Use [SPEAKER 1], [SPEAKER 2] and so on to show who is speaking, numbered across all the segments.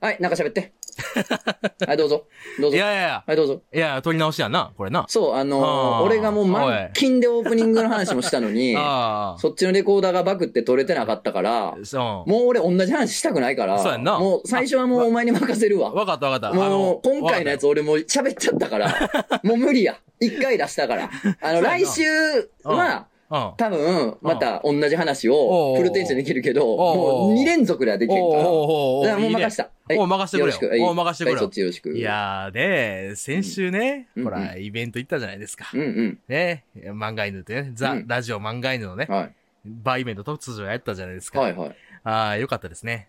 [SPEAKER 1] はい、なんか喋って。はい、どうぞ。どう
[SPEAKER 2] い
[SPEAKER 1] ぞ。
[SPEAKER 2] やいや
[SPEAKER 1] はい、どうぞ。
[SPEAKER 2] いや、いや、取り直しやな、これな。
[SPEAKER 1] そう、あの
[SPEAKER 2] あ
[SPEAKER 1] ー
[SPEAKER 2] ー
[SPEAKER 1] 俺がもう満勤でオープニングの話もしたのに、
[SPEAKER 2] ああ。
[SPEAKER 1] そっちのレコーダーがバグって取れてなかったから、
[SPEAKER 2] そう。
[SPEAKER 1] もう俺同じ話したくないから、
[SPEAKER 2] そうやんな
[SPEAKER 1] もう最初はもうお前に任せるわ。
[SPEAKER 2] わかったわかった。あ
[SPEAKER 1] も
[SPEAKER 2] の
[SPEAKER 1] う今回のやつ。俺もう喋っちゃった から、もう無理や。一回出したから。あの、
[SPEAKER 2] そうやな
[SPEAKER 1] 来週は、
[SPEAKER 2] わかった
[SPEAKER 1] 多分、また同じ話を
[SPEAKER 2] おう
[SPEAKER 1] フルテンションできるけど、
[SPEAKER 2] おう
[SPEAKER 1] もう2連続ではでき
[SPEAKER 2] うん。
[SPEAKER 1] るから。
[SPEAKER 2] おうおうおうおう
[SPEAKER 1] だからもう
[SPEAKER 2] いいね
[SPEAKER 1] 任した。はい
[SPEAKER 2] おう任せてくれよ
[SPEAKER 1] ろしくはい
[SPEAKER 2] おう任せてくれよ
[SPEAKER 1] はいそっちよろしく。
[SPEAKER 2] いやー、で、先週ね、
[SPEAKER 1] うん
[SPEAKER 2] ほら、
[SPEAKER 1] うん
[SPEAKER 2] イベント行ったじゃないですか。
[SPEAKER 1] うんうん。
[SPEAKER 2] ね、漫画犬ってね、ザ、
[SPEAKER 1] うん
[SPEAKER 2] ラジオ漫画犬のね、
[SPEAKER 1] はい。
[SPEAKER 2] バーイベント突如やったじゃないですか。
[SPEAKER 1] はいはい。
[SPEAKER 2] ああ、よかったですね。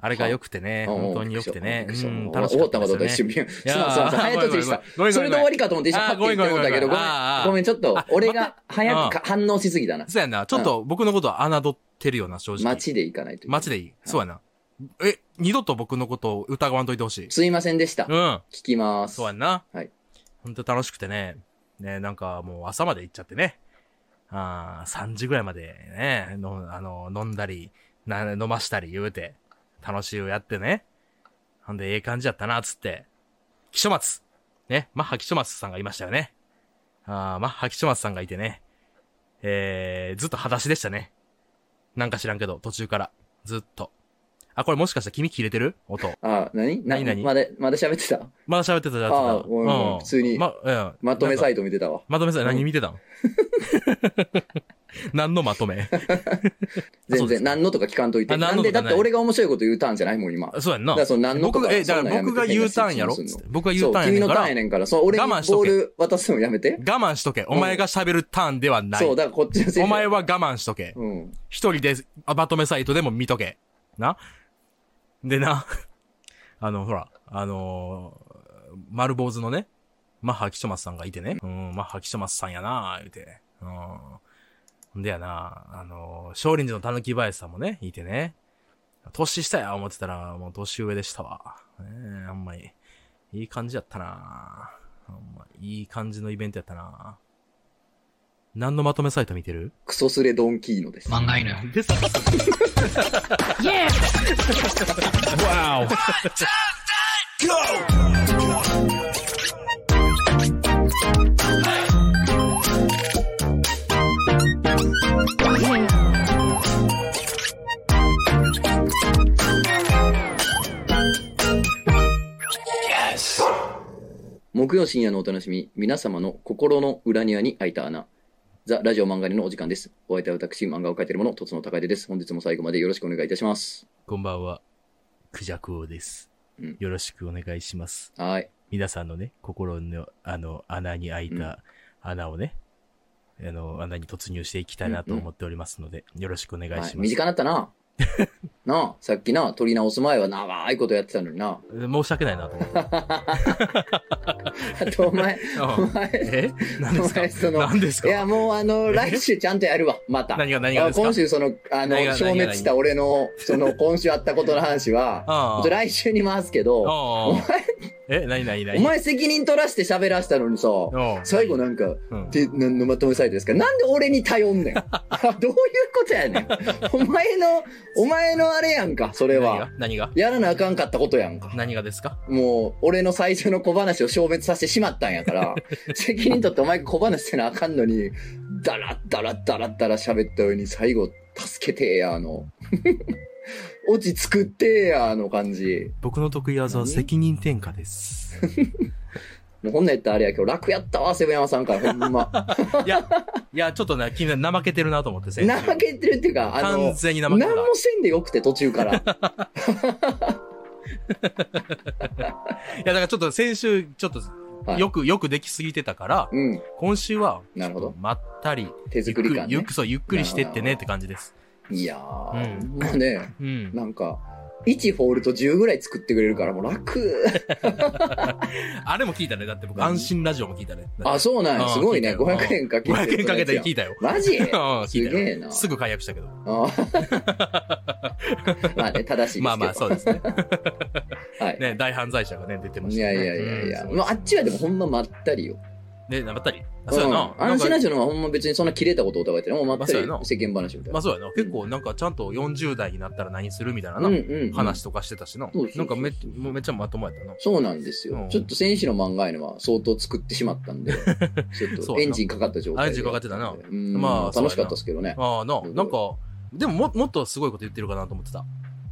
[SPEAKER 2] あれが良くてね、
[SPEAKER 1] うん
[SPEAKER 2] 本当に良くてね、
[SPEAKER 1] びっくり
[SPEAKER 2] う
[SPEAKER 1] した
[SPEAKER 2] ん、
[SPEAKER 1] 終
[SPEAKER 2] 楽し
[SPEAKER 1] わ
[SPEAKER 2] か
[SPEAKER 1] っ
[SPEAKER 2] ったた
[SPEAKER 1] こ
[SPEAKER 2] で
[SPEAKER 1] と
[SPEAKER 2] す
[SPEAKER 1] と
[SPEAKER 2] ね。
[SPEAKER 1] 一緒に。すいま
[SPEAKER 2] やー
[SPEAKER 1] せん、すいません。早とちりした。
[SPEAKER 2] ごめんごめんごめん
[SPEAKER 1] それで終わりかと思って一緒に
[SPEAKER 2] あ
[SPEAKER 1] パ
[SPEAKER 2] ー
[SPEAKER 1] ッて行って思ったけど、
[SPEAKER 2] ごめんごめんごめん
[SPEAKER 1] ごめん
[SPEAKER 2] あーあー
[SPEAKER 1] ごめん、ちょっと
[SPEAKER 2] あ
[SPEAKER 1] 俺が早
[SPEAKER 2] ま
[SPEAKER 1] く
[SPEAKER 2] た
[SPEAKER 1] か反応しすぎたな。
[SPEAKER 2] そうやな、ちょっと僕のことは侮ってるよな、正直。
[SPEAKER 1] 街で行かないといけない。
[SPEAKER 2] 街でいい。そうやな。え、二度と僕のことを疑わんといてほしい。
[SPEAKER 1] すいませんでした。
[SPEAKER 2] う
[SPEAKER 1] 聞
[SPEAKER 2] ん。
[SPEAKER 1] きます。
[SPEAKER 2] そうやんな。
[SPEAKER 1] はい。
[SPEAKER 2] ほんと楽しくてね。ね、なんかもう朝まで行っちゃってね。ああ、3時ぐらいまでね、の、あの、飲んだり、な、飲ましたり言うて、楽しいをやってね。ほんで、ええ感じやったな、つって。木書松ね、マッハ木書松さんがいましたよね。ああ、マッハ木書松さんがいてね。えー、ずっと裸足でしたね。なんか知らんけど、途中から。ずっと。あ、これもしかして君切れてる音。
[SPEAKER 1] あ、何
[SPEAKER 2] 何何
[SPEAKER 1] まだ、まだ喋ってた
[SPEAKER 2] まだ喋ってたじゃん。
[SPEAKER 1] あーごめんごめん普通に
[SPEAKER 2] ま、うん。
[SPEAKER 1] まとめ
[SPEAKER 2] なんか
[SPEAKER 1] サイト見てたわ。
[SPEAKER 2] まとめさ、
[SPEAKER 1] ん
[SPEAKER 2] 何見てたん 何のまとめ
[SPEAKER 1] 全
[SPEAKER 2] そうで
[SPEAKER 1] 然、
[SPEAKER 2] すか
[SPEAKER 1] 何のとか聞かんといて。
[SPEAKER 2] あ
[SPEAKER 1] な
[SPEAKER 2] 何
[SPEAKER 1] ん
[SPEAKER 2] の
[SPEAKER 1] で、
[SPEAKER 2] と
[SPEAKER 1] だ
[SPEAKER 2] か
[SPEAKER 1] っ
[SPEAKER 2] ない
[SPEAKER 1] て俺が面白いこと言うターンじゃないもん、今。
[SPEAKER 2] あそうやんな。
[SPEAKER 1] だからその何のと
[SPEAKER 2] 僕
[SPEAKER 1] か
[SPEAKER 2] が、え、だから僕が言うターンやろ
[SPEAKER 1] そんなんやめて
[SPEAKER 2] 僕が言
[SPEAKER 1] そうう、
[SPEAKER 2] ターン
[SPEAKER 1] 君
[SPEAKER 2] やね
[SPEAKER 1] の
[SPEAKER 2] んか
[SPEAKER 1] ター
[SPEAKER 2] ら。
[SPEAKER 1] ンやねんから、そう、俺にボ
[SPEAKER 2] 我慢しと
[SPEAKER 1] ー
[SPEAKER 2] け
[SPEAKER 1] ル渡すのやめて。
[SPEAKER 2] 我慢しとけ。お前が喋るターンではない。
[SPEAKER 1] そう、だからこっちのせい
[SPEAKER 2] お前は我慢しとけ。
[SPEAKER 1] うん。
[SPEAKER 2] 一人で、あまとめサイトでも見とけ。な。でな、 あの、ほら、あのー、丸坊主のね、マッハ・キショマスさんがいてね、うん、マッハ・キショマスさんやなぁ、言うてね。うん。ほんでやなあのー、少林寺のたぬき林さんもね、いてね。年下や、思ってたら、もう年上でしたわ。ねえ、あんまり、いい感じやったなぁ。あんま、いい感じのイベントやったなぁ。何のまとめサイト見てる
[SPEAKER 1] クソスレドンキーノです。
[SPEAKER 3] 漫画犬。
[SPEAKER 2] でさ、
[SPEAKER 4] Wow.
[SPEAKER 3] Yes.
[SPEAKER 1] 木曜深夜のお楽しみ、皆様の心の裏庭に開いた穴。ザ・ラジオ漫画にのお時間です。お相手は私、漫画を描いている者、とつの高出です。本日も最後までよろしくお願いいたします。
[SPEAKER 2] こんばんは。クジャク王です
[SPEAKER 1] うん。
[SPEAKER 2] よろしくお願いします。
[SPEAKER 1] はい。
[SPEAKER 2] 皆さんのね、心の、あの、穴に開いた穴をね、あの、穴に突入していきたいなと思っておりますので、よろしくお願い
[SPEAKER 1] は
[SPEAKER 2] し
[SPEAKER 1] い、
[SPEAKER 2] ます。
[SPEAKER 1] 短なった な。なあ、さっきな、取り直す前は長いことやってたのにな。
[SPEAKER 2] 申し訳ないなと思って。
[SPEAKER 1] あと、お前、 お
[SPEAKER 2] うん
[SPEAKER 1] 前、
[SPEAKER 2] え何です
[SPEAKER 1] お前そ
[SPEAKER 2] か
[SPEAKER 1] の
[SPEAKER 2] 何です
[SPEAKER 1] いや、
[SPEAKER 2] か
[SPEAKER 1] もうあの、来週ちゃんとやるわ、また。
[SPEAKER 2] 何が何がですか
[SPEAKER 1] 今週その、あの、
[SPEAKER 2] 何が何が
[SPEAKER 1] 消滅した俺の、その、今週あったことの話は
[SPEAKER 2] あ、あ
[SPEAKER 1] ちょ来週に回すけど、
[SPEAKER 2] お
[SPEAKER 1] お
[SPEAKER 2] 前
[SPEAKER 1] 前、
[SPEAKER 2] え何何
[SPEAKER 1] お
[SPEAKER 2] 何
[SPEAKER 1] 前責任取らして喋らしたのにさ、
[SPEAKER 2] おう
[SPEAKER 1] 最後なんか、
[SPEAKER 2] うん
[SPEAKER 1] で、なのまとめサイトですかなんで俺に頼んねん。 どういうことやねん。お前の、お前のあれやんか、それ
[SPEAKER 2] 何
[SPEAKER 1] は
[SPEAKER 2] が。何が
[SPEAKER 1] やらなあかんかったことやんか。
[SPEAKER 2] 何がですか
[SPEAKER 1] もう、俺の最初の小話を消滅させてしまったんや から、責任取ってお前が小話せなあかんのに、だらっだらっだらっだら喋ったように最後、助けてえや、あの。 オチ作ってえや、あの感じ。
[SPEAKER 2] 僕の得意技は責任転嫁です。
[SPEAKER 1] もうこんなんやったらあれやけど、楽やったわ、セブン山さんから、ほん ま。
[SPEAKER 2] いや、いや、ちょっとね、君は怠けてるなと思って、先週
[SPEAKER 1] 怠けてるっていうか、あの
[SPEAKER 2] 完、全に
[SPEAKER 1] 何
[SPEAKER 2] 怠けてた。
[SPEAKER 1] もせんでよくて途中から。
[SPEAKER 2] いや、だからちょっと先週、ちょっと、
[SPEAKER 1] はい
[SPEAKER 2] よく、よくできすぎてたから、
[SPEAKER 1] うん。
[SPEAKER 2] 今週は、
[SPEAKER 1] なるほど。
[SPEAKER 2] まったり、
[SPEAKER 1] 手
[SPEAKER 2] ゆっ
[SPEAKER 1] 作
[SPEAKER 2] く
[SPEAKER 1] り
[SPEAKER 2] り、
[SPEAKER 1] 感
[SPEAKER 2] ゆっ
[SPEAKER 1] ね
[SPEAKER 2] く。そう、ゆっくりしてってねって感じです。
[SPEAKER 1] いやー、
[SPEAKER 2] うん
[SPEAKER 1] まあね、
[SPEAKER 2] うん。
[SPEAKER 1] なんか、1ホールと10ぐらい作ってくれるから、もう楽。
[SPEAKER 2] あれも聞いたね。だって僕、
[SPEAKER 1] 何
[SPEAKER 2] 安心ラジオも聞いたね。
[SPEAKER 1] あ、そうなんや。
[SPEAKER 2] うん
[SPEAKER 1] すごいね。
[SPEAKER 2] 聞いたよ
[SPEAKER 1] 500円かけて。
[SPEAKER 2] 500円かけて聞いたよ。
[SPEAKER 1] マジ
[SPEAKER 2] うん、聞い
[SPEAKER 1] すげえ
[SPEAKER 2] た
[SPEAKER 1] な
[SPEAKER 2] よ。すぐ解約したけど。
[SPEAKER 1] あーまあね、正しいですけど。
[SPEAKER 2] まあまあ、そうですね。
[SPEAKER 1] はい。
[SPEAKER 2] ね、大犯罪者がね、出てま
[SPEAKER 1] い
[SPEAKER 2] した
[SPEAKER 1] や
[SPEAKER 2] ね。
[SPEAKER 1] いやいやいや。
[SPEAKER 2] うん
[SPEAKER 1] もうあっちはでもほんままったりよ。
[SPEAKER 2] ね、なまったり。あそうやな。
[SPEAKER 1] ん、あ
[SPEAKER 2] な
[SPEAKER 1] の
[SPEAKER 2] んか
[SPEAKER 1] シナジョのはほんま別にそんな切れたことをお互いってねもうまったり
[SPEAKER 2] まあそうやな
[SPEAKER 1] 世間話みたい
[SPEAKER 2] ま
[SPEAKER 1] な、
[SPEAKER 2] あそうやな。結構なんかちゃんと40代になったら何するみたいなな、
[SPEAKER 1] うんうんうん
[SPEAKER 2] 話とかしてたしな
[SPEAKER 1] そうそう。そう
[SPEAKER 2] なんかめもうめっちゃまともやったな。
[SPEAKER 1] そうなんですよ、
[SPEAKER 2] うん
[SPEAKER 1] ちょっと選手の漫画やのは相当作ってしまったん でちょっ
[SPEAKER 2] そうや
[SPEAKER 1] と
[SPEAKER 2] な
[SPEAKER 1] エンジンかかった状態で
[SPEAKER 2] エンジンかかってたな
[SPEAKER 1] うん
[SPEAKER 2] まあそうやな
[SPEAKER 1] 楽しかったですけどね
[SPEAKER 2] ああな、
[SPEAKER 1] うん
[SPEAKER 2] なんか、でもももっとすごいこと言ってるかなと思ってた。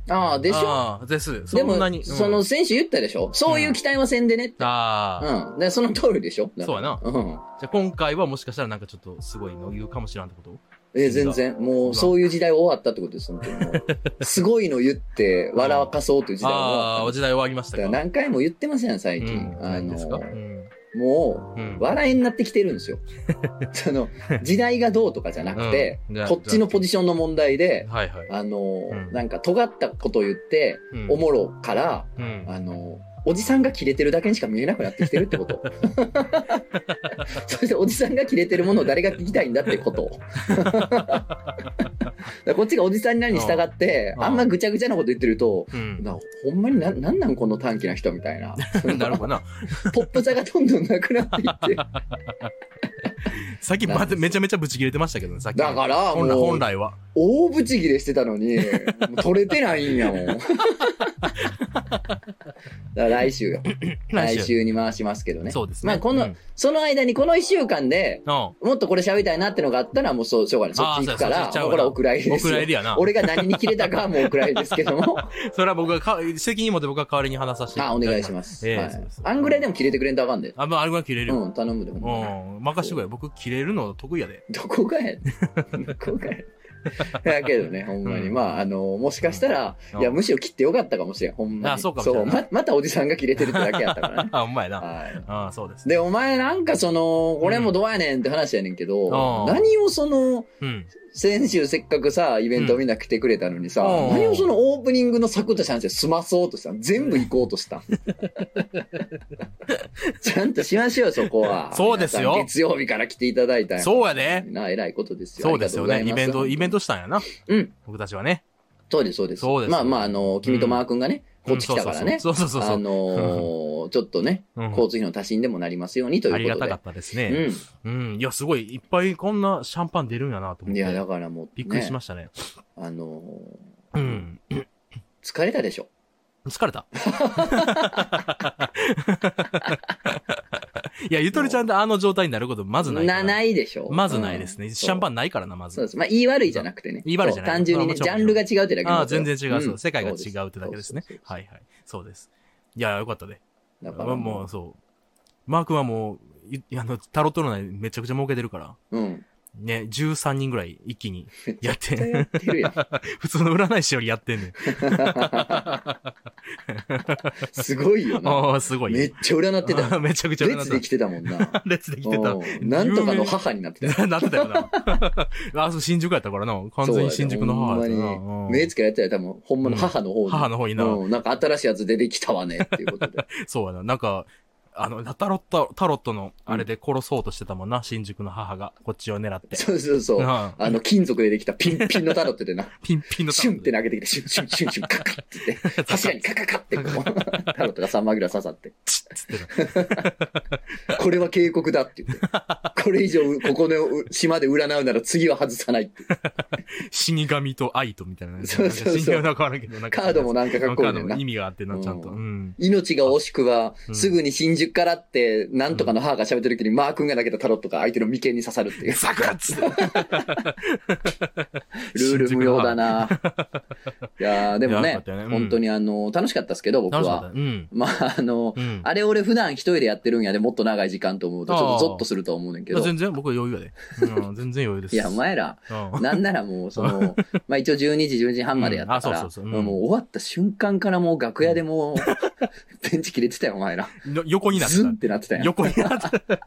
[SPEAKER 1] ああでしょ
[SPEAKER 2] ああ、です。
[SPEAKER 1] で
[SPEAKER 2] そ
[SPEAKER 1] も
[SPEAKER 2] んなに。うん
[SPEAKER 1] その選手言ったでしょそういう期待はせんでねって、
[SPEAKER 2] ああ、
[SPEAKER 1] うん、でその通りでしょ
[SPEAKER 2] そうやな
[SPEAKER 1] うん
[SPEAKER 2] じゃあ今回はもしかしたらなんかちょっとすごいの言うかもしらんってこと
[SPEAKER 1] え全然もうそういう時代終わったってことで す本当にもうすごいの言って笑かそうという時代は終わ
[SPEAKER 2] あ
[SPEAKER 1] った
[SPEAKER 2] あ、時代終わりました
[SPEAKER 1] だから
[SPEAKER 2] か。
[SPEAKER 1] 何回も言ってません最
[SPEAKER 2] う
[SPEAKER 1] 近、
[SPEAKER 2] ん、
[SPEAKER 1] あ
[SPEAKER 2] 何です
[SPEAKER 1] の
[SPEAKER 2] かうん。
[SPEAKER 1] も
[SPEAKER 2] う
[SPEAKER 1] うん笑いになってきてるんです よその時代がどうとかじゃなくて、
[SPEAKER 2] うんじゃあ
[SPEAKER 1] こっちのポジションの問題で
[SPEAKER 2] はいはい。
[SPEAKER 1] あの、
[SPEAKER 2] うん
[SPEAKER 1] なんか尖ったこと言って
[SPEAKER 2] うん
[SPEAKER 1] おもろから、
[SPEAKER 2] うん。
[SPEAKER 1] あのおじさんがキレてるだけにしか見えなくなってきてるってこと そしておじさんがキレてるものを誰が聞きたいんだってこと だからこっちがおじさんになるに従って
[SPEAKER 2] うん
[SPEAKER 1] あんまぐちゃぐちゃなこと言ってると
[SPEAKER 2] うん。
[SPEAKER 1] なほんまにななんなんこの短気な人みたいな
[SPEAKER 2] なるほ どな。
[SPEAKER 1] ポップさがどんどんなくなっていって
[SPEAKER 2] さっきまでめちゃめちゃブチ切れてましたけどね、さっき。
[SPEAKER 1] だから
[SPEAKER 2] 本来
[SPEAKER 1] もう
[SPEAKER 2] 本来は。
[SPEAKER 1] 大ブチギレしてたのに、もう取れてないんや もん。だから来週よ。来週に回しますけどね。
[SPEAKER 2] そうですね。
[SPEAKER 1] まあ、この、
[SPEAKER 2] うん
[SPEAKER 1] その間にこの1週間で、
[SPEAKER 2] うん
[SPEAKER 1] もっとこれ喋りたいなってのがあったら、もうそう、しょうがない。そっち行くか
[SPEAKER 2] あ
[SPEAKER 1] ら、
[SPEAKER 2] ーそうやそうや
[SPEAKER 1] これはお蔵入りですよ。
[SPEAKER 2] お蔵入りやな
[SPEAKER 1] 俺が何に切れたかはもうお蔵入りですけども。
[SPEAKER 2] そ れは僕がか、責任持って僕が代わりに話させて
[SPEAKER 1] あ、お願いします。
[SPEAKER 2] ええ
[SPEAKER 1] は
[SPEAKER 2] そう
[SPEAKER 1] い
[SPEAKER 2] です。
[SPEAKER 1] あんぐらいでも切れてくれんとあかんで。
[SPEAKER 2] あ、まあ、あれは切れるよ。
[SPEAKER 1] うん、頼むで。ほん
[SPEAKER 2] う
[SPEAKER 1] まに
[SPEAKER 2] ん。任してくれ。僕、切れるの得意やで。
[SPEAKER 1] どこがやねんどこがやねんだけどね、ほんまに。
[SPEAKER 2] うん
[SPEAKER 1] まあ、あの、もしかしたら、
[SPEAKER 2] うん
[SPEAKER 1] いや、むしろ切ってよかったかもしれん、ほんまに。
[SPEAKER 2] あそうかもしれんな
[SPEAKER 1] ま、またおじさんが切れてるってだけやったからね
[SPEAKER 2] 。あ、お前な。
[SPEAKER 1] はい。
[SPEAKER 2] あそうです。
[SPEAKER 1] で、お前なんかその、これもどうやねんって話やねんけど、
[SPEAKER 2] うん
[SPEAKER 1] 何をその、
[SPEAKER 2] うん。
[SPEAKER 1] 先週せっかくさ、イベントみんな来てくれたのにさ、
[SPEAKER 2] うん
[SPEAKER 1] 何をそのオープニングのサクッとした話で済まそうとしたん全部行こうと したんちゃんとしましょう、そこは。
[SPEAKER 2] そうですよ
[SPEAKER 1] 皆さん月曜日から来ていただいたんやから
[SPEAKER 2] そうやで。
[SPEAKER 1] な、偉いことですよ。
[SPEAKER 2] そうですよ
[SPEAKER 1] あ
[SPEAKER 2] ね。
[SPEAKER 1] り
[SPEAKER 2] イ
[SPEAKER 1] がと
[SPEAKER 2] ベ
[SPEAKER 1] う
[SPEAKER 2] ン
[SPEAKER 1] ご
[SPEAKER 2] ト、
[SPEAKER 1] ざいます
[SPEAKER 2] イベントしたんやな。
[SPEAKER 1] うん。
[SPEAKER 2] 僕たちはね。
[SPEAKER 1] そうです、そうです。
[SPEAKER 2] そうです
[SPEAKER 1] まあまあ、あの、君とマー君がね、こっち来たからね。
[SPEAKER 2] そうそうそうそ
[SPEAKER 1] あ
[SPEAKER 2] う。
[SPEAKER 1] のー、ちょっとね、
[SPEAKER 2] うん
[SPEAKER 1] 交通費の足しにでもなりますようにという
[SPEAKER 2] あ
[SPEAKER 1] こと
[SPEAKER 2] り
[SPEAKER 1] で。
[SPEAKER 2] がたかったですね。
[SPEAKER 1] う
[SPEAKER 2] うん。いや、すごい、いっぱいこんなシャンパン出るんやなと思っ
[SPEAKER 1] ん。い
[SPEAKER 2] て。
[SPEAKER 1] や、だからもう、ね、
[SPEAKER 2] びっくりしましたね。
[SPEAKER 1] あのー
[SPEAKER 2] うん。
[SPEAKER 1] 疲れたでしょ。
[SPEAKER 2] 疲れた。 いや、ゆとりちゃんってあの状態になることまずないから。
[SPEAKER 1] ないでしょ。
[SPEAKER 2] まずないです
[SPEAKER 1] う
[SPEAKER 2] ね。
[SPEAKER 1] ん
[SPEAKER 2] シャンパ
[SPEAKER 1] ン。
[SPEAKER 2] ンないからな、ま
[SPEAKER 1] そうで
[SPEAKER 2] ず。
[SPEAKER 1] す。まあ、言い悪いじゃなくてね。
[SPEAKER 2] 言い悪いじゃな
[SPEAKER 1] そ
[SPEAKER 2] い
[SPEAKER 1] う単純にね、ジ
[SPEAKER 2] それ
[SPEAKER 1] ャ
[SPEAKER 2] は
[SPEAKER 1] ン
[SPEAKER 2] もちろん
[SPEAKER 1] ルが違うってだけ
[SPEAKER 2] あ
[SPEAKER 1] の
[SPEAKER 2] あ、
[SPEAKER 1] ことよ
[SPEAKER 2] 全然違う。
[SPEAKER 1] ん
[SPEAKER 2] そう世界が違
[SPEAKER 1] そ
[SPEAKER 2] 違うってだけですね
[SPEAKER 1] そうそう。そう
[SPEAKER 2] はいはい。そうです。いや、よかったで。
[SPEAKER 1] だか
[SPEAKER 2] まあ
[SPEAKER 1] ら
[SPEAKER 2] も
[SPEAKER 1] も
[SPEAKER 2] うそう。マー君はもう、いあの、タロットの内めちゃくちゃ儲けてるから。
[SPEAKER 1] う、うん。
[SPEAKER 2] ね、13人ぐらい一気にやっ
[SPEAKER 1] 絶
[SPEAKER 2] て
[SPEAKER 1] 対
[SPEAKER 2] ん。
[SPEAKER 1] やってるやん。
[SPEAKER 2] 普通の占い師よりやってんねん。
[SPEAKER 1] すごいよな。
[SPEAKER 2] ああ、すごい。。
[SPEAKER 1] めっちゃ占ってたよ
[SPEAKER 2] めちゃくちゃ占
[SPEAKER 1] 列で
[SPEAKER 2] っ
[SPEAKER 1] 来てたもんな。
[SPEAKER 2] た。 列できてた
[SPEAKER 1] う。んなんとかの母になってたよ。
[SPEAKER 2] なってたよな。 あ、そう、新宿やったからな。完全に新宿の母やった
[SPEAKER 1] そう
[SPEAKER 2] な
[SPEAKER 1] だよほんまに。目
[SPEAKER 2] うん
[SPEAKER 1] つけられてたら多分、ほんまの母の方に。
[SPEAKER 2] 母の方にな。
[SPEAKER 1] うん、なんか新しいやつ出てきたわね、っていうことで。
[SPEAKER 2] そうやな。なんか、あの、タロット、タロットの、あれで殺そうとしてたもんな。新宿の母が、こっちを狙って。
[SPEAKER 1] そうそうそう。
[SPEAKER 2] なあ
[SPEAKER 1] あの、金属でできたピ ンピンのタロットでな、
[SPEAKER 2] ピンピンのタ
[SPEAKER 1] シ
[SPEAKER 2] ロ
[SPEAKER 1] ュン
[SPEAKER 2] ッ
[SPEAKER 1] っ
[SPEAKER 2] ト
[SPEAKER 1] て
[SPEAKER 2] で。
[SPEAKER 1] 投げてきて、シュンシュンシュンシュン、カカって言って、柱にカカカってこう、タロットが3枚ぐらい刺さって、
[SPEAKER 2] チッつってな
[SPEAKER 1] これは警告だって言って、これ以上、ここの島で占うなら次は外さないって。
[SPEAKER 2] 死神と愛とみたいな。
[SPEAKER 1] そうそうそう
[SPEAKER 2] なんか死神は変わらんけど、なんか。
[SPEAKER 1] カードもなんかかっこいいね
[SPEAKER 2] カー
[SPEAKER 1] ん
[SPEAKER 2] ド
[SPEAKER 1] な
[SPEAKER 2] も意。味があってな、ちゃんと。
[SPEAKER 1] う
[SPEAKER 2] うん。
[SPEAKER 1] 命が惜しくは、
[SPEAKER 2] うん
[SPEAKER 1] すぐに新宿からって、なんとかの母が喋ってる時に、マー君が投げたタロットが相手の眉間に刺さるって いう。
[SPEAKER 2] 桜っつって。
[SPEAKER 1] ルール無用だな。いやーでも
[SPEAKER 2] いや
[SPEAKER 1] ね
[SPEAKER 2] よかったよねうん
[SPEAKER 1] 本当にあの、楽しかったですけど、僕
[SPEAKER 2] 楽しかった
[SPEAKER 1] は。
[SPEAKER 2] うん。
[SPEAKER 1] まあ、あの、
[SPEAKER 2] うん。
[SPEAKER 1] あれ俺普段一人でやってるんやで、もっと長い時間と思うと、ちょっとゾッとすると思うねんけ
[SPEAKER 2] いや
[SPEAKER 1] ど。
[SPEAKER 2] 全然僕は余裕やで。うん、全然余裕です。
[SPEAKER 1] いや、お前ら、
[SPEAKER 2] うん。
[SPEAKER 1] なんならもう、その、まあ一応12時、12時半までやったか
[SPEAKER 2] うんあ
[SPEAKER 1] ら、
[SPEAKER 2] そうそうそううん
[SPEAKER 1] もう終わった瞬間からもう楽屋でもう、 ベンチ切れてたよ、お前ら。
[SPEAKER 2] の横になっ
[SPEAKER 1] ズンっててなってた
[SPEAKER 2] た。
[SPEAKER 1] よ。
[SPEAKER 2] 横になってた。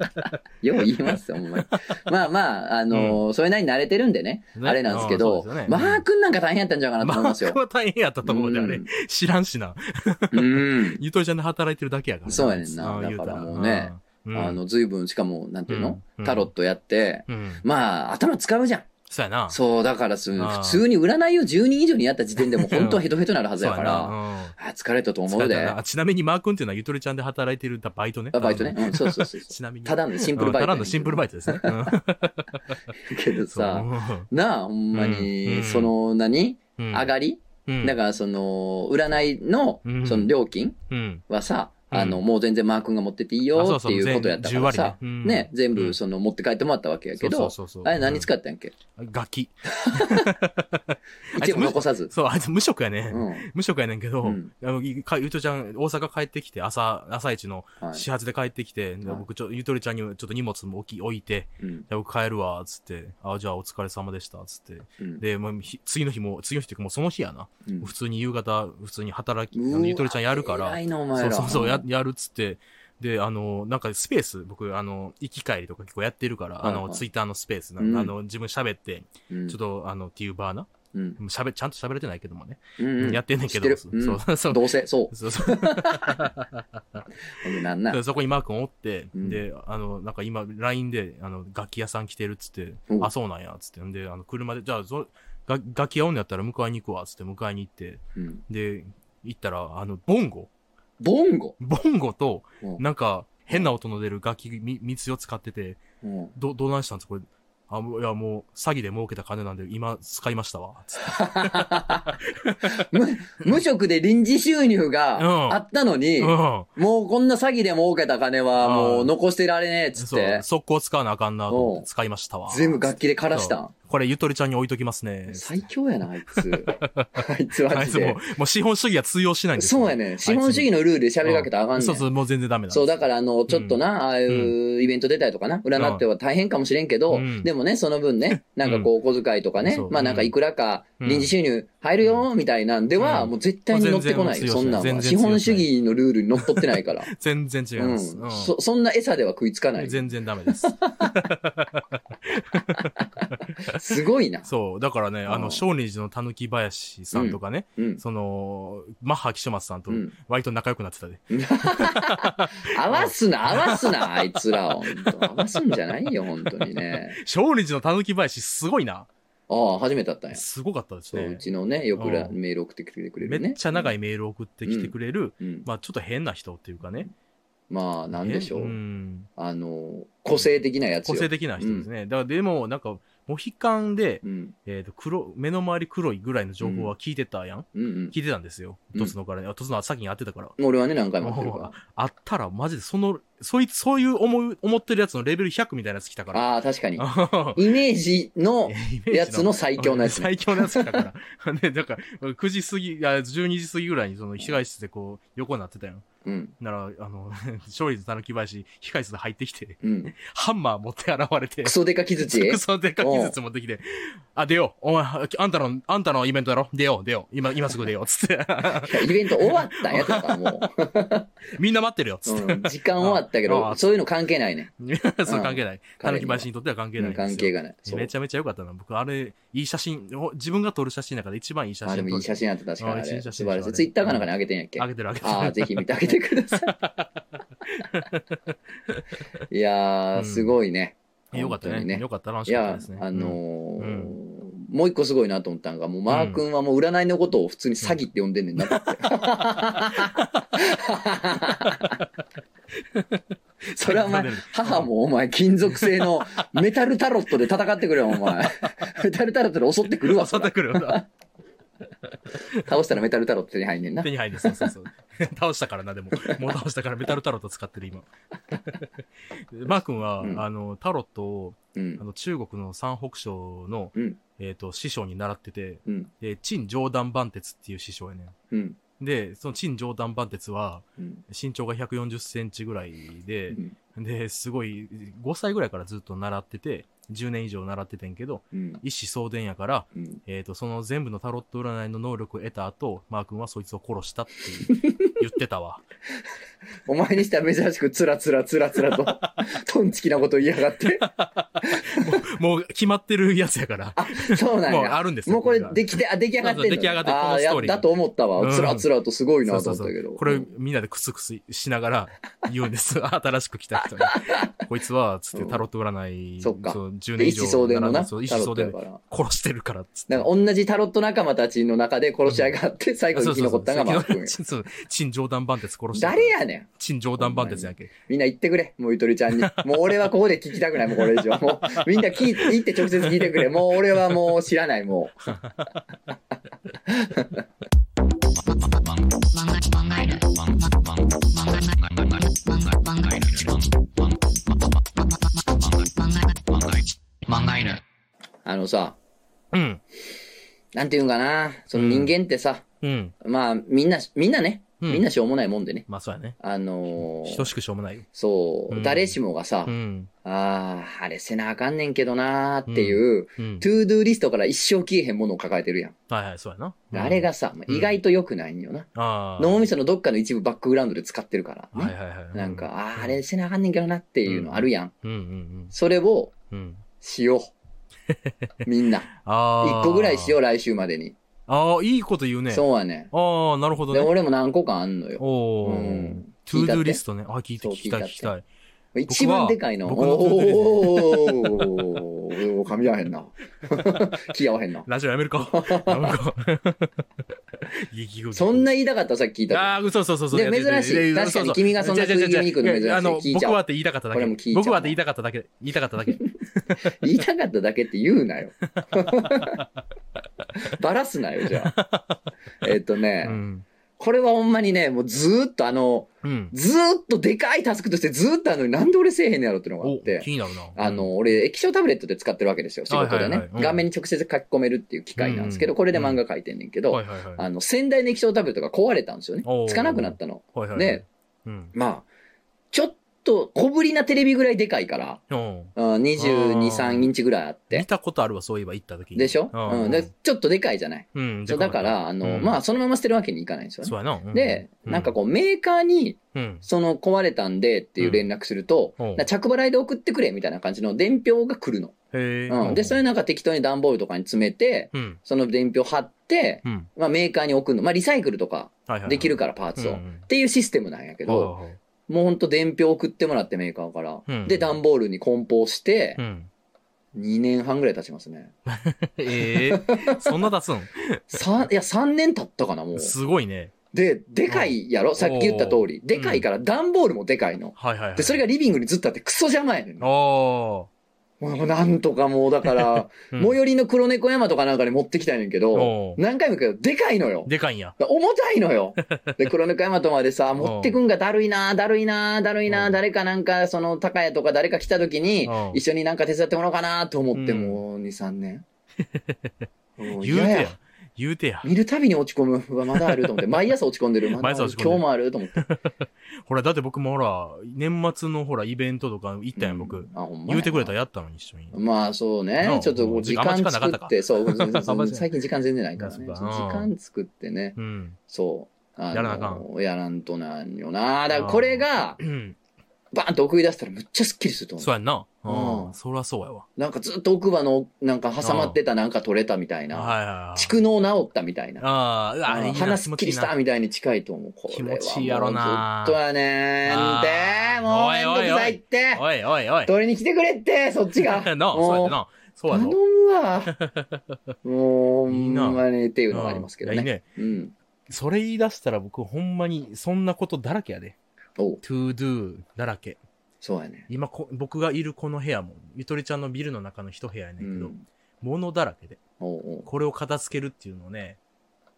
[SPEAKER 1] よう言いますよ、ほんま に。まあまあ、あのーそれなりに慣れてるんでね、
[SPEAKER 2] ね
[SPEAKER 1] あれなんですけ
[SPEAKER 2] あ
[SPEAKER 1] ど、
[SPEAKER 2] そうですよね
[SPEAKER 1] マー君なんか大変やったんじゃないかなと思いますよ
[SPEAKER 2] マーク。は大変やったと思うで、あれ
[SPEAKER 1] うん。
[SPEAKER 2] 知らんしな。
[SPEAKER 1] うん。
[SPEAKER 2] ゆとりちゃんで働いてるだけやからな。
[SPEAKER 1] そうやねんな
[SPEAKER 2] ああ言た
[SPEAKER 1] だからもうね。
[SPEAKER 2] うん
[SPEAKER 1] あ、の、随分、しかも、なんていうの、
[SPEAKER 2] うん
[SPEAKER 1] タロットやって、
[SPEAKER 2] うん。
[SPEAKER 1] まあ、頭使うじゃん。
[SPEAKER 2] そうやな。
[SPEAKER 1] そう、だからその
[SPEAKER 2] あー
[SPEAKER 1] 普通に占いを10人以上にやった時点でもう本当はヘトヘトなるはず
[SPEAKER 2] そう
[SPEAKER 1] や
[SPEAKER 2] や
[SPEAKER 1] か
[SPEAKER 2] な。
[SPEAKER 1] ら、
[SPEAKER 2] うん
[SPEAKER 1] あ疲れたと思う
[SPEAKER 2] 疲れ
[SPEAKER 1] で
[SPEAKER 2] た。なあちなみにマー君っていうのはゆとりちゃんで働いてるバイトね。
[SPEAKER 1] あバイトね。うん、そうそうそう
[SPEAKER 2] うん。。ちなみに。
[SPEAKER 1] ただのシンプルバイ
[SPEAKER 2] う
[SPEAKER 1] ト。
[SPEAKER 2] んただのシンプルバイトですね。 うん
[SPEAKER 1] ト。けどさ、
[SPEAKER 2] そう
[SPEAKER 1] なあ、ほんま
[SPEAKER 2] うんう
[SPEAKER 1] に、
[SPEAKER 2] ん
[SPEAKER 1] その何、
[SPEAKER 2] うん
[SPEAKER 1] 上がり、
[SPEAKER 2] うん
[SPEAKER 1] だからその、占いの
[SPEAKER 2] う、ん
[SPEAKER 1] その料金
[SPEAKER 2] うん。
[SPEAKER 1] はさ、
[SPEAKER 2] うん
[SPEAKER 1] あの、もう全然マー君が持ってっていい
[SPEAKER 2] あそ
[SPEAKER 1] よ
[SPEAKER 2] う
[SPEAKER 1] って
[SPEAKER 2] そう
[SPEAKER 1] いうことやったからさ、
[SPEAKER 2] 全10割ねうん
[SPEAKER 1] ね、全
[SPEAKER 2] う
[SPEAKER 1] 部
[SPEAKER 2] ん
[SPEAKER 1] その持って帰ってもらったわけやけ
[SPEAKER 2] そ
[SPEAKER 1] ど
[SPEAKER 2] う、そうそうそう
[SPEAKER 1] あれ何使ったんやっけ
[SPEAKER 2] 楽器。あいつ
[SPEAKER 1] 一部残さず。
[SPEAKER 2] そう、あいつ無職やね。
[SPEAKER 1] うん。
[SPEAKER 2] 無職やねんけど、
[SPEAKER 1] うん
[SPEAKER 2] あのいかゆとちゃん、大阪帰ってきて、朝、朝一の
[SPEAKER 1] はい。
[SPEAKER 2] 始発で帰ってきて、で僕ちょ、ゆとりちゃんにちょっと荷物も置き、置いて、
[SPEAKER 1] うん。
[SPEAKER 2] で僕帰るわ、つって、あ、じゃあお疲れ様でした、つって。
[SPEAKER 1] うん
[SPEAKER 2] で、もうひ次の日も、次の日っていうかもうその日やな。
[SPEAKER 1] うん
[SPEAKER 2] 普通に夕方、普通に働き、あ
[SPEAKER 1] うわ
[SPEAKER 2] のゆとりちゃんやるから
[SPEAKER 1] 偉、いな、お前
[SPEAKER 2] そう
[SPEAKER 1] ら。
[SPEAKER 2] そうそう、や、やるっつって、で、あの、なんかスペース、僕、あの、行き帰りとか結構やってるから、あ
[SPEAKER 1] はい
[SPEAKER 2] の、
[SPEAKER 1] はい
[SPEAKER 2] ツイッターのスペース、な
[SPEAKER 1] うん
[SPEAKER 2] あの、自分喋って、
[SPEAKER 1] うん
[SPEAKER 2] ちょっと、あの、っていうバーな。
[SPEAKER 1] うん。
[SPEAKER 2] 喋、ちゃんと喋れてないけどもね。
[SPEAKER 1] うんうん
[SPEAKER 2] やってんねんけ
[SPEAKER 1] 知
[SPEAKER 2] ど、
[SPEAKER 1] って
[SPEAKER 2] そ
[SPEAKER 1] るうん
[SPEAKER 2] う、そう
[SPEAKER 1] どうせ、そう。
[SPEAKER 2] そうそう。
[SPEAKER 1] ほんでなんな
[SPEAKER 2] で。そこにマー君おって、
[SPEAKER 1] うん
[SPEAKER 2] で、あの、なんか今、LINE で、あの、楽器屋さん来てるっつって
[SPEAKER 1] う、ん
[SPEAKER 2] あ、そうなんや、っつって。んで、あの、車で、じゃあ、そが楽器屋おんのやったら迎えに行くわ、っつって迎えに行って、
[SPEAKER 1] うん
[SPEAKER 2] で、行ったら、あの、ボンゴ
[SPEAKER 1] ボンゴ
[SPEAKER 2] ボンゴと、
[SPEAKER 1] うん
[SPEAKER 2] なんか、変な音の出る楽器み3つを使ってて、
[SPEAKER 1] うん
[SPEAKER 2] ど、どうなんしたんですかこれ。あ、もういや、もう、詐欺で儲けた金なんで、今、使いましたわ。つって
[SPEAKER 1] 無無職で臨時収入
[SPEAKER 2] うん
[SPEAKER 1] があったのに、
[SPEAKER 2] うん。
[SPEAKER 1] もうこんな詐欺で儲けた金はも
[SPEAKER 2] う
[SPEAKER 1] うん残してられねえっつっ
[SPEAKER 2] そう、
[SPEAKER 1] て、
[SPEAKER 2] 速攻使わなあかんなと思っ
[SPEAKER 1] うん
[SPEAKER 2] て、使いましたわ。
[SPEAKER 1] 全部楽器で枯らしたん。
[SPEAKER 2] これ、ゆとりちゃんに置いときますね。
[SPEAKER 1] 最強やな、あい つ。あいつ
[SPEAKER 2] あ
[SPEAKER 1] マ
[SPEAKER 2] い
[SPEAKER 1] ジ
[SPEAKER 2] つも
[SPEAKER 1] で
[SPEAKER 2] う。、もう資本主義は通用しないんですよ
[SPEAKER 1] そうやね。資本主義のルールで喋りかけたらあかんねん。
[SPEAKER 2] そうそう、もう全然ダメだ。
[SPEAKER 1] そう、だから、あの、ちょっとな、ああいうイベント出たりとかな、占っては大変かもしれんけど、
[SPEAKER 2] うん
[SPEAKER 1] でもね、その分ね、なんかこう、お小遣いとかね、
[SPEAKER 2] そう
[SPEAKER 1] まあなんかいくらか
[SPEAKER 2] うん
[SPEAKER 1] 臨時収入入るよ、みたいなんでは、
[SPEAKER 2] うん
[SPEAKER 1] もう絶対に乗ってこないよ、
[SPEAKER 2] まあ
[SPEAKER 1] そん
[SPEAKER 2] 全然
[SPEAKER 1] なん
[SPEAKER 2] 強
[SPEAKER 1] は。
[SPEAKER 2] い
[SPEAKER 1] 資本主義のルールに乗っ取ってないから。
[SPEAKER 2] 全然 違いうま
[SPEAKER 1] ん。
[SPEAKER 2] す。うん
[SPEAKER 1] そ、そんな餌では食いつかない。
[SPEAKER 2] 全然ダメ です。
[SPEAKER 1] すごいな。
[SPEAKER 2] そう、だからね、あ
[SPEAKER 1] う
[SPEAKER 2] の、
[SPEAKER 1] ん
[SPEAKER 2] 少林寺のたぬき林さんとかね、
[SPEAKER 1] うん。
[SPEAKER 2] その、マッハ・キショマスさんと
[SPEAKER 1] うん、
[SPEAKER 2] 割と仲良くなってたで。
[SPEAKER 1] 合わすな、合わすな、あいつらを。本当合わすんじゃないよ、本当にね。
[SPEAKER 2] 少林寺のたぬき林、すごいな。
[SPEAKER 1] ああ、初めて会ったんや。
[SPEAKER 2] すごかったです
[SPEAKER 1] そう、う
[SPEAKER 2] ね。
[SPEAKER 1] ちのね、よくら
[SPEAKER 2] うん
[SPEAKER 1] メール送ってきてくれるね。
[SPEAKER 2] めっちゃ長いメール送ってきてくれる、
[SPEAKER 1] うん。
[SPEAKER 2] まあ、ちょっと変な人っていうかね。
[SPEAKER 1] まあ、なんでしょう。
[SPEAKER 2] ん
[SPEAKER 1] あの、個性的なやつよ。
[SPEAKER 2] 個性的な人ですね。だから、でも、なんか、モヒカンで、
[SPEAKER 1] うん。
[SPEAKER 2] えっと、黒、目の周り黒いぐらいの情報は聞いてたやん。
[SPEAKER 1] うんうん。
[SPEAKER 2] 聞いてたんですよ。
[SPEAKER 1] うん
[SPEAKER 2] トツノからね。あトツノは先に会ってたから。
[SPEAKER 1] 俺はね、何回も会ってるから。
[SPEAKER 2] あったら、マジで、その、そいつ、そういう思い、思ってるやつのレベル100みたいなやつ来たから。
[SPEAKER 1] ああー、確かに。
[SPEAKER 2] あ
[SPEAKER 1] イメージの
[SPEAKER 2] イメージ
[SPEAKER 1] やつの最強のやつね。
[SPEAKER 2] 最強のやつ来たから。で、だから、9時過ぎ、あ12時過ぎぐらいに、その、控室でこう、横になってたよ。
[SPEAKER 1] うん。
[SPEAKER 2] なら、あの、 勝利のたぬき林、控室で入ってきて、
[SPEAKER 1] うん。
[SPEAKER 2] ハンマー持って現れて
[SPEAKER 1] ク、ソデカ傷ち
[SPEAKER 2] クソでかい技術持ってきて、あ、出よう。お前、あんたの、あんたのイベントだろ出よう、出よう。今、今すぐ出よう。つって。
[SPEAKER 1] イベント終わったんやったから、も
[SPEAKER 2] みんな待ってるよ。つ
[SPEAKER 1] う。
[SPEAKER 2] って。
[SPEAKER 1] うん。時間終わったけ
[SPEAKER 2] あ
[SPEAKER 1] ど、
[SPEAKER 2] あ
[SPEAKER 1] そういうの関係ないね。
[SPEAKER 2] それ関係ない。たぬき林にとっては関係
[SPEAKER 1] う
[SPEAKER 2] ないん
[SPEAKER 1] ん
[SPEAKER 2] ですよ。
[SPEAKER 1] 関係がない。そう
[SPEAKER 2] めちゃめちゃ良かったな。僕、あれ、いい写真、お自分が撮る写真の中で一番いい写
[SPEAKER 1] あ、
[SPEAKER 2] 真
[SPEAKER 1] でもいい写真やった、確かにあ
[SPEAKER 2] あい
[SPEAKER 1] れ。
[SPEAKER 2] い写
[SPEAKER 1] 素
[SPEAKER 2] 真
[SPEAKER 1] 晴らし
[SPEAKER 2] あ
[SPEAKER 1] い。
[SPEAKER 2] れ
[SPEAKER 1] ツイッターかなんかにあげてんやっけ
[SPEAKER 2] あげてるあげてる。
[SPEAKER 1] ああ、ぜひ見てあげてくだ さい。いや
[SPEAKER 2] う
[SPEAKER 1] ー、
[SPEAKER 2] ん
[SPEAKER 1] すごいね。
[SPEAKER 2] よかった
[SPEAKER 1] 本当に
[SPEAKER 2] ね。よかった。楽
[SPEAKER 1] い
[SPEAKER 2] しかった
[SPEAKER 1] や
[SPEAKER 2] ですね。、
[SPEAKER 1] あの
[SPEAKER 2] うん
[SPEAKER 1] ー
[SPEAKER 2] うん
[SPEAKER 1] もう一個すごいなと思ったのが、もうマー君はもう占いのことを普通に詐欺って呼んでんねんなっ て。それはお 前、母もお前、金属製のメタルタロットで戦ってくれよ、お前。メタルタロットで襲ってくるわ、
[SPEAKER 2] 襲
[SPEAKER 1] そ
[SPEAKER 2] って
[SPEAKER 1] ら
[SPEAKER 2] くる。
[SPEAKER 1] 倒したらメタルタロット手に入んねんな
[SPEAKER 2] 手。に入る。そうそう そう。倒したからな、でも。もう倒したからメタルタロット使ってる、今。 マー君は、
[SPEAKER 1] うん
[SPEAKER 2] あの、タロットを、
[SPEAKER 1] うん
[SPEAKER 2] あ。の、中国の三北省の、
[SPEAKER 1] うん
[SPEAKER 2] えっ、と、師匠に習ってて、
[SPEAKER 1] うん。
[SPEAKER 2] で、陳上段番鉄っていう師匠やね
[SPEAKER 1] うん。
[SPEAKER 2] ん。で、その陳上段番鉄は、
[SPEAKER 1] うん。
[SPEAKER 2] 身長が140センチぐらいで、
[SPEAKER 1] うん
[SPEAKER 2] で、すごい、5歳ぐらいからずっと習ってて、10年以上習っててんけど、
[SPEAKER 1] うん。
[SPEAKER 2] 一子相伝やから、
[SPEAKER 1] うん。
[SPEAKER 2] えっ、と、その全部のタロット占いの能力を得た後、マー君はそいつを殺したっていう言って たわ。
[SPEAKER 1] お前にしては珍しくつらつらつらつら と、トンチキなこと言いやがって。
[SPEAKER 2] もう決まってるやつやから。
[SPEAKER 1] そうなん
[SPEAKER 2] もう
[SPEAKER 1] や。
[SPEAKER 2] あるんですよ
[SPEAKER 1] もうこれ出来て、あ、出来上がってんの
[SPEAKER 2] そうそう出来上がってる
[SPEAKER 1] あ
[SPEAKER 2] この
[SPEAKER 1] あ、
[SPEAKER 2] ス
[SPEAKER 1] や
[SPEAKER 2] トー
[SPEAKER 1] っ
[SPEAKER 2] リーが
[SPEAKER 1] たと思った
[SPEAKER 2] うん
[SPEAKER 1] わ。つらつらとすごい
[SPEAKER 2] そ
[SPEAKER 1] な
[SPEAKER 2] う
[SPEAKER 1] と
[SPEAKER 2] そう
[SPEAKER 1] 思
[SPEAKER 2] そ
[SPEAKER 1] ったけど。
[SPEAKER 2] う。これ
[SPEAKER 1] うん
[SPEAKER 2] みんなでクスクスしながら言うんです。新しく来た人に。こいつは、つってタロット占い、
[SPEAKER 1] そっか
[SPEAKER 2] う10
[SPEAKER 1] で、
[SPEAKER 2] 年以
[SPEAKER 1] 一
[SPEAKER 2] 上。
[SPEAKER 1] 思相伝のな、タ
[SPEAKER 2] そう
[SPEAKER 1] ロ
[SPEAKER 2] 一思相
[SPEAKER 1] ット
[SPEAKER 2] 伝
[SPEAKER 1] や
[SPEAKER 2] で
[SPEAKER 1] から。
[SPEAKER 2] 殺してるからっつって。
[SPEAKER 1] なんか同じタロット仲間たちの中で殺し合いがあって、最後
[SPEAKER 2] そ
[SPEAKER 1] 生
[SPEAKER 2] う
[SPEAKER 1] き
[SPEAKER 2] そう
[SPEAKER 1] 残
[SPEAKER 2] そう
[SPEAKER 1] ったのがマックンや。
[SPEAKER 2] そう陳情談判鉄殺してる
[SPEAKER 1] 誰やねん
[SPEAKER 2] 陳情談判鉄やんけ。
[SPEAKER 1] みんな言ってくれ、もうゆとりちゃんに。もう俺はここで聞きたくない、もうこれ以上。もうみんな聞いて、言って直接聞いてくれ。もう俺はもう知らない、もう。あのさ、
[SPEAKER 2] うん。
[SPEAKER 1] なんていうんかな、その人間ってさ、
[SPEAKER 2] うん。
[SPEAKER 1] まあみんな、みんなね、
[SPEAKER 2] うん
[SPEAKER 1] みんなしょうもないもんでね。
[SPEAKER 2] まあそうやね。
[SPEAKER 1] あのー
[SPEAKER 2] 等しくしょうもないよ。
[SPEAKER 1] そう、
[SPEAKER 2] うん
[SPEAKER 1] 誰しもがさ、
[SPEAKER 2] うん。
[SPEAKER 1] ああ、あれせなあかんねんけどなーっていう、
[SPEAKER 2] うん。
[SPEAKER 1] トゥードゥーリストから一生消えへんものを抱えてるやん。
[SPEAKER 2] はいはい、そうやな。うん
[SPEAKER 1] あれ、がさ、まあ意外と良くないんよな。
[SPEAKER 2] ああ。
[SPEAKER 1] 脳みそのどっかの一部バックグラウンドで使ってるから、ね
[SPEAKER 2] はいはいはい。
[SPEAKER 1] なんか、あーあれせなあかんねんけどなっていうのあるやん。
[SPEAKER 2] うんうん
[SPEAKER 1] それを
[SPEAKER 2] うん。うん。
[SPEAKER 1] しよ う。みんな。
[SPEAKER 2] ああ。
[SPEAKER 1] 一個ぐらいしよう、来週までに。
[SPEAKER 2] ああ、いいこと言うね。
[SPEAKER 1] そうはね。
[SPEAKER 2] ああ、なるほど
[SPEAKER 1] で、
[SPEAKER 2] ね。
[SPEAKER 1] 俺も何個かあんのよ。
[SPEAKER 2] おお、
[SPEAKER 1] うん
[SPEAKER 2] トゥードゥーリストね。あ、聞いて、
[SPEAKER 1] そう
[SPEAKER 2] 聞きたい、聞
[SPEAKER 1] 聞
[SPEAKER 2] き
[SPEAKER 1] い
[SPEAKER 2] た
[SPEAKER 1] た
[SPEAKER 2] い。
[SPEAKER 1] 一番でかいの。
[SPEAKER 2] 僕は僕の
[SPEAKER 1] おーおー おー噛み合わへんな。気合わへんな。
[SPEAKER 2] ラジオやめ るか。やめるか。ギギギ
[SPEAKER 1] そんな言いたかった、さっき聞いたの。
[SPEAKER 2] ああ、嘘そうそうそう。
[SPEAKER 1] で
[SPEAKER 2] やや
[SPEAKER 1] 珍しい
[SPEAKER 2] やや
[SPEAKER 1] 確かに
[SPEAKER 2] そうう
[SPEAKER 1] 君がそんな食い気味に来るの珍しい
[SPEAKER 2] ややあの
[SPEAKER 1] 聞、いちゃう
[SPEAKER 2] 僕はって言いたかっただ
[SPEAKER 1] これも聞
[SPEAKER 2] け。
[SPEAKER 1] いちゃう
[SPEAKER 2] 僕はって言いたかっただけ。言いたかっただけ。
[SPEAKER 1] 言いたかっただけって言うなよ。 バラすなよ、じゃあ。えっとね、
[SPEAKER 2] うん。
[SPEAKER 1] これはほんまにね、もうずーっとあの、
[SPEAKER 2] うん。
[SPEAKER 1] ずーっとでかいタスクとしてずーっとあるのになんで俺せえへんのやろっていうのがあ
[SPEAKER 2] お、
[SPEAKER 1] って
[SPEAKER 2] 気。になるな。
[SPEAKER 1] あの、俺、液晶タブレットで使ってるわけですよ、仕事で
[SPEAKER 2] はいはいは
[SPEAKER 1] ね
[SPEAKER 2] い。うん
[SPEAKER 1] 画面に直接書き込めるっていう機械なんですけど、
[SPEAKER 2] うん
[SPEAKER 1] これで漫画書いてんねんけ
[SPEAKER 2] うん、は
[SPEAKER 1] ど
[SPEAKER 2] い、はいはい。
[SPEAKER 1] あの、先代の液晶タブレットが壊れたんですよね
[SPEAKER 2] おー。
[SPEAKER 1] つかなくなったの。
[SPEAKER 2] はいはいはい。
[SPEAKER 1] ね。
[SPEAKER 2] うん。
[SPEAKER 1] まあ、ちょっと小ぶりなテレビぐらいでかいから、
[SPEAKER 2] うん。
[SPEAKER 1] うん22、
[SPEAKER 2] あー
[SPEAKER 1] 3インチぐらいあっ
[SPEAKER 2] 見
[SPEAKER 1] て。
[SPEAKER 2] たことあるわ、そういえば行った時
[SPEAKER 1] でしょ
[SPEAKER 2] うん
[SPEAKER 1] うん。でちょっとでかいじゃない。
[SPEAKER 2] うん。
[SPEAKER 1] そうだから、あの、まあ、、そのまま捨てるわけにいかないんですよ
[SPEAKER 2] そう
[SPEAKER 1] ね。
[SPEAKER 2] やな。うん
[SPEAKER 1] で、なんかこう、メーカーに、
[SPEAKER 2] う、うん。
[SPEAKER 1] その壊れたんでっていう連絡すると、
[SPEAKER 2] うん
[SPEAKER 1] な着払いで送ってくれみたいな感じの伝票が来るの。
[SPEAKER 2] へえ。
[SPEAKER 1] うん、で、それなんか適当に段ボールとかに詰めて、
[SPEAKER 2] うん。
[SPEAKER 1] その伝票貼って、
[SPEAKER 2] うん。
[SPEAKER 1] まあ、メーカーに送るの。まあ、リサイクルとか
[SPEAKER 2] はいはい。
[SPEAKER 1] できる
[SPEAKER 2] か
[SPEAKER 1] からパーツを。
[SPEAKER 2] う
[SPEAKER 1] っ
[SPEAKER 2] ん
[SPEAKER 1] ていうシステムなんやけど、
[SPEAKER 2] はいはいはい
[SPEAKER 1] もうほんと伝票送ってもらってメーカーから。
[SPEAKER 2] うん
[SPEAKER 1] で、段ボールに梱包して
[SPEAKER 2] う、ん。
[SPEAKER 1] 2年半ぐらい経ちます ね。
[SPEAKER 2] ええそんな出すん
[SPEAKER 1] さいや、3年経ったかな、もう。
[SPEAKER 2] すごいね。
[SPEAKER 1] で、でかいやろさっき言った通り。でかいから、段ボールもでかいの。
[SPEAKER 2] はいはいはい。
[SPEAKER 1] で、それがリビングにずっとあってクソ邪魔やねん。も
[SPEAKER 2] あ
[SPEAKER 1] うなんとかもうだから、
[SPEAKER 2] あ。
[SPEAKER 1] 最寄りの黒猫山とかなんかに持ってきたいねんけ
[SPEAKER 2] お
[SPEAKER 1] ど
[SPEAKER 2] う、
[SPEAKER 1] 何回も言うけど、でかいのよ。
[SPEAKER 2] でかいんや。
[SPEAKER 1] 重たいの よ。で、黒猫山とまでさ、
[SPEAKER 2] ん
[SPEAKER 1] 持ってくんがだるいな、だるいな、だるいな、
[SPEAKER 2] うん
[SPEAKER 1] 誰かなんか、その、高谷とか誰か来た時に
[SPEAKER 2] うん、
[SPEAKER 1] 一緒になんか手伝ってもらおうかなと思って、
[SPEAKER 2] うん
[SPEAKER 1] もう2、3年。 もう
[SPEAKER 2] 言う
[SPEAKER 1] 嫌
[SPEAKER 2] て
[SPEAKER 1] や
[SPEAKER 2] や。。言うてや。
[SPEAKER 1] 見るたびに落ち込む。うわまだあると思っ て。毎朝落ち込んでる。まだあ
[SPEAKER 2] 毎朝
[SPEAKER 1] る
[SPEAKER 2] 落ち込んでる
[SPEAKER 1] 今日もあると思 って。
[SPEAKER 2] ほら、だって僕もほら、年末のほら、イベントとか行ったやん、僕。
[SPEAKER 1] あ、ほんまやな
[SPEAKER 2] 言うてくれたらやったのに一緒に。
[SPEAKER 1] まあそう
[SPEAKER 2] なあ
[SPEAKER 1] ね。ちょっとこう時間
[SPEAKER 2] 時間あんま時
[SPEAKER 1] 作
[SPEAKER 2] 間なかった
[SPEAKER 1] っ
[SPEAKER 2] か
[SPEAKER 1] て、そう、そうそう
[SPEAKER 2] あんま時間
[SPEAKER 1] 最近時間全然ないからね。
[SPEAKER 2] あ
[SPEAKER 1] 時
[SPEAKER 2] そうか
[SPEAKER 1] 間作ってね、
[SPEAKER 2] うん。
[SPEAKER 1] そう。あの
[SPEAKER 2] やらなあか
[SPEAKER 1] やらんとなんよな。だからこれが、
[SPEAKER 2] うん。
[SPEAKER 1] バーンと送り出したらむっちゃスッキリすると思
[SPEAKER 2] そうやんな。
[SPEAKER 1] うん
[SPEAKER 2] うん。そらそうやわ。
[SPEAKER 1] う。なんかずっと奥歯の、なんか挟まってたなんか取れたみたいな。
[SPEAKER 2] はいはいはい。
[SPEAKER 1] 蓄能治ったみたいな。
[SPEAKER 2] あーあー、いい
[SPEAKER 1] あ
[SPEAKER 2] な
[SPEAKER 1] 鼻すっきりしたみたいに近いと思う。こ
[SPEAKER 2] 気
[SPEAKER 1] れはも
[SPEAKER 2] 持
[SPEAKER 1] う
[SPEAKER 2] ちいいやろな
[SPEAKER 1] ずっとやねん
[SPEAKER 2] あー
[SPEAKER 1] て。もうめんどくさいって。
[SPEAKER 2] おいおいおい。
[SPEAKER 1] 取りに来てくれって、そっちが。
[SPEAKER 2] なあ、そうや
[SPEAKER 1] も
[SPEAKER 2] で
[SPEAKER 1] う
[SPEAKER 2] な。そうや
[SPEAKER 1] 頼
[SPEAKER 2] ろ。
[SPEAKER 1] むわ。もう、ほ
[SPEAKER 2] いいなん
[SPEAKER 1] まにっていうのがありますけど
[SPEAKER 2] うんいい
[SPEAKER 1] ね。
[SPEAKER 2] ね。
[SPEAKER 1] うん。
[SPEAKER 2] それ言い出したら僕ほんまにそんなことだらけやで。
[SPEAKER 1] おう
[SPEAKER 2] to do だらけ。
[SPEAKER 1] そうやね。
[SPEAKER 2] 今こ、僕がいるこの部屋も、ゆとりちゃんのビルの中の一部屋やね
[SPEAKER 1] うん
[SPEAKER 2] けど、
[SPEAKER 1] ん。
[SPEAKER 2] 物だらけで、
[SPEAKER 1] おうおう。
[SPEAKER 2] これを片付けるっていうのをね、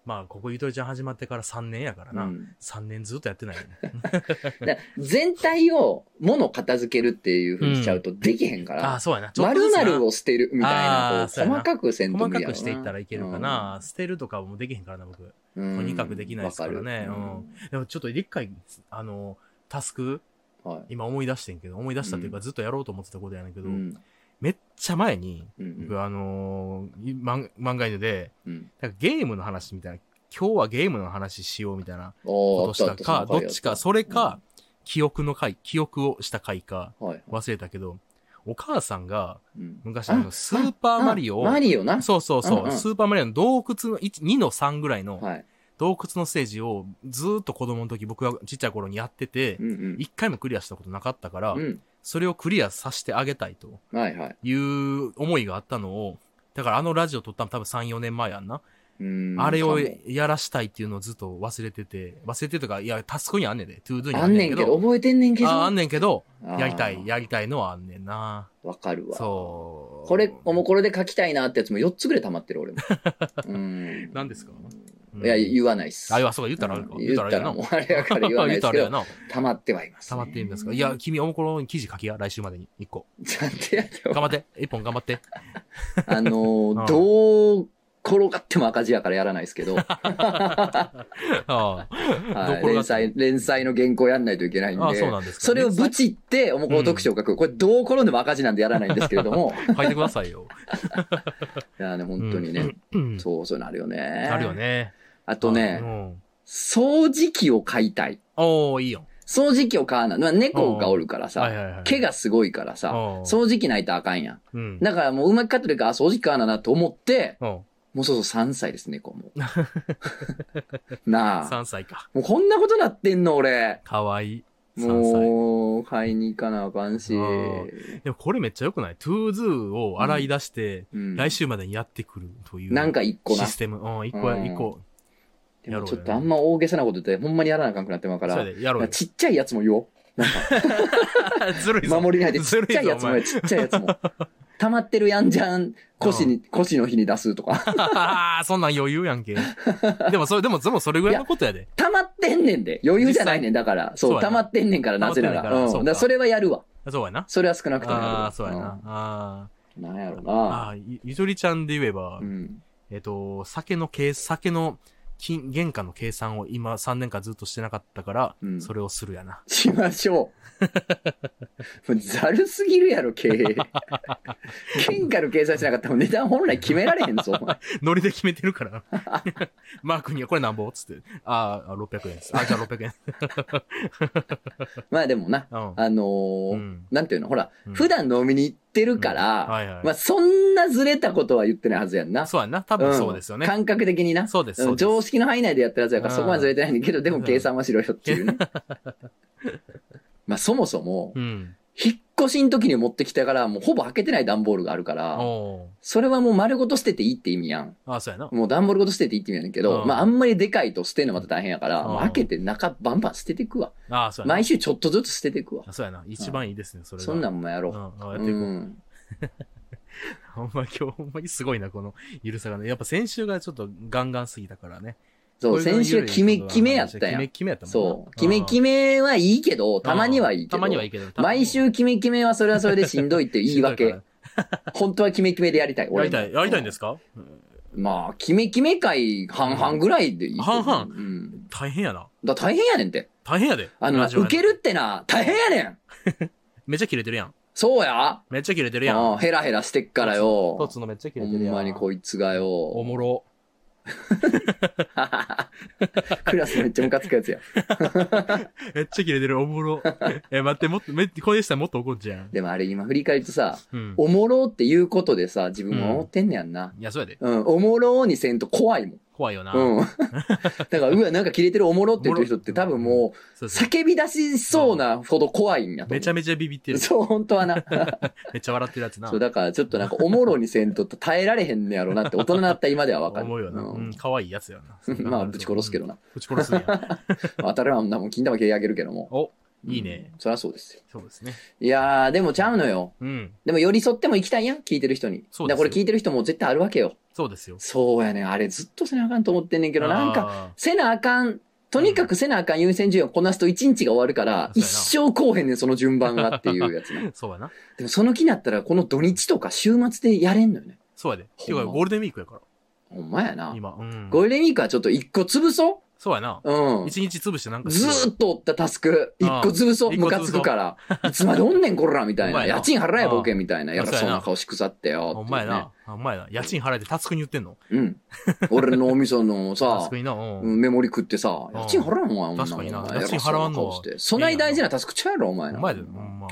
[SPEAKER 2] まあ、ここゆとりちゃん始まってから3年やからな。
[SPEAKER 1] うん
[SPEAKER 2] 3年ずっとやってないよね。
[SPEAKER 1] だ全体を、物を片付けるっていうふうにしちゃうとできへんか
[SPEAKER 2] ああ、
[SPEAKER 1] ら、
[SPEAKER 2] そうやな。
[SPEAKER 1] まるまる
[SPEAKER 2] を
[SPEAKER 1] を捨てるみたい
[SPEAKER 2] あー
[SPEAKER 1] な、
[SPEAKER 2] そ
[SPEAKER 1] こ
[SPEAKER 2] う
[SPEAKER 1] う
[SPEAKER 2] やな
[SPEAKER 1] 細かくせんと
[SPEAKER 2] 細
[SPEAKER 1] 無
[SPEAKER 2] か
[SPEAKER 1] 理やろ
[SPEAKER 2] く
[SPEAKER 1] な
[SPEAKER 2] していったらいけるかな。捨てるとかもできへんからな、僕。
[SPEAKER 1] と
[SPEAKER 2] とにかくできないですからねでもちょっと一回、あの、タスク、
[SPEAKER 1] はい。
[SPEAKER 2] 今思い出してんけど、思い出したというか、
[SPEAKER 1] う
[SPEAKER 2] ずっとやろうと思ってたことやねんけ
[SPEAKER 1] う
[SPEAKER 2] ど、
[SPEAKER 1] ん。
[SPEAKER 2] めっちゃ前に、
[SPEAKER 1] うん
[SPEAKER 2] 僕あのー、漫漫画犬で、
[SPEAKER 1] うん。
[SPEAKER 2] なんかゲームの話みたいな、今日はゲームの話しようみたいな
[SPEAKER 1] おーあ
[SPEAKER 2] こと
[SPEAKER 1] っ
[SPEAKER 2] した
[SPEAKER 1] あ
[SPEAKER 2] た
[SPEAKER 1] った
[SPEAKER 2] か、どっちか、。それ
[SPEAKER 1] う
[SPEAKER 2] か、記憶の回、記憶をした回か、
[SPEAKER 1] その回やったはい。
[SPEAKER 2] 忘れたけど、お母さんが
[SPEAKER 1] うん
[SPEAKER 2] 昔あの、スーパーマリオ
[SPEAKER 1] あマリオな。
[SPEAKER 2] そうそうそう、
[SPEAKER 1] うんうん
[SPEAKER 2] スーパーマリオの洞窟の1 2の3ぐらいの
[SPEAKER 1] はい。
[SPEAKER 2] 洞窟のステージをずーっと子供の時僕がちっちゃい頃にやってて
[SPEAKER 1] う、ん
[SPEAKER 2] 一回もクリアしたことなかったから
[SPEAKER 1] うん。、う
[SPEAKER 2] それをクリアさせてあげたいと
[SPEAKER 1] ん。はいはい。
[SPEAKER 2] いう思いがあったのを、だからあのラジオ撮ったの多分3、4年前やんな。
[SPEAKER 1] うん。
[SPEAKER 2] あれを
[SPEAKER 1] かも
[SPEAKER 2] やらしたいっていうのをずっと忘れてて、忘れてとか、いや、タスクにあんねんで、トゥードゥに
[SPEAKER 1] あんねんけど、覚えてんねんけど。
[SPEAKER 2] ああんねんけど、
[SPEAKER 1] あー
[SPEAKER 2] やりたい、やりたいのはあんねんな。
[SPEAKER 1] わかるわ。
[SPEAKER 2] そう。
[SPEAKER 1] これ、おもこれで書きたいなってやつも4つぐらい溜まってる、俺も。うん。
[SPEAKER 2] 何ですか
[SPEAKER 1] いや、
[SPEAKER 2] う
[SPEAKER 1] 言わないっす。
[SPEAKER 2] ん。あ、いや、そうか、言ったらあるか。
[SPEAKER 1] うん言った
[SPEAKER 2] あれや
[SPEAKER 1] ら
[SPEAKER 2] な
[SPEAKER 1] もうあれやから言わない
[SPEAKER 2] 言
[SPEAKER 1] で
[SPEAKER 2] った
[SPEAKER 1] す
[SPEAKER 2] ら
[SPEAKER 1] け
[SPEAKER 2] あれや
[SPEAKER 1] ど、
[SPEAKER 2] な。
[SPEAKER 1] 溜まってはいます、
[SPEAKER 2] 溜まっていいんですか
[SPEAKER 1] ね
[SPEAKER 2] いや、、君、おもころに記事書きや、来週までに。一個。
[SPEAKER 1] なんてやっても
[SPEAKER 2] 頑張って。一本頑張って。
[SPEAKER 1] あのー
[SPEAKER 2] うん
[SPEAKER 1] どう転がっても赤字やからやらないですけ ど、
[SPEAKER 2] ああ。
[SPEAKER 1] は
[SPEAKER 2] ど
[SPEAKER 1] い、
[SPEAKER 2] ころが
[SPEAKER 1] 連載、連載の原稿やんないといけないんで、
[SPEAKER 2] ああ、そうなんですか。
[SPEAKER 1] それをぶちって、おもころ特集を書く。これどう転んでも赤字なんでやらないんですけれど も、
[SPEAKER 2] 書いてくださいよ。
[SPEAKER 1] いやね、本当にね、
[SPEAKER 2] うん。
[SPEAKER 1] そう、そういうのあるよね。
[SPEAKER 2] あるよ。ね。
[SPEAKER 1] あとね
[SPEAKER 2] う、ん。
[SPEAKER 1] 掃除機を買いたい。
[SPEAKER 2] おー、いいよ。
[SPEAKER 1] 掃除機を買わない。まあ、猫がおるから
[SPEAKER 2] はい
[SPEAKER 1] さ、
[SPEAKER 2] はいはい。
[SPEAKER 1] 毛がすごいからさ、
[SPEAKER 2] うん
[SPEAKER 1] 掃除機ないとあかんやん。
[SPEAKER 2] うん。
[SPEAKER 1] だからもううまく飼ってるから、あ掃除機買わななと思って、
[SPEAKER 2] うん。
[SPEAKER 1] もうそうそう3歳です、猫も。 なあ。
[SPEAKER 2] 3歳か。
[SPEAKER 1] もうこんなことなってんの、俺。
[SPEAKER 2] かわいい。3歳。
[SPEAKER 1] もう、買いに行かなあかんし。
[SPEAKER 2] うんでもこれめっちゃ良くない ?ToZoo を洗い出して、
[SPEAKER 1] うん。
[SPEAKER 2] 来週までにやってくるという。
[SPEAKER 1] なんか一個な
[SPEAKER 2] シ。ステム。うん、一個や、
[SPEAKER 1] うん
[SPEAKER 2] 一個。
[SPEAKER 1] でもちょっとあんま大げさなこと言って、ほんまにやらなあかんくなってまうか
[SPEAKER 2] そ
[SPEAKER 1] ら
[SPEAKER 2] うや、で、や ろうよ。
[SPEAKER 1] ちっちゃいやつも言おう。
[SPEAKER 2] ずるいぞ。
[SPEAKER 1] 守りないで、ち
[SPEAKER 2] ず
[SPEAKER 1] っ
[SPEAKER 2] る
[SPEAKER 1] ちゃいやつも
[SPEAKER 2] い
[SPEAKER 1] よ、ちっちゃいやつ も。溜まってるやんじゃん、腰に、腰の日に出すとか。
[SPEAKER 2] ぞ。お前 そんなん余裕やんけ。でもそれ、でも、でもそれぐらいのことやで。
[SPEAKER 1] 溜まってんねんで。余裕じゃないねん、だから。
[SPEAKER 2] そう
[SPEAKER 1] そう、
[SPEAKER 2] やな
[SPEAKER 1] 溜まってんねんから、なぜな
[SPEAKER 2] 溜
[SPEAKER 1] ら。
[SPEAKER 2] まってんねんから
[SPEAKER 1] うん。
[SPEAKER 2] そう
[SPEAKER 1] だか
[SPEAKER 2] か
[SPEAKER 1] らそれはやるわ。
[SPEAKER 2] そうやな。
[SPEAKER 1] それは少なくともやるわ。
[SPEAKER 2] ああ、そうやな。あ
[SPEAKER 1] うん。なんやろ
[SPEAKER 2] あ。
[SPEAKER 1] な
[SPEAKER 2] あ。あ、ゆゆとりちゃんで言えば
[SPEAKER 1] う、ん。
[SPEAKER 2] えっと、酒の計、酒の金、原価の計算を今3年間ずっとしてなかったから
[SPEAKER 1] う、ん
[SPEAKER 2] それをするやな。
[SPEAKER 1] しましょう。もうざるすぎるやろ、経営。喧嘩の計算しなかったら値段本来決められへんぞ、お前
[SPEAKER 2] ノリで決めてるから な。マークにはこれなんぼつって。あーあ、600円です。あ、じゃあ600円。
[SPEAKER 1] ま あでもな、
[SPEAKER 2] うん。
[SPEAKER 1] あの
[SPEAKER 2] う
[SPEAKER 1] ー
[SPEAKER 2] ん
[SPEAKER 1] なんていうの、ほら、
[SPEAKER 2] うん
[SPEAKER 1] 普段飲みに行ってるから、
[SPEAKER 2] はいはい。
[SPEAKER 1] まあそんなずれたことは言ってないはずやんな。
[SPEAKER 2] そうやんな。多分そうですよね。
[SPEAKER 1] 感覚的にな。
[SPEAKER 2] そうです。そううんです
[SPEAKER 1] 常識の範囲内でやってるはずやから、
[SPEAKER 2] うん
[SPEAKER 1] そこまでずれてないんだけど、でも計算はしろよっていうね。 まあそもそも
[SPEAKER 2] う、ん。
[SPEAKER 1] 引っ越しの時に持ってきたから、もうほぼ開けてない段ボールがあるから、
[SPEAKER 2] お
[SPEAKER 1] それはもう丸ごと捨てていいって意味やん。
[SPEAKER 2] ーあ、そうやな。
[SPEAKER 1] もう段ボールごと捨てていいって意味やねんけど、
[SPEAKER 2] うん
[SPEAKER 1] まああんまりでかいと捨てるのまた大変やから、
[SPEAKER 2] うん
[SPEAKER 1] もう開けて中バンバン捨てていくわ。
[SPEAKER 2] あーそうや
[SPEAKER 1] 毎週ちょっとずつ捨てていくわ
[SPEAKER 2] な。。そうやな。一番いいですね、それが。
[SPEAKER 1] そんなんもや
[SPEAKER 2] う
[SPEAKER 1] ろ
[SPEAKER 2] ん。
[SPEAKER 1] う。
[SPEAKER 2] あーやっていこう。
[SPEAKER 1] うん。
[SPEAKER 2] ほんま今日、ほんまにすごいな、このゆるさがね。やっぱ先週がちょっとガンガンすぎたからね。
[SPEAKER 1] そう、
[SPEAKER 2] これが
[SPEAKER 1] 先週はキメ
[SPEAKER 2] 緩い
[SPEAKER 1] キメやった
[SPEAKER 2] キ
[SPEAKER 1] や
[SPEAKER 2] メ
[SPEAKER 1] ん。
[SPEAKER 2] キメやったもんな
[SPEAKER 1] そう。キメキメはいいけど、たまにはいいけど。
[SPEAKER 2] たまにはいいけど。
[SPEAKER 1] 毎週キメキメはそれはそれでしんどいっていう言い
[SPEAKER 2] しんど
[SPEAKER 1] 訳
[SPEAKER 2] か。
[SPEAKER 1] 本当はキメキメでやりたい。
[SPEAKER 2] ら。や
[SPEAKER 1] 俺
[SPEAKER 2] り
[SPEAKER 1] も
[SPEAKER 2] たい、やりたいんですか
[SPEAKER 1] まあ、キメキメ回半々ぐらいでいいと思う。
[SPEAKER 2] 半々
[SPEAKER 1] うん。
[SPEAKER 2] 大変やな。
[SPEAKER 1] だから大変やねんって。
[SPEAKER 2] 大変やで。
[SPEAKER 1] あの、
[SPEAKER 2] ラジオ
[SPEAKER 1] 受
[SPEAKER 2] やの
[SPEAKER 1] けるってな、大変やねん
[SPEAKER 2] めっちゃ切れてるやん。
[SPEAKER 1] そうや
[SPEAKER 2] めっちゃ切れてるやん。
[SPEAKER 1] うん、ヘラヘラしてっからよ。
[SPEAKER 2] 一つのめっちゃ切
[SPEAKER 1] ほ
[SPEAKER 2] れてる
[SPEAKER 1] ん
[SPEAKER 2] やん。
[SPEAKER 1] まにこいつが
[SPEAKER 2] お
[SPEAKER 1] よ。
[SPEAKER 2] もろ。
[SPEAKER 1] クラスめっちゃムカつくやつや。
[SPEAKER 2] めっちゃ切れてる、おもろ。 え、待って、もっと、めこれでしたらもっと怒るじゃん。
[SPEAKER 1] でもあれ今振り返るとさ、
[SPEAKER 2] うん。
[SPEAKER 1] おもろっていうことでさ、自分も思ってんねやんな。
[SPEAKER 2] いや、そうやで。
[SPEAKER 1] うん、おもろにせんと怖いもん。
[SPEAKER 2] 怖いよな。
[SPEAKER 1] うん。 だから、うわ、なんか切れてるおもろって言ってる人って多分も、
[SPEAKER 2] そううそう
[SPEAKER 1] 叫び出しそうなほど怖いんやと思う。
[SPEAKER 2] めちゃめちゃビビってる。
[SPEAKER 1] そう、本当はな。
[SPEAKER 2] めっちゃ笑ってるやつな
[SPEAKER 1] そう、。だからちょっとなんかおもろにせんと耐えられへんねやろなって、大人になった今ではわかる。
[SPEAKER 2] 思うよな。
[SPEAKER 1] う
[SPEAKER 2] うんん、可愛いやつやな。
[SPEAKER 1] まあ、ぶち殺すけどな。
[SPEAKER 2] ぶち殺す んや。
[SPEAKER 1] 当たるわんなもん、金玉蹴り上げるけども。
[SPEAKER 2] お、いいね
[SPEAKER 1] うん。そりゃそうですよ。
[SPEAKER 2] そうですね。
[SPEAKER 1] いやー、でもちゃうのよ。
[SPEAKER 2] うん。
[SPEAKER 1] でも寄り添っても行きたいやん、聞いてる人に。
[SPEAKER 2] そう
[SPEAKER 1] だから
[SPEAKER 2] ですよ
[SPEAKER 1] これ聞いてる人も絶対あるわけよ。
[SPEAKER 2] そうですよ。
[SPEAKER 1] そうやねんあれずっとせなあかんと思ってんねんけど、なんか、
[SPEAKER 2] か、
[SPEAKER 1] せなあかん。とにかくせなあかん優先順位をこなすと一日が終わるから、
[SPEAKER 2] そう
[SPEAKER 1] 一
[SPEAKER 2] やな
[SPEAKER 1] 生こうへんねん、その順番がっていうやつ な。
[SPEAKER 2] そうやな。
[SPEAKER 1] でもその気になったら、この土日とか週末でやれんのよね。
[SPEAKER 2] そうやで。て
[SPEAKER 1] ほんま
[SPEAKER 2] いうか、ゴールデンウィークやか
[SPEAKER 1] ほんまやな
[SPEAKER 2] ら、。今。うん。
[SPEAKER 1] ゴールデンウィークはちょっと一個潰そ
[SPEAKER 2] そうやな。
[SPEAKER 1] う。うん。
[SPEAKER 2] 一日潰してなんかし
[SPEAKER 1] ず
[SPEAKER 2] よう
[SPEAKER 1] ーっとおったタスク、一
[SPEAKER 2] ああ
[SPEAKER 1] 個潰そう、
[SPEAKER 2] 一個潰そう
[SPEAKER 1] ムカつくから。いつまでおんねん、こら、みたい
[SPEAKER 2] ほんま
[SPEAKER 1] な。
[SPEAKER 2] やな
[SPEAKER 1] 家賃払え、ボケ、みたいな。
[SPEAKER 2] ああ
[SPEAKER 1] やら
[SPEAKER 2] そ
[SPEAKER 1] そうう
[SPEAKER 2] やな
[SPEAKER 1] な顔しくさってよ。
[SPEAKER 2] ほんまやな。ほんまやな。家賃払えてタスクに言ってんの
[SPEAKER 1] っていうね。うん。俺のお味噌の
[SPEAKER 2] タ
[SPEAKER 1] さ
[SPEAKER 2] スク、にな。う。
[SPEAKER 1] うんんメモリ食ってさ、
[SPEAKER 2] ああ
[SPEAKER 1] 家賃払わんわ、お前。
[SPEAKER 2] 確かにな
[SPEAKER 1] お前
[SPEAKER 2] 家賃払わんのは
[SPEAKER 1] 偉そうな顔してそない大事なタスクちゃうやろ、お前
[SPEAKER 2] ほ
[SPEAKER 1] な。
[SPEAKER 2] んまやで。ほんま。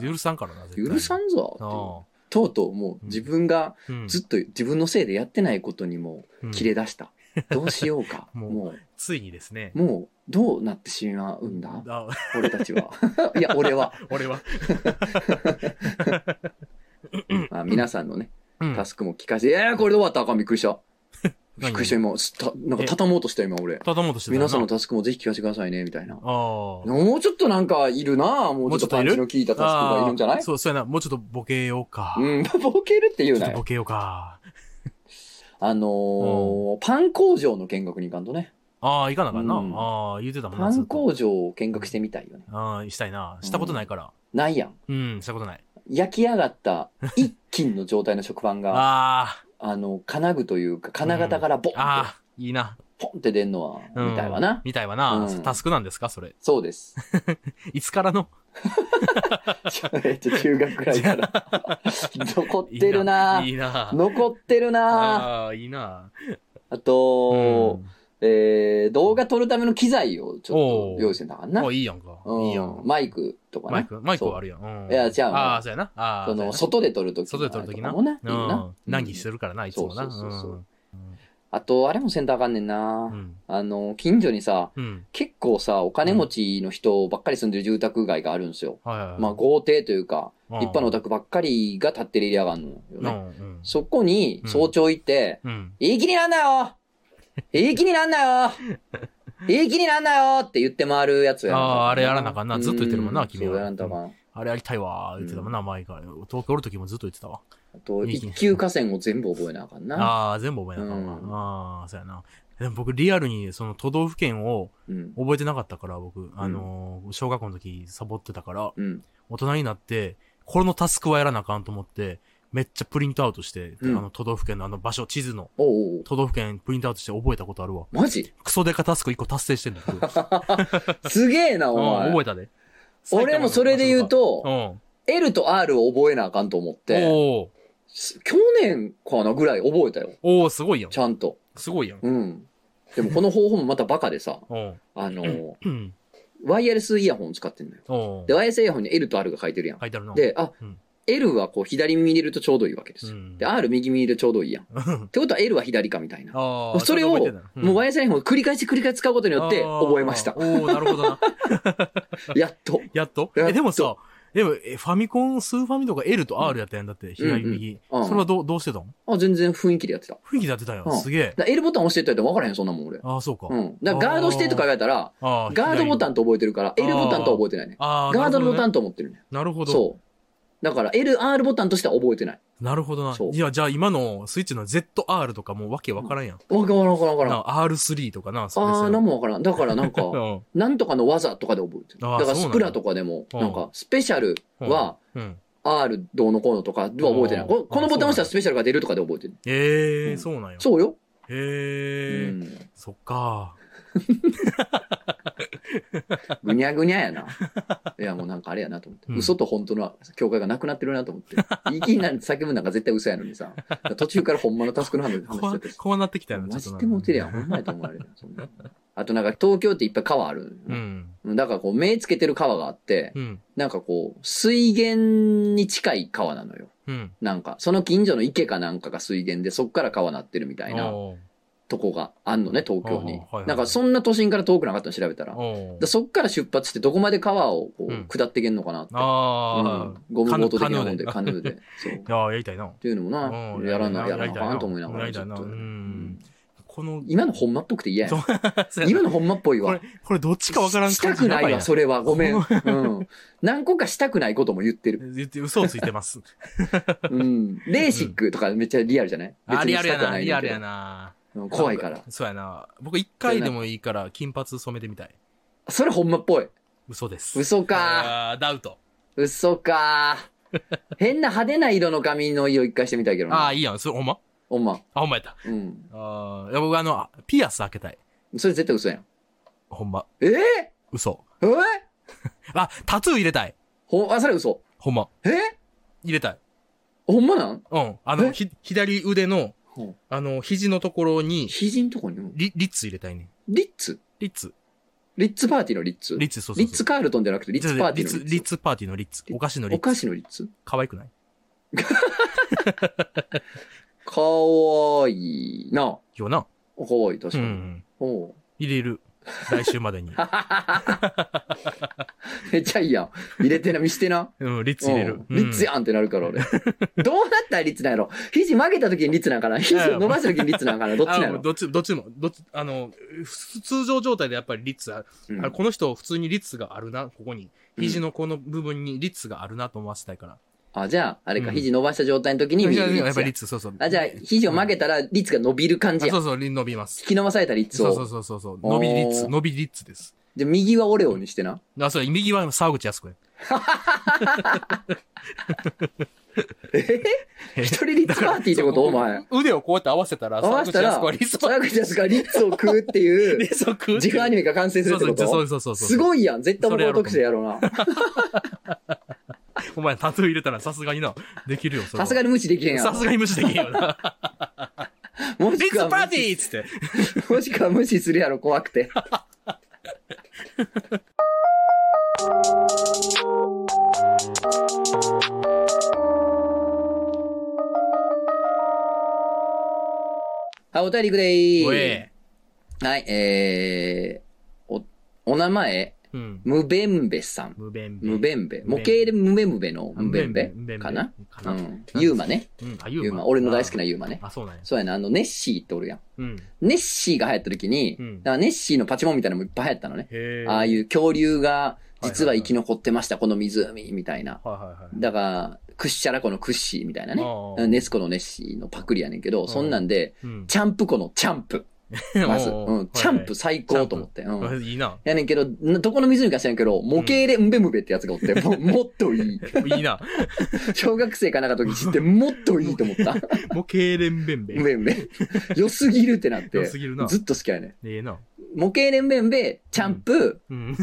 [SPEAKER 2] 許さんからな、絶対。
[SPEAKER 1] 許さんぞっていう。
[SPEAKER 2] あ
[SPEAKER 1] とうとうもう自分が
[SPEAKER 2] あ。うん。
[SPEAKER 1] ずっと自分のせいでやってないことにも
[SPEAKER 2] うん
[SPEAKER 1] 切れ出した。どうしようか。
[SPEAKER 2] も
[SPEAKER 1] も
[SPEAKER 2] う
[SPEAKER 1] う、も
[SPEAKER 2] ついにですね
[SPEAKER 1] う、。どうなってしまうんだ
[SPEAKER 2] あ、
[SPEAKER 1] 俺た ちは。いや、俺は。
[SPEAKER 2] 俺は。
[SPEAKER 1] まあ、皆さんのね、
[SPEAKER 2] うん
[SPEAKER 1] タスクも聞かせて、えー、これで終わったらあかん、びっくりした。び
[SPEAKER 2] 何
[SPEAKER 1] っくりした、今。すたなんか畳もうとした、今、俺。
[SPEAKER 2] 畳もうとしてたよな
[SPEAKER 1] 皆さんのタスクもぜひ聞かせてくださいね、みたいな。
[SPEAKER 2] ああ。
[SPEAKER 1] もうちょっとなんかいるなもうちょっとパンチの効いたタスクがいるんじゃな
[SPEAKER 2] あー
[SPEAKER 1] い
[SPEAKER 2] そう、そうやな。もうちょっとボケようか。
[SPEAKER 1] うん、 ボケるって言う
[SPEAKER 2] ち
[SPEAKER 1] な
[SPEAKER 2] ょっとボ
[SPEAKER 1] よ。
[SPEAKER 2] ケようか。
[SPEAKER 1] あのーパン工場の見学に行かんとね。
[SPEAKER 2] ああ、いかなあかんな。
[SPEAKER 1] うん
[SPEAKER 2] ああ、言うてたもん
[SPEAKER 1] パ
[SPEAKER 2] な。ずっ
[SPEAKER 1] ン
[SPEAKER 2] と
[SPEAKER 1] 工場を見学してみたいよね。
[SPEAKER 2] ああ、したいな。したことないから。
[SPEAKER 1] ないやん。
[SPEAKER 2] うん、したことない。
[SPEAKER 1] 焼き上がった一斤の状態の食パンが、あ
[SPEAKER 2] あ
[SPEAKER 1] の、金具というか、金型からボン
[SPEAKER 2] あ、
[SPEAKER 1] っ
[SPEAKER 2] ああ、いいな。
[SPEAKER 1] て、ポンって出んのは、
[SPEAKER 2] うん
[SPEAKER 1] みたいわな。
[SPEAKER 2] みたいわな
[SPEAKER 1] う。ん
[SPEAKER 2] タスクなんですかそれ。
[SPEAKER 1] そうです。
[SPEAKER 2] いつからの
[SPEAKER 1] めっちゃ中学くらいから。 残ってるない
[SPEAKER 2] いな。
[SPEAKER 1] 残ってるな
[SPEAKER 2] ああ、いいな。
[SPEAKER 1] あと、
[SPEAKER 2] うん
[SPEAKER 1] えー、動画撮るための機材をちょっ
[SPEAKER 2] おう
[SPEAKER 1] と用意してたからな。
[SPEAKER 2] あ、いいやんか。
[SPEAKER 1] うん
[SPEAKER 2] いいやん。
[SPEAKER 1] マイクとかな
[SPEAKER 2] マイクマイクはあ
[SPEAKER 1] る
[SPEAKER 2] るやん。うん
[SPEAKER 1] いや違う
[SPEAKER 2] ああ、そうやな。ああ、
[SPEAKER 1] そ
[SPEAKER 2] そうや
[SPEAKER 1] の、
[SPEAKER 2] な
[SPEAKER 1] 外で撮るとき
[SPEAKER 2] 外で撮るときな
[SPEAKER 1] もな。いい
[SPEAKER 2] うん
[SPEAKER 1] な。。
[SPEAKER 2] 難儀して
[SPEAKER 1] る。
[SPEAKER 2] るからな、いつもな。
[SPEAKER 1] そうそうそうそう
[SPEAKER 2] うん
[SPEAKER 1] あと、あれもセンターあかんねんな
[SPEAKER 2] う。ん。
[SPEAKER 1] あの、近所にさ、
[SPEAKER 2] うん。
[SPEAKER 1] 結構さ、お金持ちの人ばっかり住んでる住宅街があるんですよ。
[SPEAKER 2] はいはいはい。
[SPEAKER 1] まあ、豪邸というか、
[SPEAKER 2] あ
[SPEAKER 1] 立派なお宅ばっかりが建ってるエリアがあるのよ
[SPEAKER 2] う
[SPEAKER 1] ね。
[SPEAKER 2] んうん。
[SPEAKER 1] そこに、
[SPEAKER 2] うん
[SPEAKER 1] 早朝行って、
[SPEAKER 2] うん。
[SPEAKER 1] いい気になんなよいい気になんなよ いい気になんなよって言って回るやつや
[SPEAKER 2] あーあれやらなあかんなずっと言ってるもんな
[SPEAKER 1] う
[SPEAKER 2] 君は
[SPEAKER 1] そうやらんとあかん。
[SPEAKER 2] あれやりたいわー、言ってたもんな、前から。東京おる時もずっと言ってたわ。
[SPEAKER 1] あと、
[SPEAKER 2] いい気に
[SPEAKER 1] 一級河川を全部覚えなあかんな。
[SPEAKER 2] ああ、全部覚えなあかんわ。
[SPEAKER 1] うん
[SPEAKER 2] ああ、そうやな。でも僕、リアルに、その都道府県を
[SPEAKER 1] うん。
[SPEAKER 2] 覚えてなかったから、僕、あのー小学校の時、サボってたから、
[SPEAKER 1] うん。
[SPEAKER 2] 大人になって、これのタスクはやらなあかんと思って、めっちゃプリントアウトして、
[SPEAKER 1] うん
[SPEAKER 2] あの、都道府県のあの場所、地図の、
[SPEAKER 1] おうおうおう
[SPEAKER 2] 都道府県プリントアウトして覚えたことあるわ。
[SPEAKER 1] マジ
[SPEAKER 2] クソデカタスク1個達成してんだよ、僕
[SPEAKER 1] すげえ な、お
[SPEAKER 2] うん覚
[SPEAKER 1] 前
[SPEAKER 2] え。たで。
[SPEAKER 1] 俺もそれで言う
[SPEAKER 2] う
[SPEAKER 1] と、
[SPEAKER 2] ん。
[SPEAKER 1] L と R を覚えなあかんと思っ
[SPEAKER 2] お
[SPEAKER 1] て、
[SPEAKER 2] ー
[SPEAKER 1] す去年かなぐらい覚えたよ。
[SPEAKER 2] おーすごいやん
[SPEAKER 1] ち。ゃんと。
[SPEAKER 2] すごいやん。
[SPEAKER 1] うん。でもこの方法もまたバカでさ、
[SPEAKER 2] うん。
[SPEAKER 1] あの、
[SPEAKER 2] うん。
[SPEAKER 1] ワイヤレスイヤホン使ってんのよ。
[SPEAKER 2] お
[SPEAKER 1] で、
[SPEAKER 2] ー
[SPEAKER 1] ワイヤレスイヤホンに L と R が書いてるやん。
[SPEAKER 2] 書いてあるな。
[SPEAKER 1] で、あ、
[SPEAKER 2] うん
[SPEAKER 1] L はこう左耳に入れるとちょうどいいわけです
[SPEAKER 2] う
[SPEAKER 1] よ。
[SPEAKER 2] ん
[SPEAKER 1] で、R 右耳に入れるとちょうどいいや ん。ってことは L は左かみたいな。
[SPEAKER 2] ああ。
[SPEAKER 1] それを
[SPEAKER 2] ちょっと覚えてんだな
[SPEAKER 1] もうワイヤ
[SPEAKER 2] ん
[SPEAKER 1] レスイヤホンを繰り返し繰り返し使うことによって
[SPEAKER 2] あー
[SPEAKER 1] 覚えました
[SPEAKER 2] お。おなるほ どな。
[SPEAKER 1] やっと。
[SPEAKER 2] や
[SPEAKER 1] や
[SPEAKER 2] っと
[SPEAKER 1] っと
[SPEAKER 2] え、でもさ、でも、えファミコン、スーファミとか L と R やったやんだって、左右。
[SPEAKER 1] うん
[SPEAKER 2] それはどう、どうしてたの
[SPEAKER 1] あ、全然雰囲気でやってた。
[SPEAKER 2] 雰囲気でやってたよ
[SPEAKER 1] う。ん
[SPEAKER 2] すげえ。
[SPEAKER 1] だ L ボタン押してって言われたら分からへん、そんなもん俺。
[SPEAKER 2] ああ、そうか。
[SPEAKER 1] うん。だからガードしてとか言われたら、
[SPEAKER 2] ああ、
[SPEAKER 1] ガードボタ
[SPEAKER 2] ン。
[SPEAKER 1] ンと覚えてるから、
[SPEAKER 2] ー
[SPEAKER 1] L ボタンとは覚えてないね。
[SPEAKER 2] ああ、
[SPEAKER 1] ガードのボタ
[SPEAKER 2] ン。
[SPEAKER 1] ンと思ってるね。
[SPEAKER 2] なるほど。
[SPEAKER 1] そう。だから L、R ボタンとしては覚えてない。
[SPEAKER 2] なるほどな
[SPEAKER 1] そ。う
[SPEAKER 2] いや、じゃあ今のスイッチの ZR とかもうわけわからんやん。
[SPEAKER 1] わからんわからんわからん。
[SPEAKER 2] な R3 とかな、そうです
[SPEAKER 1] あー、なんもわからん。だからなんか、
[SPEAKER 2] うん。
[SPEAKER 1] なんとかの技とかで覚えてる。
[SPEAKER 2] あー
[SPEAKER 1] だからスプラとかでも、
[SPEAKER 2] そう
[SPEAKER 1] な
[SPEAKER 2] な
[SPEAKER 1] んん
[SPEAKER 2] だ
[SPEAKER 1] か、スペシャルは、
[SPEAKER 2] うん。
[SPEAKER 1] R どうのこうのとかでは覚えてな
[SPEAKER 2] あ
[SPEAKER 1] い。
[SPEAKER 2] ー
[SPEAKER 1] ここのボタン押した
[SPEAKER 2] あ
[SPEAKER 1] らスペシャルが出るとかで覚えてる。
[SPEAKER 2] え
[SPEAKER 1] う
[SPEAKER 2] え、
[SPEAKER 1] ん
[SPEAKER 2] そうなんや。
[SPEAKER 1] そうよ。う
[SPEAKER 2] へえ、
[SPEAKER 1] ん。
[SPEAKER 2] そっか。
[SPEAKER 1] ぐにゃぐにゃやな。いや、もうなんかあれやなと思って。
[SPEAKER 2] うん
[SPEAKER 1] 嘘と本当の境界がなくなってるなと思 って。いきなり叫ぶなんか絶対嘘やのにさ。途中からほんまのタスクの話話しち
[SPEAKER 2] こ
[SPEAKER 1] ゃっ
[SPEAKER 2] わ
[SPEAKER 1] てる、。
[SPEAKER 2] こうなってきたよな、
[SPEAKER 1] マ
[SPEAKER 2] ちょ
[SPEAKER 1] ジ
[SPEAKER 2] っ
[SPEAKER 1] で
[SPEAKER 2] と
[SPEAKER 1] モ
[SPEAKER 2] な。
[SPEAKER 1] テるやん。ほんまやと思われるなそんな。あとなんか東京っていっぱい川ある。
[SPEAKER 2] うん。
[SPEAKER 1] だからこう目つけてる川があって、
[SPEAKER 2] うん。
[SPEAKER 1] なんかこう水源に近い川なのよ。
[SPEAKER 2] うん。
[SPEAKER 1] なんか、その近所の池かなんかが水源で、そっから川なってるみたいな
[SPEAKER 2] おー
[SPEAKER 1] とこがあんのね、東京に
[SPEAKER 2] あーはいはい。
[SPEAKER 1] なんか、そんな都心から遠くなかったの調べたら。だか
[SPEAKER 2] おー
[SPEAKER 1] らそっから出発して、どこまで川をこ
[SPEAKER 2] うん
[SPEAKER 1] う下っていけんのかなって。
[SPEAKER 2] ああ、
[SPEAKER 1] うんゴムボート的
[SPEAKER 2] カヌ
[SPEAKER 1] な
[SPEAKER 2] ー
[SPEAKER 1] もんで、
[SPEAKER 2] カ
[SPEAKER 1] カヌーで。そう。っ
[SPEAKER 2] いや、やりたいな。
[SPEAKER 1] ていうのもな
[SPEAKER 2] う、ん
[SPEAKER 1] やらな、やら
[SPEAKER 2] り
[SPEAKER 1] な
[SPEAKER 2] た
[SPEAKER 1] あ
[SPEAKER 2] い
[SPEAKER 1] かんと思いなが
[SPEAKER 2] や
[SPEAKER 1] ら、
[SPEAKER 2] り
[SPEAKER 1] ち
[SPEAKER 2] た
[SPEAKER 1] ょ
[SPEAKER 2] い
[SPEAKER 1] っ
[SPEAKER 2] な。
[SPEAKER 1] と
[SPEAKER 2] う。ん。この、
[SPEAKER 1] 今のほんまっぽくて嫌や
[SPEAKER 2] そ
[SPEAKER 1] ん
[SPEAKER 2] う。 そうやな
[SPEAKER 1] 今のほんまっぽい
[SPEAKER 2] こ
[SPEAKER 1] わ
[SPEAKER 2] れ。、これどっちかわからん
[SPEAKER 1] した
[SPEAKER 2] 感
[SPEAKER 1] く
[SPEAKER 2] じや
[SPEAKER 1] な
[SPEAKER 2] ば
[SPEAKER 1] いわ、それは。ごめん。うん。何個かしたくないことも言ってる。
[SPEAKER 2] 言って、嘘をついて ます。
[SPEAKER 1] うん。レーシックとかめっちゃリアルじゃない
[SPEAKER 2] あ、リアルや
[SPEAKER 1] したく
[SPEAKER 2] な、
[SPEAKER 1] いねんけ
[SPEAKER 2] リ
[SPEAKER 1] ど
[SPEAKER 2] アルやな。
[SPEAKER 1] うん怖いから。
[SPEAKER 2] そうやな。僕一回でもいいから、金髪染めてみたい。
[SPEAKER 1] それほんまっぽい。
[SPEAKER 2] 嘘です。
[SPEAKER 1] 嘘か。
[SPEAKER 2] あーダウト。
[SPEAKER 1] 嘘かー変な派手な色の髪の色一回してみたいけど
[SPEAKER 2] あ
[SPEAKER 1] な。
[SPEAKER 2] あ、いいやん。それ、ほんま
[SPEAKER 1] ほんま。
[SPEAKER 2] あ、ほんまやった。
[SPEAKER 1] うん。
[SPEAKER 2] あーいや僕あの、ピアス開けたい。
[SPEAKER 1] それ絶対嘘やん。
[SPEAKER 2] ほんま。
[SPEAKER 1] えー、
[SPEAKER 2] 嘘。
[SPEAKER 1] えー、
[SPEAKER 2] あ、タトゥー入れたい。
[SPEAKER 1] ほ、あ、それ嘘。
[SPEAKER 2] ほんま。
[SPEAKER 1] えー、
[SPEAKER 2] 入れたい。
[SPEAKER 1] ほんまなん
[SPEAKER 2] うん。あの、
[SPEAKER 1] え
[SPEAKER 2] ひ、左腕の
[SPEAKER 1] ほう、
[SPEAKER 2] あの、肘のところに、
[SPEAKER 1] 肘のとこにうん
[SPEAKER 2] リリッツ入れたいね。
[SPEAKER 1] リッツ
[SPEAKER 2] リッツ。
[SPEAKER 1] リッツパーティーのリッツ
[SPEAKER 2] リッツ、そうそうそう。
[SPEAKER 1] リッツカールトンじゃなくてリッツパーティーのリ
[SPEAKER 2] リッツリッ
[SPEAKER 1] ッツ。
[SPEAKER 2] ツパーティーのリッツ。お菓子のリ
[SPEAKER 1] お
[SPEAKER 2] ッツ。
[SPEAKER 1] 菓子のリッツ
[SPEAKER 2] 可愛くない
[SPEAKER 1] かわいいな。
[SPEAKER 2] よな。
[SPEAKER 1] う可愛い、確
[SPEAKER 2] う
[SPEAKER 1] かに。
[SPEAKER 2] ん。
[SPEAKER 1] おう
[SPEAKER 2] 入れる。来週までに。
[SPEAKER 1] めっちゃいいやん。入れてな、見してな。
[SPEAKER 2] うん、リッツ入れる。
[SPEAKER 1] うんリッツやんってなるから、 俺。どうなったらリッツなんやろ肘曲げた時にリッツなんかな肘を伸ばした時にリッツなん かなどっちなんや
[SPEAKER 2] あもう
[SPEAKER 1] ろ
[SPEAKER 2] どっち、どっちも、どっち、あの、ふ通常状態でやっぱりリッツあ、
[SPEAKER 1] うん
[SPEAKER 2] あこの人普通にリッツがあるな、ここに。
[SPEAKER 1] うん
[SPEAKER 2] 肘のこの部分にリッツがあるなと思わせたいから。
[SPEAKER 1] あ、じゃあ、あれか、
[SPEAKER 2] うん
[SPEAKER 1] 肘伸ばした状態の時に見
[SPEAKER 2] じゃ
[SPEAKER 1] る
[SPEAKER 2] あ
[SPEAKER 1] リ
[SPEAKER 2] や
[SPEAKER 1] ッ
[SPEAKER 2] っ
[SPEAKER 1] ツ
[SPEAKER 2] ぱり
[SPEAKER 1] や
[SPEAKER 2] リッツ、そうそう。
[SPEAKER 1] あ、じゃあ、肘を曲げたらリッツが伸びる感
[SPEAKER 2] あ
[SPEAKER 1] じや
[SPEAKER 2] そ。うそう、伸びます
[SPEAKER 1] 引。き伸ばされたリッツ
[SPEAKER 2] そうそう
[SPEAKER 1] を。
[SPEAKER 2] そうそうそう。伸びリッツ、
[SPEAKER 1] おー
[SPEAKER 2] 伸びリッツです。
[SPEAKER 1] で、右はオレオにしてな。
[SPEAKER 2] あ、それ、右は沢口靖子や。
[SPEAKER 1] 一人リッツパーティーって ことお前。
[SPEAKER 2] 腕をこうやって合わせたら、
[SPEAKER 1] 合わ
[SPEAKER 2] 沢
[SPEAKER 1] せ
[SPEAKER 2] 口
[SPEAKER 1] た
[SPEAKER 2] 靖
[SPEAKER 1] ら
[SPEAKER 2] 子はリ、ッツパ
[SPEAKER 1] 早口ですからリッツを食うってい
[SPEAKER 2] リ
[SPEAKER 1] う、
[SPEAKER 2] ッツを食うって
[SPEAKER 1] 時
[SPEAKER 2] いう
[SPEAKER 1] 間アニメが完成する
[SPEAKER 2] そ
[SPEAKER 1] っ
[SPEAKER 2] う
[SPEAKER 1] て
[SPEAKER 2] そう
[SPEAKER 1] こ
[SPEAKER 2] そ
[SPEAKER 1] と
[SPEAKER 2] うそうそうそう。
[SPEAKER 1] すごいやん。絶対
[SPEAKER 2] それやろ
[SPEAKER 1] 僕
[SPEAKER 2] うと
[SPEAKER 1] 特殊でやろうな。
[SPEAKER 2] お前、タトゥー入れたらさすがにな、できるよ、それは
[SPEAKER 1] さすがに無視できへんやん。
[SPEAKER 2] さすがに無視できんよな。
[SPEAKER 1] も
[SPEAKER 2] リ
[SPEAKER 1] し
[SPEAKER 2] ッツ
[SPEAKER 1] く
[SPEAKER 2] パ
[SPEAKER 1] は
[SPEAKER 2] ー
[SPEAKER 1] 無
[SPEAKER 2] テ
[SPEAKER 1] 視
[SPEAKER 2] ィーっつって。
[SPEAKER 1] もしくは無視するやろ、怖くて。はい、お便りいくで
[SPEAKER 2] お
[SPEAKER 1] ー
[SPEAKER 2] え。
[SPEAKER 1] はい、えー、お、お名前、
[SPEAKER 2] うん。
[SPEAKER 1] ムベンベさん。
[SPEAKER 2] 無弁
[SPEAKER 1] ムベンベ。
[SPEAKER 2] ム
[SPEAKER 1] 模
[SPEAKER 2] ベンベ
[SPEAKER 1] 型でムベムベのムベンベ
[SPEAKER 2] ムベンベ
[SPEAKER 1] かな
[SPEAKER 2] か
[SPEAKER 1] う
[SPEAKER 2] な。
[SPEAKER 1] ん。ユーマね。
[SPEAKER 2] うん、あ、ユ
[SPEAKER 1] ユーマ。俺の大好きなユーマね。
[SPEAKER 2] あ、そうなんや。
[SPEAKER 1] そうやな、あの、ネッシーっておるやん。
[SPEAKER 2] うん。
[SPEAKER 1] ネッシーが流行った時に、
[SPEAKER 2] うん
[SPEAKER 1] だからネッシーのパチモンみたいなのもいっぱい流行ったのね。
[SPEAKER 2] へえ。
[SPEAKER 1] ああいう恐竜が実は
[SPEAKER 2] はいはいはい
[SPEAKER 1] 生き残ってました、この湖みたいな。
[SPEAKER 2] はいはいはい。
[SPEAKER 1] だから、クッシャラコのクッシーみたいなね
[SPEAKER 2] あ。ー
[SPEAKER 1] ネスコのネッシーのパクリやねんけど、
[SPEAKER 2] ん
[SPEAKER 1] そんなんで、
[SPEAKER 2] うん。
[SPEAKER 1] チャンプコのチャンプ。まず、うん、チャンプ最高と思って。う
[SPEAKER 2] うんん。いいな。
[SPEAKER 1] やねんけど、などこの湖か知らんけど、模型でムベムベってやつがおって、もう もっといい。
[SPEAKER 2] いいな。
[SPEAKER 1] 小学生かなんかの時知って、もっといいと思 った。
[SPEAKER 2] もう、けいれんべんべ。
[SPEAKER 1] ムベムベ。良すぎるってなって、
[SPEAKER 2] 良す
[SPEAKER 1] ず
[SPEAKER 2] ぎるな。
[SPEAKER 1] っと好きやねん。
[SPEAKER 2] ええな。
[SPEAKER 1] 模型連弁で、チャンプ、
[SPEAKER 2] うん。